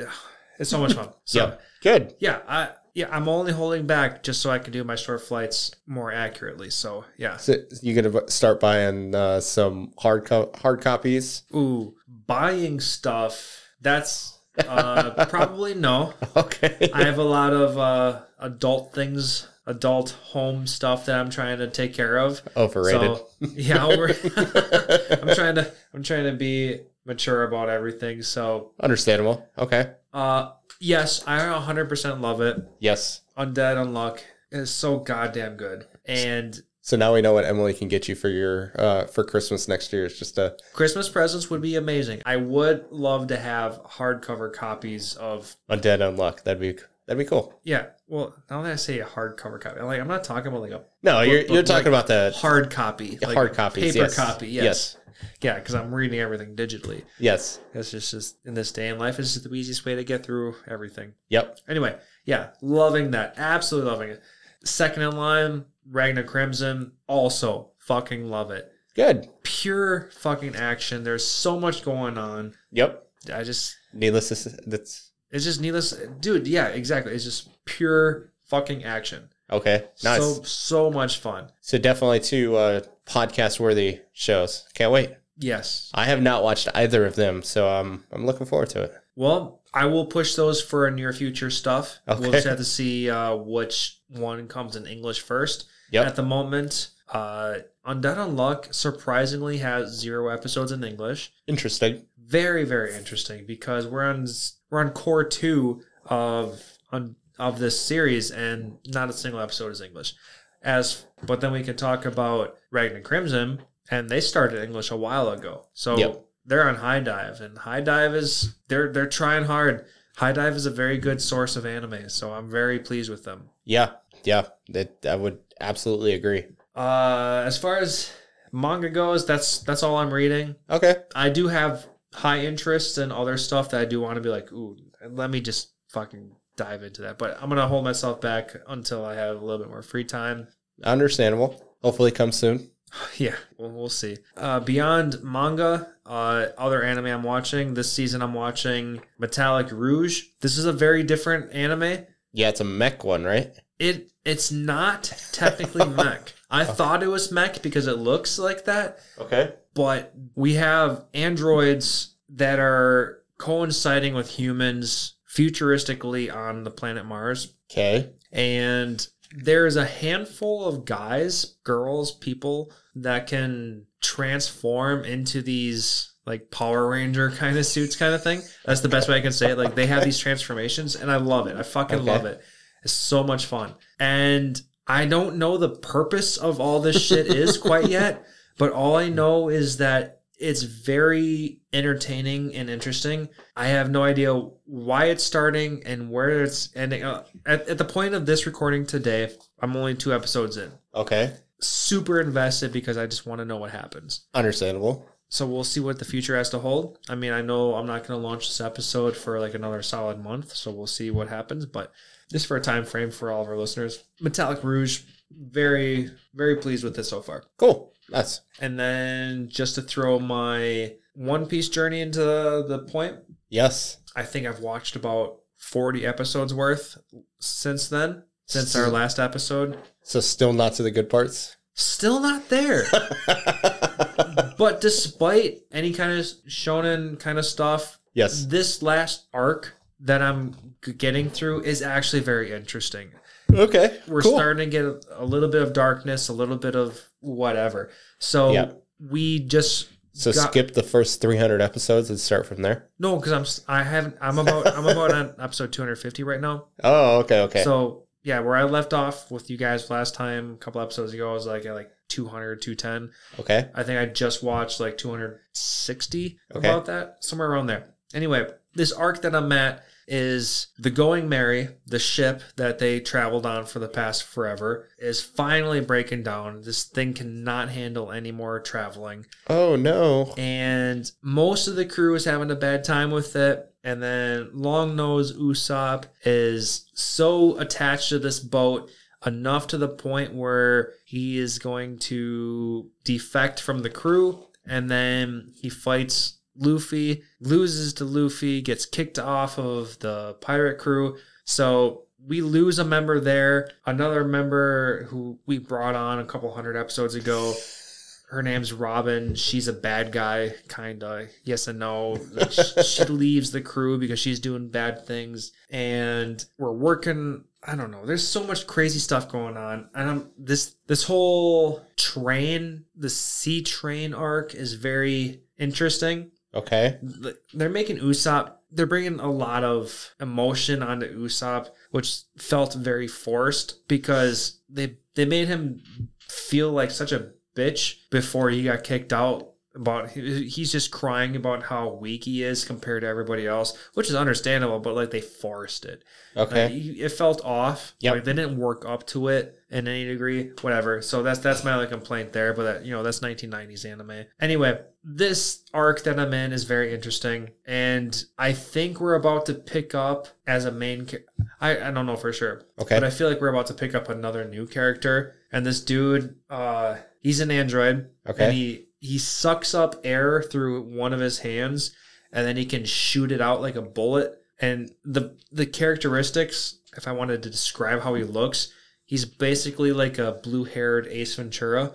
Speaker 1: it's so much fun so
Speaker 2: Yep. Good.
Speaker 1: yeah i yeah, I'm only holding back just so I can do my short flights more accurately. So, yeah.
Speaker 2: So you gonna bu- start buying uh, some hard co- hard copies?
Speaker 1: Ooh, buying stuff. That's uh, probably no.
Speaker 2: Okay.
Speaker 1: I have a lot of uh, adult things, adult home stuff that I'm trying to take care of.
Speaker 2: Overrated.
Speaker 1: So yeah, we're, I'm trying to I'm trying to be mature about everything. So
Speaker 2: Understandable. Okay.
Speaker 1: uh, yes, I 100% love it.
Speaker 2: Yes.
Speaker 1: Undead Unluck is so goddamn good. And
Speaker 2: So now we know what Emily can get you for your uh, for Christmas next year. It's just a
Speaker 1: Christmas presents would be amazing. I would love to have hardcover copies of
Speaker 2: undead unlock. That'd be that'd be cool.
Speaker 1: Yeah. Well, now that I say a hardcover copy, like I'm not talking about like a
Speaker 2: No, you're
Speaker 1: But- but
Speaker 2: you're talking about the
Speaker 1: hard copy, like
Speaker 2: hard copies.
Speaker 1: paper
Speaker 2: yes.
Speaker 1: copy. Yes. Yeah, because I'm reading everything digitally.
Speaker 2: Yes. Yes.
Speaker 1: That's just, just in this day in life, it's just the easiest way to get through everything.
Speaker 2: Yep.
Speaker 1: Anyway, yeah, loving that. Absolutely loving it. Second in line, Ragnar Crimson, also fucking love it.
Speaker 2: Good.
Speaker 1: Pure fucking action. There's so much going on.
Speaker 2: Yep.
Speaker 1: I just
Speaker 2: Needless to say, that's
Speaker 1: it's just needless dude, yeah, exactly. It's just pure fucking action.
Speaker 2: okay. Nice.
Speaker 1: So
Speaker 2: So,
Speaker 1: so much fun.
Speaker 2: definitely two uh, podcast worthy shows. Can't wait.
Speaker 1: Yes.
Speaker 2: I have not watched either of them, so um, I'm looking forward to it.
Speaker 1: Well, I will push those for near future stuff. We'll
Speaker 2: Okay.
Speaker 1: just have to see uh, which one comes in English first.
Speaker 2: Yep.
Speaker 1: At the moment, uh, Undead Unluck surprisingly has zero episodes in English.
Speaker 2: Interesting.
Speaker 1: Very, very interesting because we're on s- we're on core two of on, of this series, and not a single episode is English. As but then we can talk about Ragnar Crimson, and they started English a while ago, so
Speaker 2: Yep.
Speaker 1: they're on High Dive, and High Dive is they're they're trying hard. High Dive is a very good source of anime, so I'm very pleased with them.
Speaker 2: Yeah, yeah, that I would absolutely agree.
Speaker 1: Uh, as far as manga goes, that's that's all I'm reading.
Speaker 2: Okay,
Speaker 1: I do have high interests and other stuff that I do want to be like, ooh, let me just fucking dive into that. But I'm gonna hold myself back until I have a little bit more free time.
Speaker 2: Understandable. Hopefully, comes soon.
Speaker 1: Yeah, we'll, we'll see. Uh, beyond manga, uh, other anime I'm watching this season, I'm watching Metallic Rouge. This is a very different anime.
Speaker 2: Yeah, it's a mech one, right?
Speaker 1: It it's not technically mech. I thought it was mech because it looks like that,
Speaker 2: Okay.
Speaker 1: but we have androids that are coinciding with humans futuristically on the planet Mars
Speaker 2: Okay.
Speaker 1: and there's a handful of guys, girls, people that can transform into these like Power Ranger kind of suits kind of thing. That's the best way I can say it. Like they have these transformations and I love it. I fucking
Speaker 2: Okay.
Speaker 1: love it. It's so much fun. And I don't know the purpose of all this shit is quite yet, but all I know is that it's very entertaining and interesting. I have no idea why it's starting and where it's ending. Uh, at, at the point of this recording today, I'm only two episodes in.
Speaker 2: Okay.
Speaker 1: Super invested because I just want to know what happens.
Speaker 2: Understandable.
Speaker 1: So we'll see what the future has to hold. I mean, I know I'm not going to launch this episode for like another solid month, so we'll see what happens. But just for a time frame for all of our listeners, Metallic Rouge, very very pleased with this so far.
Speaker 2: Cool. Nice.
Speaker 1: And then just to throw my One Piece journey into the point,
Speaker 2: Yes.
Speaker 1: I think I've watched about 40 episodes worth since then, since our last episode.
Speaker 2: So still not to the good parts.
Speaker 1: Still not there. but despite any kind of shonen kind of stuff,
Speaker 2: yes.
Speaker 1: this last arc that I'm g- getting through is actually very interesting.
Speaker 2: Okay.
Speaker 1: We're
Speaker 2: cool.
Speaker 1: starting to get a, a little bit of darkness, a little bit of whatever. So
Speaker 2: Yeah.
Speaker 1: we just
Speaker 2: so
Speaker 1: got-
Speaker 2: skip the first 300 episodes and start from there.
Speaker 1: no because I'm s- I haven't I'm about I'm about on episode 250 right now.
Speaker 2: Oh, okay. Okay.
Speaker 1: So yeah, where I left off with you guys last time, a couple episodes ago, I was like at like 200, 210.
Speaker 2: okay.
Speaker 1: I think I just watched like 260
Speaker 2: Okay.
Speaker 1: about that, somewhere around there. Anyway, this arc that I'm at is the Going Merry, the ship that they traveled on for the past forever, is finally breaking down. This thing cannot handle any more traveling
Speaker 2: Oh, no.
Speaker 1: and most of the crew is having a bad time with it. And then Long Nose Usopp is so attached to this boat enough to the point where he is going to defect from the crew, and then he fights Luffy, loses to Luffy, gets kicked off of the pirate crew. So we lose a member there. Another member who we brought on a couple hundred episodes ago her name's Robin. She's a bad guy, kinda. Yes and no. Like, sh- she leaves the crew because she's doing bad things, and we're working. I don't know. There's so much crazy stuff going on, and I'm this this whole train, the sea train arc is very interesting.
Speaker 2: Okay.
Speaker 1: Th- They're making Usopp. They're bringing a lot of emotion onto Usopp, which felt very forced because they they made him feel like such a bitch before he got kicked out about he- he's just crying about how weak he is compared to everybody else which is understandable but like they forced it
Speaker 2: Okay.
Speaker 1: Like, he- it felt off
Speaker 2: Yep.
Speaker 1: like they didn't work up to it in any degree whatever so that's that's my only complaint there but that you know that's 1990s anime anyway this arc that i'm in is very interesting and i think we're about to pick up as a main ca- I, I don't know for sure
Speaker 2: okay.
Speaker 1: but I feel like we're about to pick up another new character. And this dude, uh, he's an android.
Speaker 2: Okay.
Speaker 1: And he he sucks up air through one of his hands, and then he can shoot it out like a bullet. And the the characteristics, if I wanted to describe how he looks, he's basically like a blue haired Ace Ventura.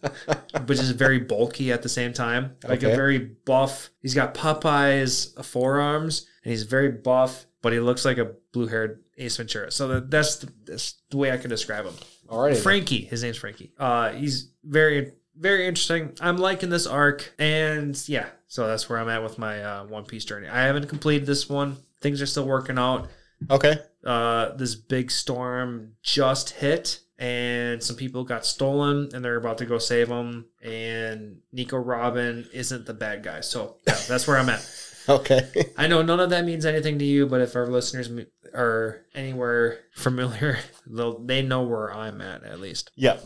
Speaker 1: but just very bulky at the same time. Like
Speaker 2: Okay.
Speaker 1: a very buff. He's got Popeye's forearms, and he's very buff, but he looks like a blue-haired Ace Ventura. So that, that's, the, that's the way I can describe him.
Speaker 2: All right.
Speaker 1: Frankie, his name's Frankie. Uh, he's very, very interesting. I'm liking this arc, and yeah, so that's where I'm at with my uh, One Piece journey. I haven't completed this one. Things are still working out
Speaker 2: Okay.
Speaker 1: uh, this big storm just hit and some people got stolen and they're about to go save them and nico robin isn't the bad guy so yeah, that's where i'm at
Speaker 2: Okay.
Speaker 1: i know none of that means anything to you but if our listeners m- are anywhere familiar they'll they know where i'm at at least
Speaker 2: yeah.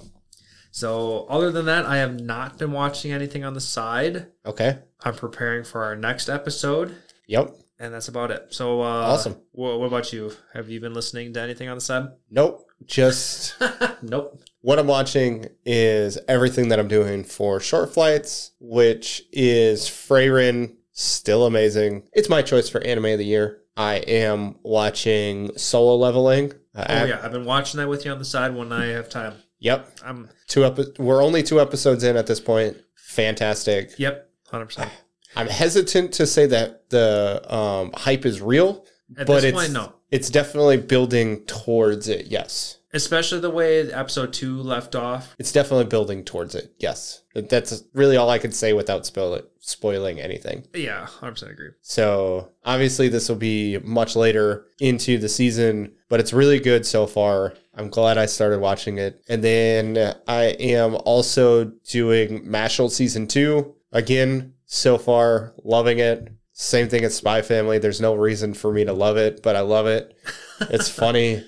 Speaker 1: so other than that i have not been watching anything on the side
Speaker 2: Okay.
Speaker 1: I'm preparing for our next episode,
Speaker 2: Yep.
Speaker 1: and that's about it. So uh,
Speaker 2: Awesome.
Speaker 1: wha- what about you? Have you been listening to anything on the side?
Speaker 2: Nope. Just
Speaker 1: nope.
Speaker 2: what I'm watching is everything that I'm doing for short flights, which is Freyrin, still amazing. It's my choice for anime of the year. I am watching Solo Leveling. Uh,
Speaker 1: Oh yeah, I've been watching that with you on the side when I have time.
Speaker 2: Yep.
Speaker 1: I'm
Speaker 2: Two epi- We're only two episodes in at this point. Fantastic.
Speaker 1: yep, hundred percent.
Speaker 2: I'm hesitant to say that the um, hype is real,
Speaker 1: At
Speaker 2: but
Speaker 1: this
Speaker 2: it's
Speaker 1: point, no.
Speaker 2: it's definitely building towards it. Yes,
Speaker 1: Especially the way episode two left off.
Speaker 2: it's definitely building towards it. Yes, that's really all I can say without spoil it, spoiling anything.
Speaker 1: Yeah, hundred percent agree.
Speaker 2: So obviously, this will be much later into the season, but it's really good so far. I'm glad I started watching it. And then I am also doing Mashal season two again. So far, loving it. Same thing as Spy Family. There's no reason for me to love it, but I love it. It's funny,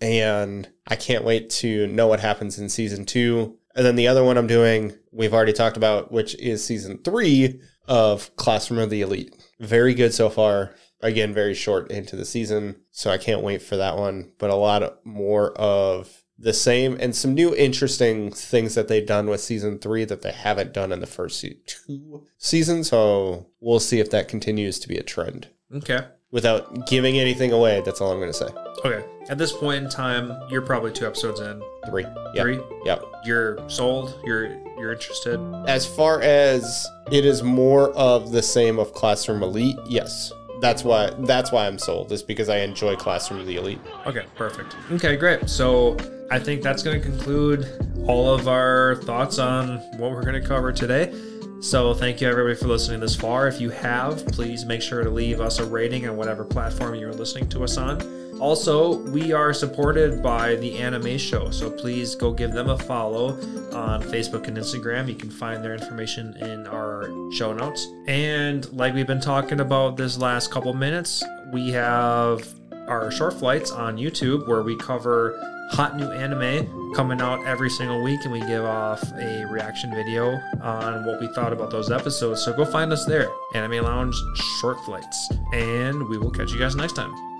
Speaker 2: and I can't wait to know what happens in season two. And then the other one I'm doing, we've already talked about, which is season three of Classroom of the Elite very good so far. Again, very short into the season, so I can't wait for that one. But a lot of- more of the same and some new interesting things that they've done with season three that they haven't done in the first se- two seasons. So we'll see if that continues to be a trend.
Speaker 1: Okay.
Speaker 2: Without giving anything away, that's all I'm going to say.
Speaker 1: Okay. At this point in time, you're probably two episodes in.
Speaker 2: Three. Yep.
Speaker 1: Three.
Speaker 2: Yep.
Speaker 1: You're sold. You're you're interested.
Speaker 2: As far as it is more of the same of Classroom Elite, yes. That's why that's why I'm sold, is because I enjoy Classroom of the Elite.
Speaker 1: Okay, perfect. Okay, great. So I think that's going to conclude all of our thoughts on what we're going to cover today. So thank you everybody for listening this far. If you have, please make sure to leave us a rating on whatever platform you're listening to us on. Also, we are supported by the Anime Show, so please go give them a follow on Facebook and Instagram. You can find their information in our show notes. And like we've been talking about this last couple minutes, we have our short flights on YouTube where we cover hot new anime coming out every single week and we give off a reaction video on what we thought about those episodes. So go find us there, Anime Lounge Short Flights, and we will catch you guys next time.